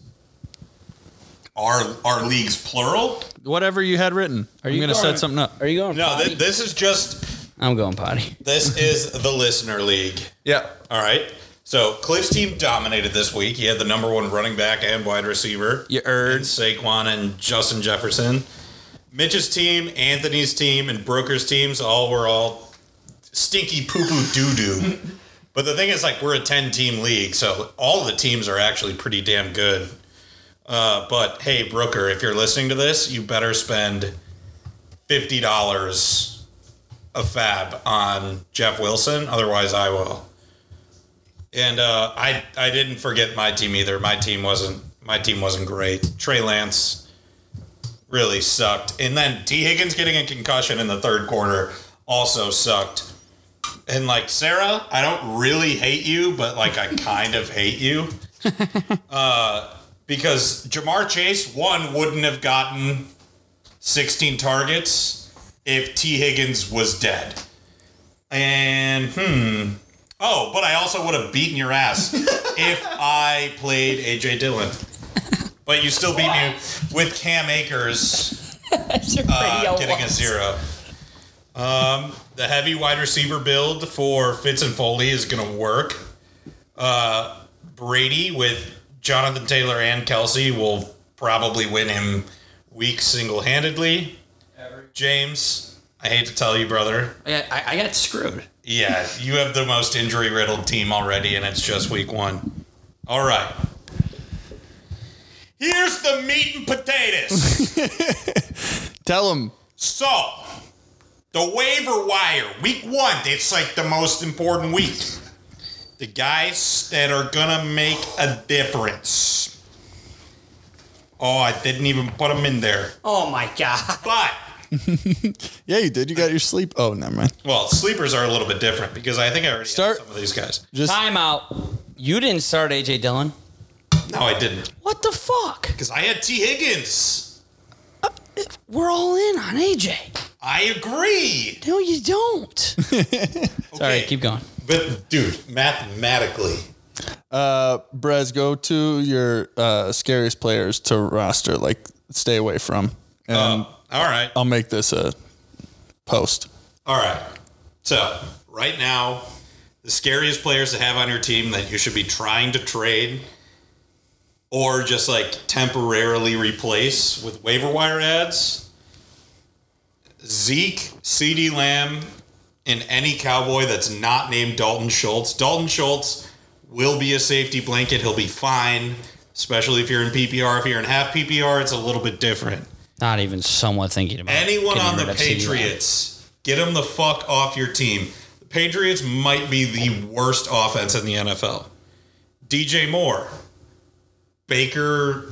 Speaker 5: our our leagues plural.
Speaker 8: Whatever you had written. Are I'm
Speaker 4: you
Speaker 8: going to
Speaker 4: going-
Speaker 8: set something up.
Speaker 4: Are you going?
Speaker 5: No,
Speaker 4: potty?
Speaker 5: th- this is just
Speaker 4: I'm going potty.
Speaker 5: this is the listener league.
Speaker 8: Yeah.
Speaker 5: All right. So Cliff's team dominated this week. He had the number one running back and wide receiver.
Speaker 8: You heard.
Speaker 5: Saquon and Justin Jefferson. Mitch's team, Anthony's team, and Broker's teams all were all stinky poo poo doo doo. but the thing is, like, we're a 10 team league, so all the teams are actually pretty damn good. Uh, but hey, Broker, if you're listening to this, you better spend $50 a fab on Jeff Wilson. Otherwise, I will. And uh, I I didn't forget my team either. My team wasn't my team wasn't great. Trey Lance really sucked, and then T Higgins getting a concussion in the third quarter also sucked. And like Sarah, I don't really hate you, but like I kind of hate you uh, because Jamar Chase one wouldn't have gotten sixteen targets if T Higgins was dead. And hmm. Oh, but I also would have beaten your ass if I played AJ Dillon. But you still beat me with Cam Akers uh, getting a zero. Um, the heavy wide receiver build for Fitz and Foley is going to work. Uh, Brady with Jonathan Taylor and Kelsey will probably win him week single handedly. James, I hate to tell you, brother,
Speaker 4: I, I, I got screwed.
Speaker 5: yeah, you have the most injury riddled team already, and it's just week one. All right. Here's the meat and potatoes.
Speaker 8: Tell him.
Speaker 5: so, the waiver wire, week one, it's like the most important week. The guys that are going to make a difference. Oh, I didn't even put them in there.
Speaker 3: oh my God.
Speaker 5: But,
Speaker 8: Yeah, you did. You got your sleep. Oh, never mind.
Speaker 5: well, sleepers are a little bit different because I think I already
Speaker 8: Start-
Speaker 5: Start. some of these guys.
Speaker 8: Just
Speaker 4: Time out. You didn't start AJ Dillon.
Speaker 5: No, I didn't
Speaker 4: What the fuck?
Speaker 5: because I had T. Higgins.
Speaker 4: We're all in on AJ.
Speaker 5: I agree.
Speaker 4: No, you don't. Sorry,
Speaker 5: Okay,
Speaker 4: keep going.
Speaker 5: But dude, mathematically,
Speaker 8: uh, Brez, go to your uh, scariest players to roster. Like, stay away from. And
Speaker 5: all right,
Speaker 8: I'll make this a post.
Speaker 5: all right. So right now, the scariest players to have on your team that you should be trying to trade or just like temporarily replace with waiver wire ads: Zeke, C.D. Lamb, and any cowboy that's not named Dalton Schultz. Dalton Schultz will be a safety blanket. He'll be fine, especially if you're in PPR. If you're in half PPR, it's a little bit different.
Speaker 4: Not even somewhat thinking about
Speaker 5: Anyone
Speaker 4: getting
Speaker 5: on the
Speaker 4: rid of CD Lamb.
Speaker 5: Patriots, get them the fuck off your team. The Patriots might be the worst offense in the NFL. DJ Moore, Baker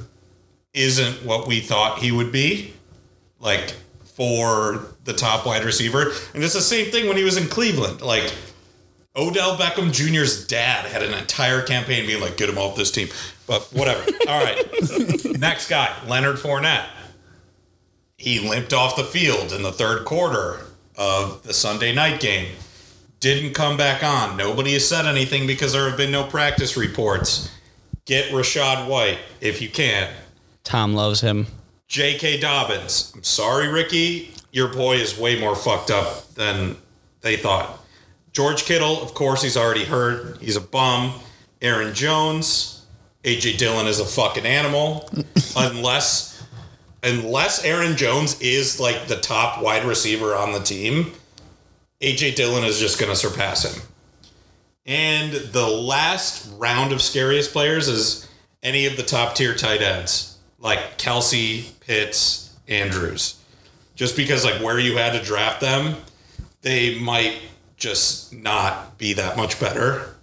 Speaker 5: isn't what we thought he would be, like for the top wide receiver. And it's the same thing when he was in Cleveland. Like Odell Beckham Jr.'s dad had an entire campaign being like, get him off this team. But whatever. All right. Next guy, Leonard Fournette he limped off the field in the third quarter of the Sunday night game. Didn't come back on. Nobody has said anything because there have been no practice reports. Get Rashad White if you can.
Speaker 4: Tom loves him.
Speaker 5: J.K. Dobbins. I'm sorry, Ricky. Your boy is way more fucked up than they thought. George Kittle, of course, he's already hurt. He's a bum. Aaron Jones. A.J. Dillon is a fucking animal. unless, unless Aaron Jones is like the top wide receiver on the team, A.J. Dillon is just going to surpass him. And the last round of scariest players is any of the top tier tight ends, like Kelsey, Pitts, Andrews. Just because, like, where you had to draft them, they might just not be that much better.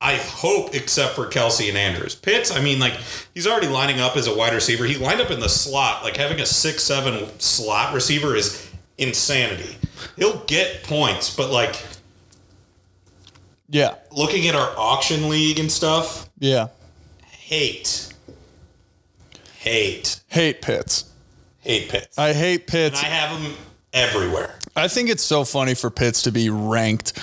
Speaker 5: I hope, except for Kelsey and Andrews. Pitts, I mean, like, he's already lining up as a wide receiver. He lined up in the slot. Like, having a 6 7 slot receiver is insanity. He'll get points, but like
Speaker 1: Yeah.
Speaker 5: looking at our auction league and stuff,
Speaker 1: Yeah.
Speaker 5: hate, hate,
Speaker 1: Hate Pitts.
Speaker 5: hate Pitts.
Speaker 1: I hate
Speaker 5: and
Speaker 1: Pitts.
Speaker 5: I have him everywhere.
Speaker 1: I think it's so funny for Pitts to be ranked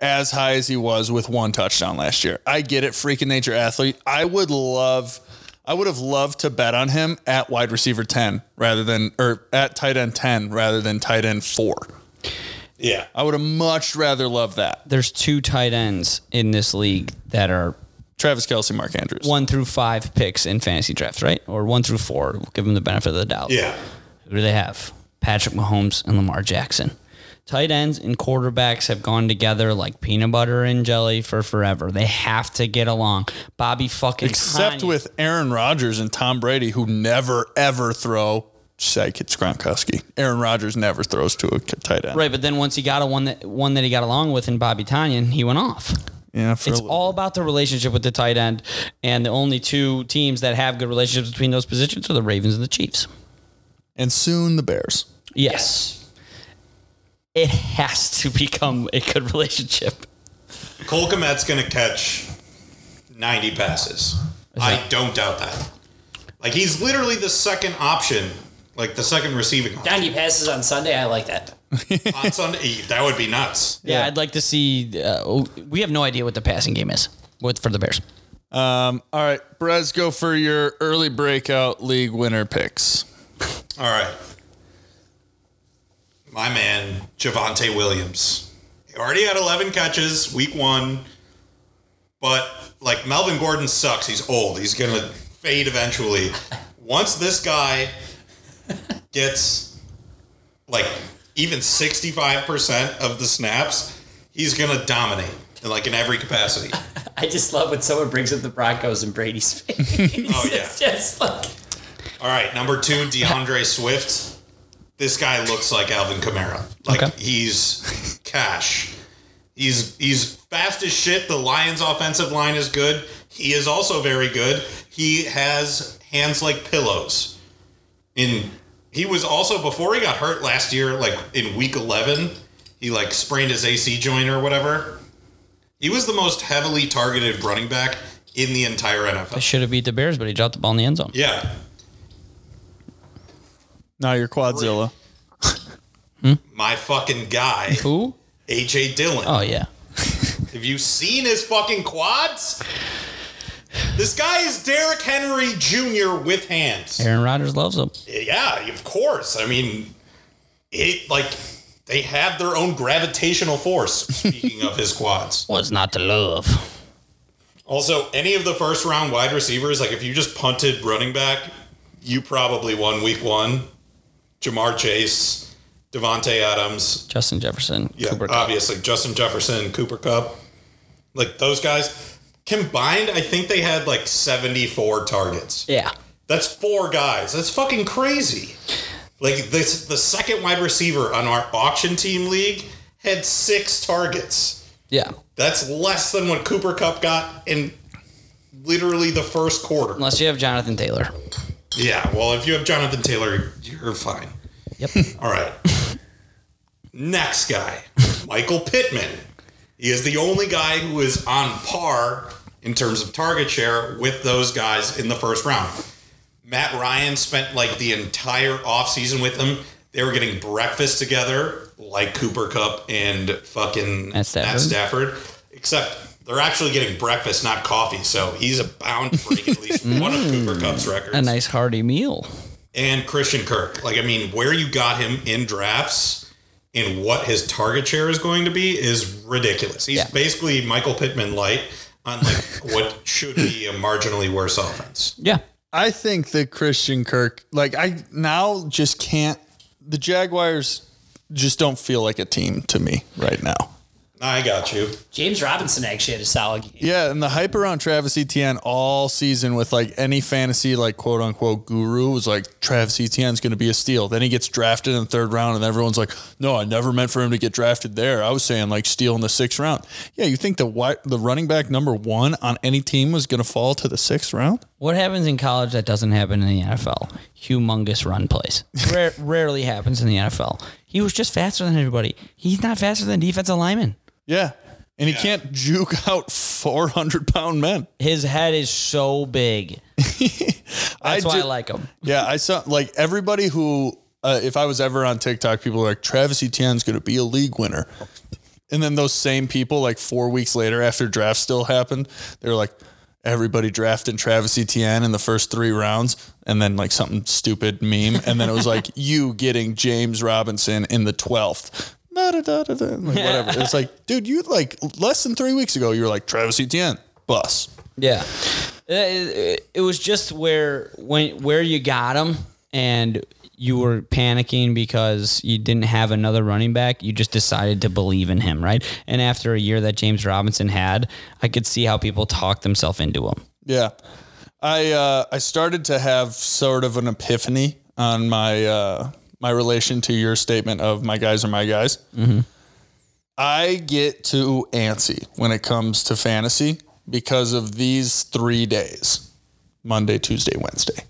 Speaker 1: as high as he was with one touchdown last year. I get it, freaking nature athlete. I would love, I would have loved to bet on him at wide receiver 10 rather than, or at tight end 10 rather than tight end four.
Speaker 5: Yeah,
Speaker 1: I would have much rather loved that.
Speaker 4: There's two tight ends in this league that are
Speaker 1: Travis Kelsey, Mark Andrews.
Speaker 4: one through five picks in fantasy drafts, right? Or one through four. We'll give them the benefit of the doubt.
Speaker 5: yeah.
Speaker 4: Who do they have? Patrick Mahomes and Lamar Jackson. Tight ends and quarterbacks have gone together like peanut butter and jelly for forever. They have to get along. Bobby fucking
Speaker 1: Except
Speaker 4: Connie-
Speaker 1: with Aaron Rodgers and Tom Brady, who never, ever throw. Psych, it's Gronkowski. Aaron Rodgers never throws to a tight end.
Speaker 4: right, but then once he got a one that one that he got along with in Bobby Tanyan, he went off.
Speaker 1: Yeah, for
Speaker 4: It's
Speaker 1: a little-
Speaker 4: all about the relationship with the tight end, and the only two teams that have good relationships between those positions are the Ravens and the Chiefs.
Speaker 1: and soon the Bears.
Speaker 4: Yes, it has to become a good relationship.
Speaker 5: Cole Komet's gonna catch ninety passes. I don't doubt that. Like he's literally the second option, like the second receiving option.
Speaker 3: Donnie passes on Sunday. I like that.
Speaker 5: on Sunday. That would be nuts.
Speaker 4: Yeah, I'd like to see. Uh, oh, we have no idea what the passing game is with for the Bears.
Speaker 1: Um, all right, Brez, go for your early breakout league winner picks.
Speaker 5: All right. My man, Javante Williams. He already had 11 catches week one, but like Melvin Gordon sucks. He's old. He's going to fade eventually. Once this guy gets like even 65% of the snaps, he's going to dominate in like in every capacity.
Speaker 3: I just love when someone brings up the Broncos and Brady's face.
Speaker 5: Oh, yeah.
Speaker 3: just like
Speaker 5: All right, number two, DeAndre Swift. This guy looks like Alvin Kamara. Like
Speaker 4: Okay.
Speaker 5: he's cash. He's he's fast as shit. The Lions' offensive line is good. He is also very good. He has hands like pillows. In he was also before he got hurt last year, like in week eleven, he like sprained his AC joint or whatever. He was the most heavily targeted running back in the entire
Speaker 4: I
Speaker 5: NFL.
Speaker 4: should have beat the Bears, but he dropped the ball in the end zone.
Speaker 5: Yeah,
Speaker 1: Now your Quadzilla.
Speaker 5: my fucking guy.
Speaker 4: Who?
Speaker 5: AJ Dillon.
Speaker 4: Oh yeah.
Speaker 5: Have you seen his fucking quads? This guy is Derrick Henry Jr. with hands.
Speaker 4: Aaron Rodgers loves him.
Speaker 5: Yeah, of course. I mean, it like they have their own gravitational force. Speaking of his quads,
Speaker 4: What's not to love?
Speaker 5: also any of the first round wide receivers, like if you just punted running back, you probably won week one. Jamar Chase, Devontae Adams,
Speaker 4: Justin Jefferson,
Speaker 5: Yeah,
Speaker 4: Cooper Cup.
Speaker 5: obviously Justin Jefferson, Cooper Cup, like those guys combined. I think they had like seventy-four targets.
Speaker 4: Yeah.
Speaker 5: That's four guys. That's fucking crazy. Like this, the second wide receiver on our auction team league had six targets.
Speaker 4: Yeah.
Speaker 5: That's less than what Cooper Cup got in literally the first quarter.
Speaker 4: Unless you have Jonathan Taylor.
Speaker 5: Yeah. Well, if you have Jonathan Taylor, you're fine.
Speaker 4: Yep.
Speaker 5: All right. Next guy, Michael Pittman. He is the only guy who is on par in terms of target share with those guys in the first round. Matt Ryan spent like the entire offseason with him. They were getting breakfast together, like Cooper Cup and fucking
Speaker 4: Matt Stafford.
Speaker 5: Matt Stafford. Except they're actually getting breakfast, not coffee. So he's bound to break at least one of Cooper Cup's records
Speaker 4: A nice hearty meal.
Speaker 5: and Christian Kirk. Like, I mean, where you got him in drafts and what his target share is going to be is ridiculous. He's
Speaker 4: Yeah.
Speaker 5: basically Michael Pittman light on like what should be a marginally worse offense.
Speaker 4: Yeah.
Speaker 1: I think that Christian Kirk, like I now just can't. The Jaguars just don't feel like a team to me right now.
Speaker 5: I got you.
Speaker 3: James Robinson actually had a solid game.
Speaker 1: Yeah, and the hype around Travis Etienne all season with like any fantasy like quote unquote guru was like Travis Etienne's going to be a steal. Then he gets drafted in the third round, and everyone's like, "No, I never meant for him to get drafted there." I was saying like steal in the sixth round. Yeah, you think the wi- the running back number one on any team was going to fall to the sixth round?
Speaker 4: What happens in college that doesn't happen in the NFL? humongous run plays. Rare, rarely happens in the NFL. He was just faster than everybody. He's not faster than defensive linemen.
Speaker 1: Yeah. And he can't juke out 400 pound men.
Speaker 4: His head is so big. That's why
Speaker 1: ju-
Speaker 4: I like him.
Speaker 1: Yeah, I saw like everybody who, uh, if I was ever on TikTok, people are like Travis Etienne's going to be a league winner, and then those same people like four weeks later after draft still happened, they were like, everybody drafting Travis Etienne in the first three rounds, and then like something stupid meme, and then it was like you getting James Robinson in the twelfth. Da, da, da, da, da, like, whatever. It's like, dude, you like less than three weeks ago, you were like Travis Etienne, bus.
Speaker 4: Yeah, Uh, it, it- it was just where when where you got him, and you were panicking because you didn't have another running back. You just decided to believe in him, right? And after a year that James Robinson had, I could see how people talked themselves into him.
Speaker 1: Yeah. I uh, I started to have sort of an epiphany on my uh, my relation to your statement of my guys are my guys. I get too antsy when it comes to fantasy because of these three days: Monday, Tuesday, Wednesday.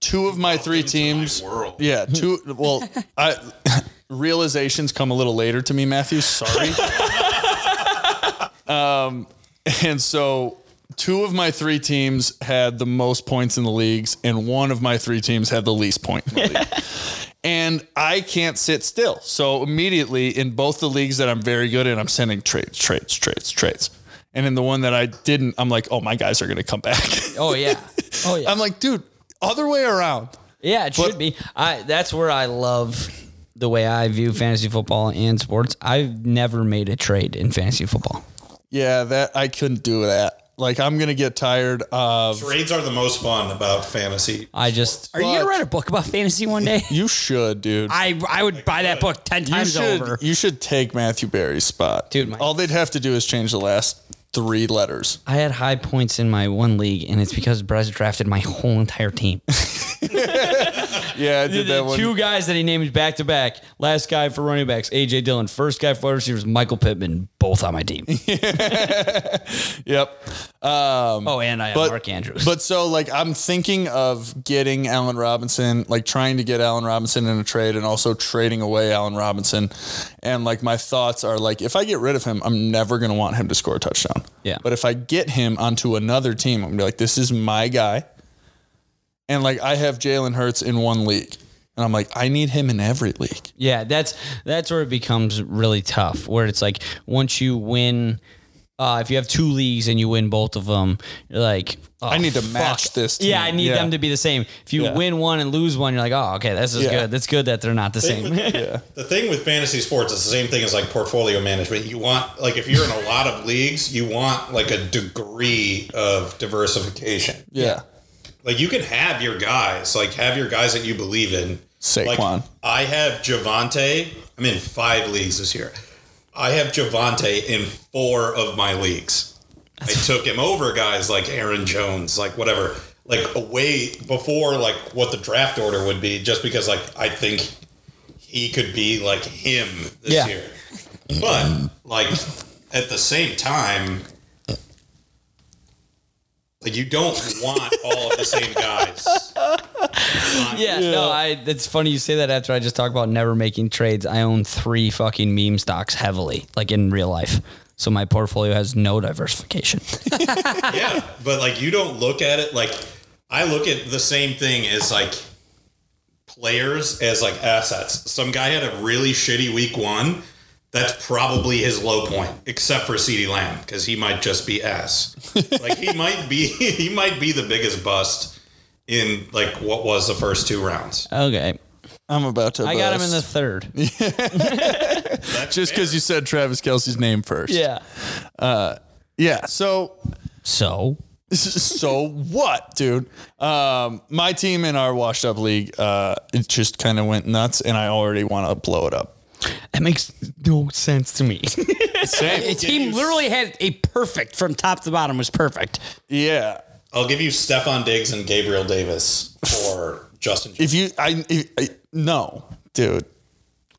Speaker 1: Two of my three teams. Yeah, two. Well, I realizations come a little later to me, Matthew. Sorry. And so two of my three teams had the most points in the leagues, and one of my three teams had the least point in the league. and I can't sit still. So immediately in both the leagues that I'm very good in, I'm sending trades, trades, trades, trades. And in the one that I didn't, I'm like, oh, my guys are going to come back.
Speaker 4: Oh yeah, oh yeah,
Speaker 1: I'm like, dude, other way around.
Speaker 4: yeah. It should be. I that's where I love the way I view fantasy football and sports. I've never made a trade in fantasy football.
Speaker 1: Yeah, that I couldn't do that. Like, I'm going to get tired Uh, of.
Speaker 5: Trades are the most fun about fantasy.
Speaker 4: I just
Speaker 3: Are you gonna write a book about fantasy one day?
Speaker 1: You should, dude.
Speaker 3: I I would buy that book ten
Speaker 1: You
Speaker 3: times
Speaker 1: should,
Speaker 3: over.
Speaker 1: you should take Matthew Barry's spot.
Speaker 4: Dude, my-
Speaker 1: All they'd have to do is change the last three letters.
Speaker 4: I had high points in my one league, and it's because Brez drafted my whole entire team.
Speaker 1: Yeah, I did that
Speaker 4: The
Speaker 1: one.
Speaker 4: two guys that he named back to back. Last guy for running backs, AJ Dillon. First guy for wide receivers, Michael Pittman. Both on my team.
Speaker 1: Yep.
Speaker 4: oh, and I have
Speaker 1: But
Speaker 4: Mark Andrews.
Speaker 1: But so like I'm thinking of getting Allen Robinson, like trying to get Allen Robinson in a trade and also trading away Allen Robinson. And like my thoughts are like if I get rid of him, I'm never gonna want him to score a touchdown.
Speaker 4: Yeah.
Speaker 1: But if I get him onto another team, I'm gonna be like, this is my guy. And like I have Jalen Hurts in one league. And I'm like, I need him in every league.
Speaker 4: yeah, that's that's where it becomes really tough. Where it's like once you win. Uh, if you have two leagues and you win both of them, you're like, oh,
Speaker 1: I need to
Speaker 4: fuck.
Speaker 1: match this team.
Speaker 4: Yeah, I need
Speaker 1: Yeah.
Speaker 4: them to be the same. If you
Speaker 1: Yeah.
Speaker 4: win one and lose one, you're like, oh, okay, this is
Speaker 1: Yeah.
Speaker 4: good. That's good that they're not the same.
Speaker 5: The thing with fantasy sports is the same thing as like portfolio management. You want like if you're in a lot of leagues, you want like a degree of diversification.
Speaker 1: Yeah.
Speaker 5: Like you can have your guys, like have your guys that you believe in.
Speaker 1: Saquon.
Speaker 5: Like I have Javante. I'm in five leagues this year. I have Javante in four of my leagues. I took him over guys like Aaron Jones, like whatever, like away before like what the draft order would be, just because like I think he could be like him this
Speaker 4: Yeah.
Speaker 5: year. But like at the same time, like you don't want all of the same guys.
Speaker 4: Yeah, no, I. It's funny you say that after I just talked about never making trades. I own three fucking meme stocks heavily, like in real life. So my portfolio has no diversification.
Speaker 5: yeah, but like you don't look at it like I look at the same thing as like players as like assets. Some guy had a really shitty week one. That's probably his low point, except for Ceedee Lamb Lamb because he might just be ass. like he might be, he might be the biggest bust in like what was the first two rounds.
Speaker 4: Okay,
Speaker 1: I'm about to
Speaker 4: I got him in
Speaker 1: bust.
Speaker 4: the third.
Speaker 1: just because you said Travis Kelsey's name first.
Speaker 4: Yeah.
Speaker 1: Yeah. So
Speaker 4: So
Speaker 1: so what, dude? Um, my team in our washed up league, uh, it just kind of went nuts, and I already want to blow it up.
Speaker 4: that makes no sense to me.
Speaker 3: The team literally had a perfect from top to bottom was perfect.
Speaker 1: Yeah.
Speaker 5: I'll give you Stefan Diggs and Gabriel Davis or Justin.
Speaker 1: If you, I, if, I no, dude.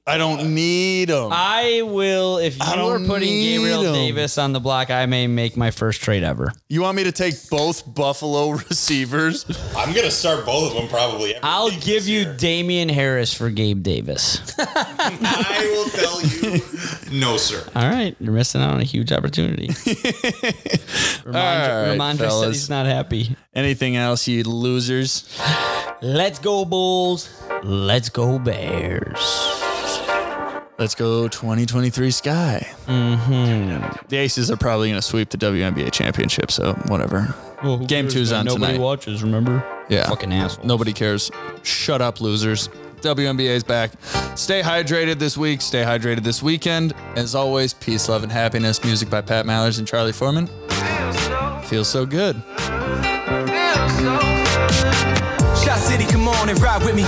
Speaker 1: I don't need them.
Speaker 4: I will. If you are
Speaker 1: don't
Speaker 4: putting
Speaker 1: need
Speaker 4: Gabriel
Speaker 1: him.
Speaker 4: Davis on the block, I may make my first trade ever.
Speaker 1: You want me to take both Buffalo receivers?
Speaker 5: I'm gonna start both of them probably. Every
Speaker 4: I'll
Speaker 5: week this
Speaker 4: give you
Speaker 5: year.
Speaker 4: Damian Harris for Gabe Davis.
Speaker 5: I will tell you. No, sir.
Speaker 4: All right, you're missing out on a huge opportunity. Ramondre,
Speaker 1: right,
Speaker 4: Ramondre said
Speaker 1: fellas.
Speaker 4: he's not happy.
Speaker 1: Anything else, you losers?
Speaker 4: Let's go Bulls. Let's go Bears.
Speaker 1: Let's go 2023 Sky. Mm-hmm. The Aces are probably going to sweep the WNBA championship, so whatever. Game two's on
Speaker 4: Nobody
Speaker 1: tonight.
Speaker 4: watches. Remember?
Speaker 1: yeah.
Speaker 4: Fucking asshole.
Speaker 1: Nobody cares. Shut up, losers. WNBA's back. Stay hydrated this week. Stay hydrated this weekend. As always, peace, love, and happiness. Music by Pat Mallers and Charlie Foreman. Feels so good.
Speaker 2: Shot City, come on and ride with me.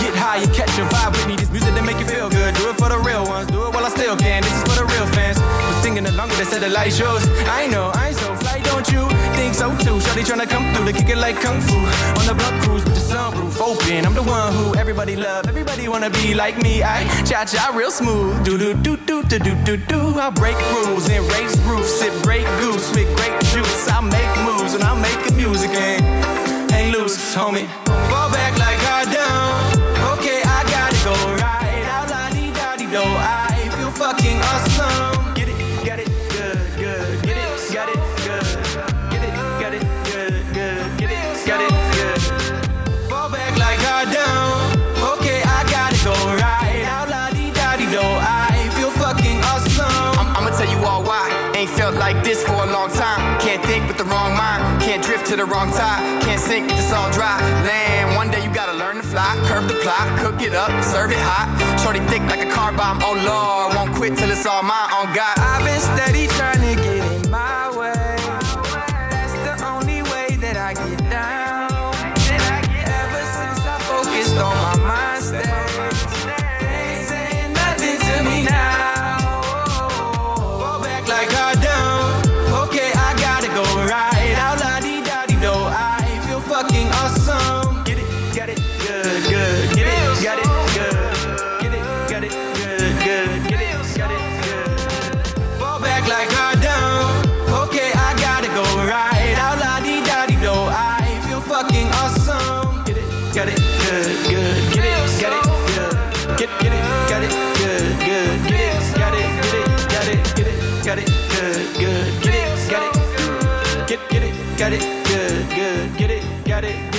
Speaker 2: Get high and catch a vibe with me. This music that make you feel good. Do it for the real ones. Do it while I still can. This is for the real fans. We're singing along with the satellite shows. I know, I ain't so fly, don't you? Think so too. Shorty tryna come through to kick it like kung fu. On the block cruise with the sunroof open. I'm the one who everybody love. Everybody wanna be like me. I cha cha real smooth. Do do do do do do do do. I break rules and race roofs. Sip great goose with grape juice. I make moves and I make the music. And hang loose, homie. Fall back like I don't. Okay, I gotta go right out, la di da di do. I feel fucking awesome. Get it, got it, good, good. Get it, got it, good. Get it, got it, good, good. Get it, got it, good. Fall back like I don't. Okay, I gotta go right out, la di da di do. I feel fucking awesome.
Speaker 9: I'm, I'ma tell you all why. Ain't felt like this for a long time. Can't think with the wrong mind. Can't drift to the wrong tide. Can't sink if it's all dry. Land, one day you gotta learn to fly. Curve the plot, cook it up, serve it hot. Shorty thick like a car bomb. Oh lord, won't quit till it's all mine. On God.
Speaker 2: I've been steady trying to get it my way. That's the only way that I get down. Ever since I focused on my mind state, they ain't saying nothing to me now. Fall back like I don't. Okay, I gotta go right out. La di da di do. I feel fucking awesome. Get it, got it, good, good. Get it, got it, good. Get it, got it, good, good. Get it, got it, good. Fall back like I don't. Okay, I gotta go right out. La di da di do. I feel fucking awesome. Get it, got it, good, good. Get it, got it, good. Get, get it, got it, good, good. Get it, got it, get it, got it, get it, got it, good, good. Get it, got it, get, get it, got it, good, good. Get it, got it, get it.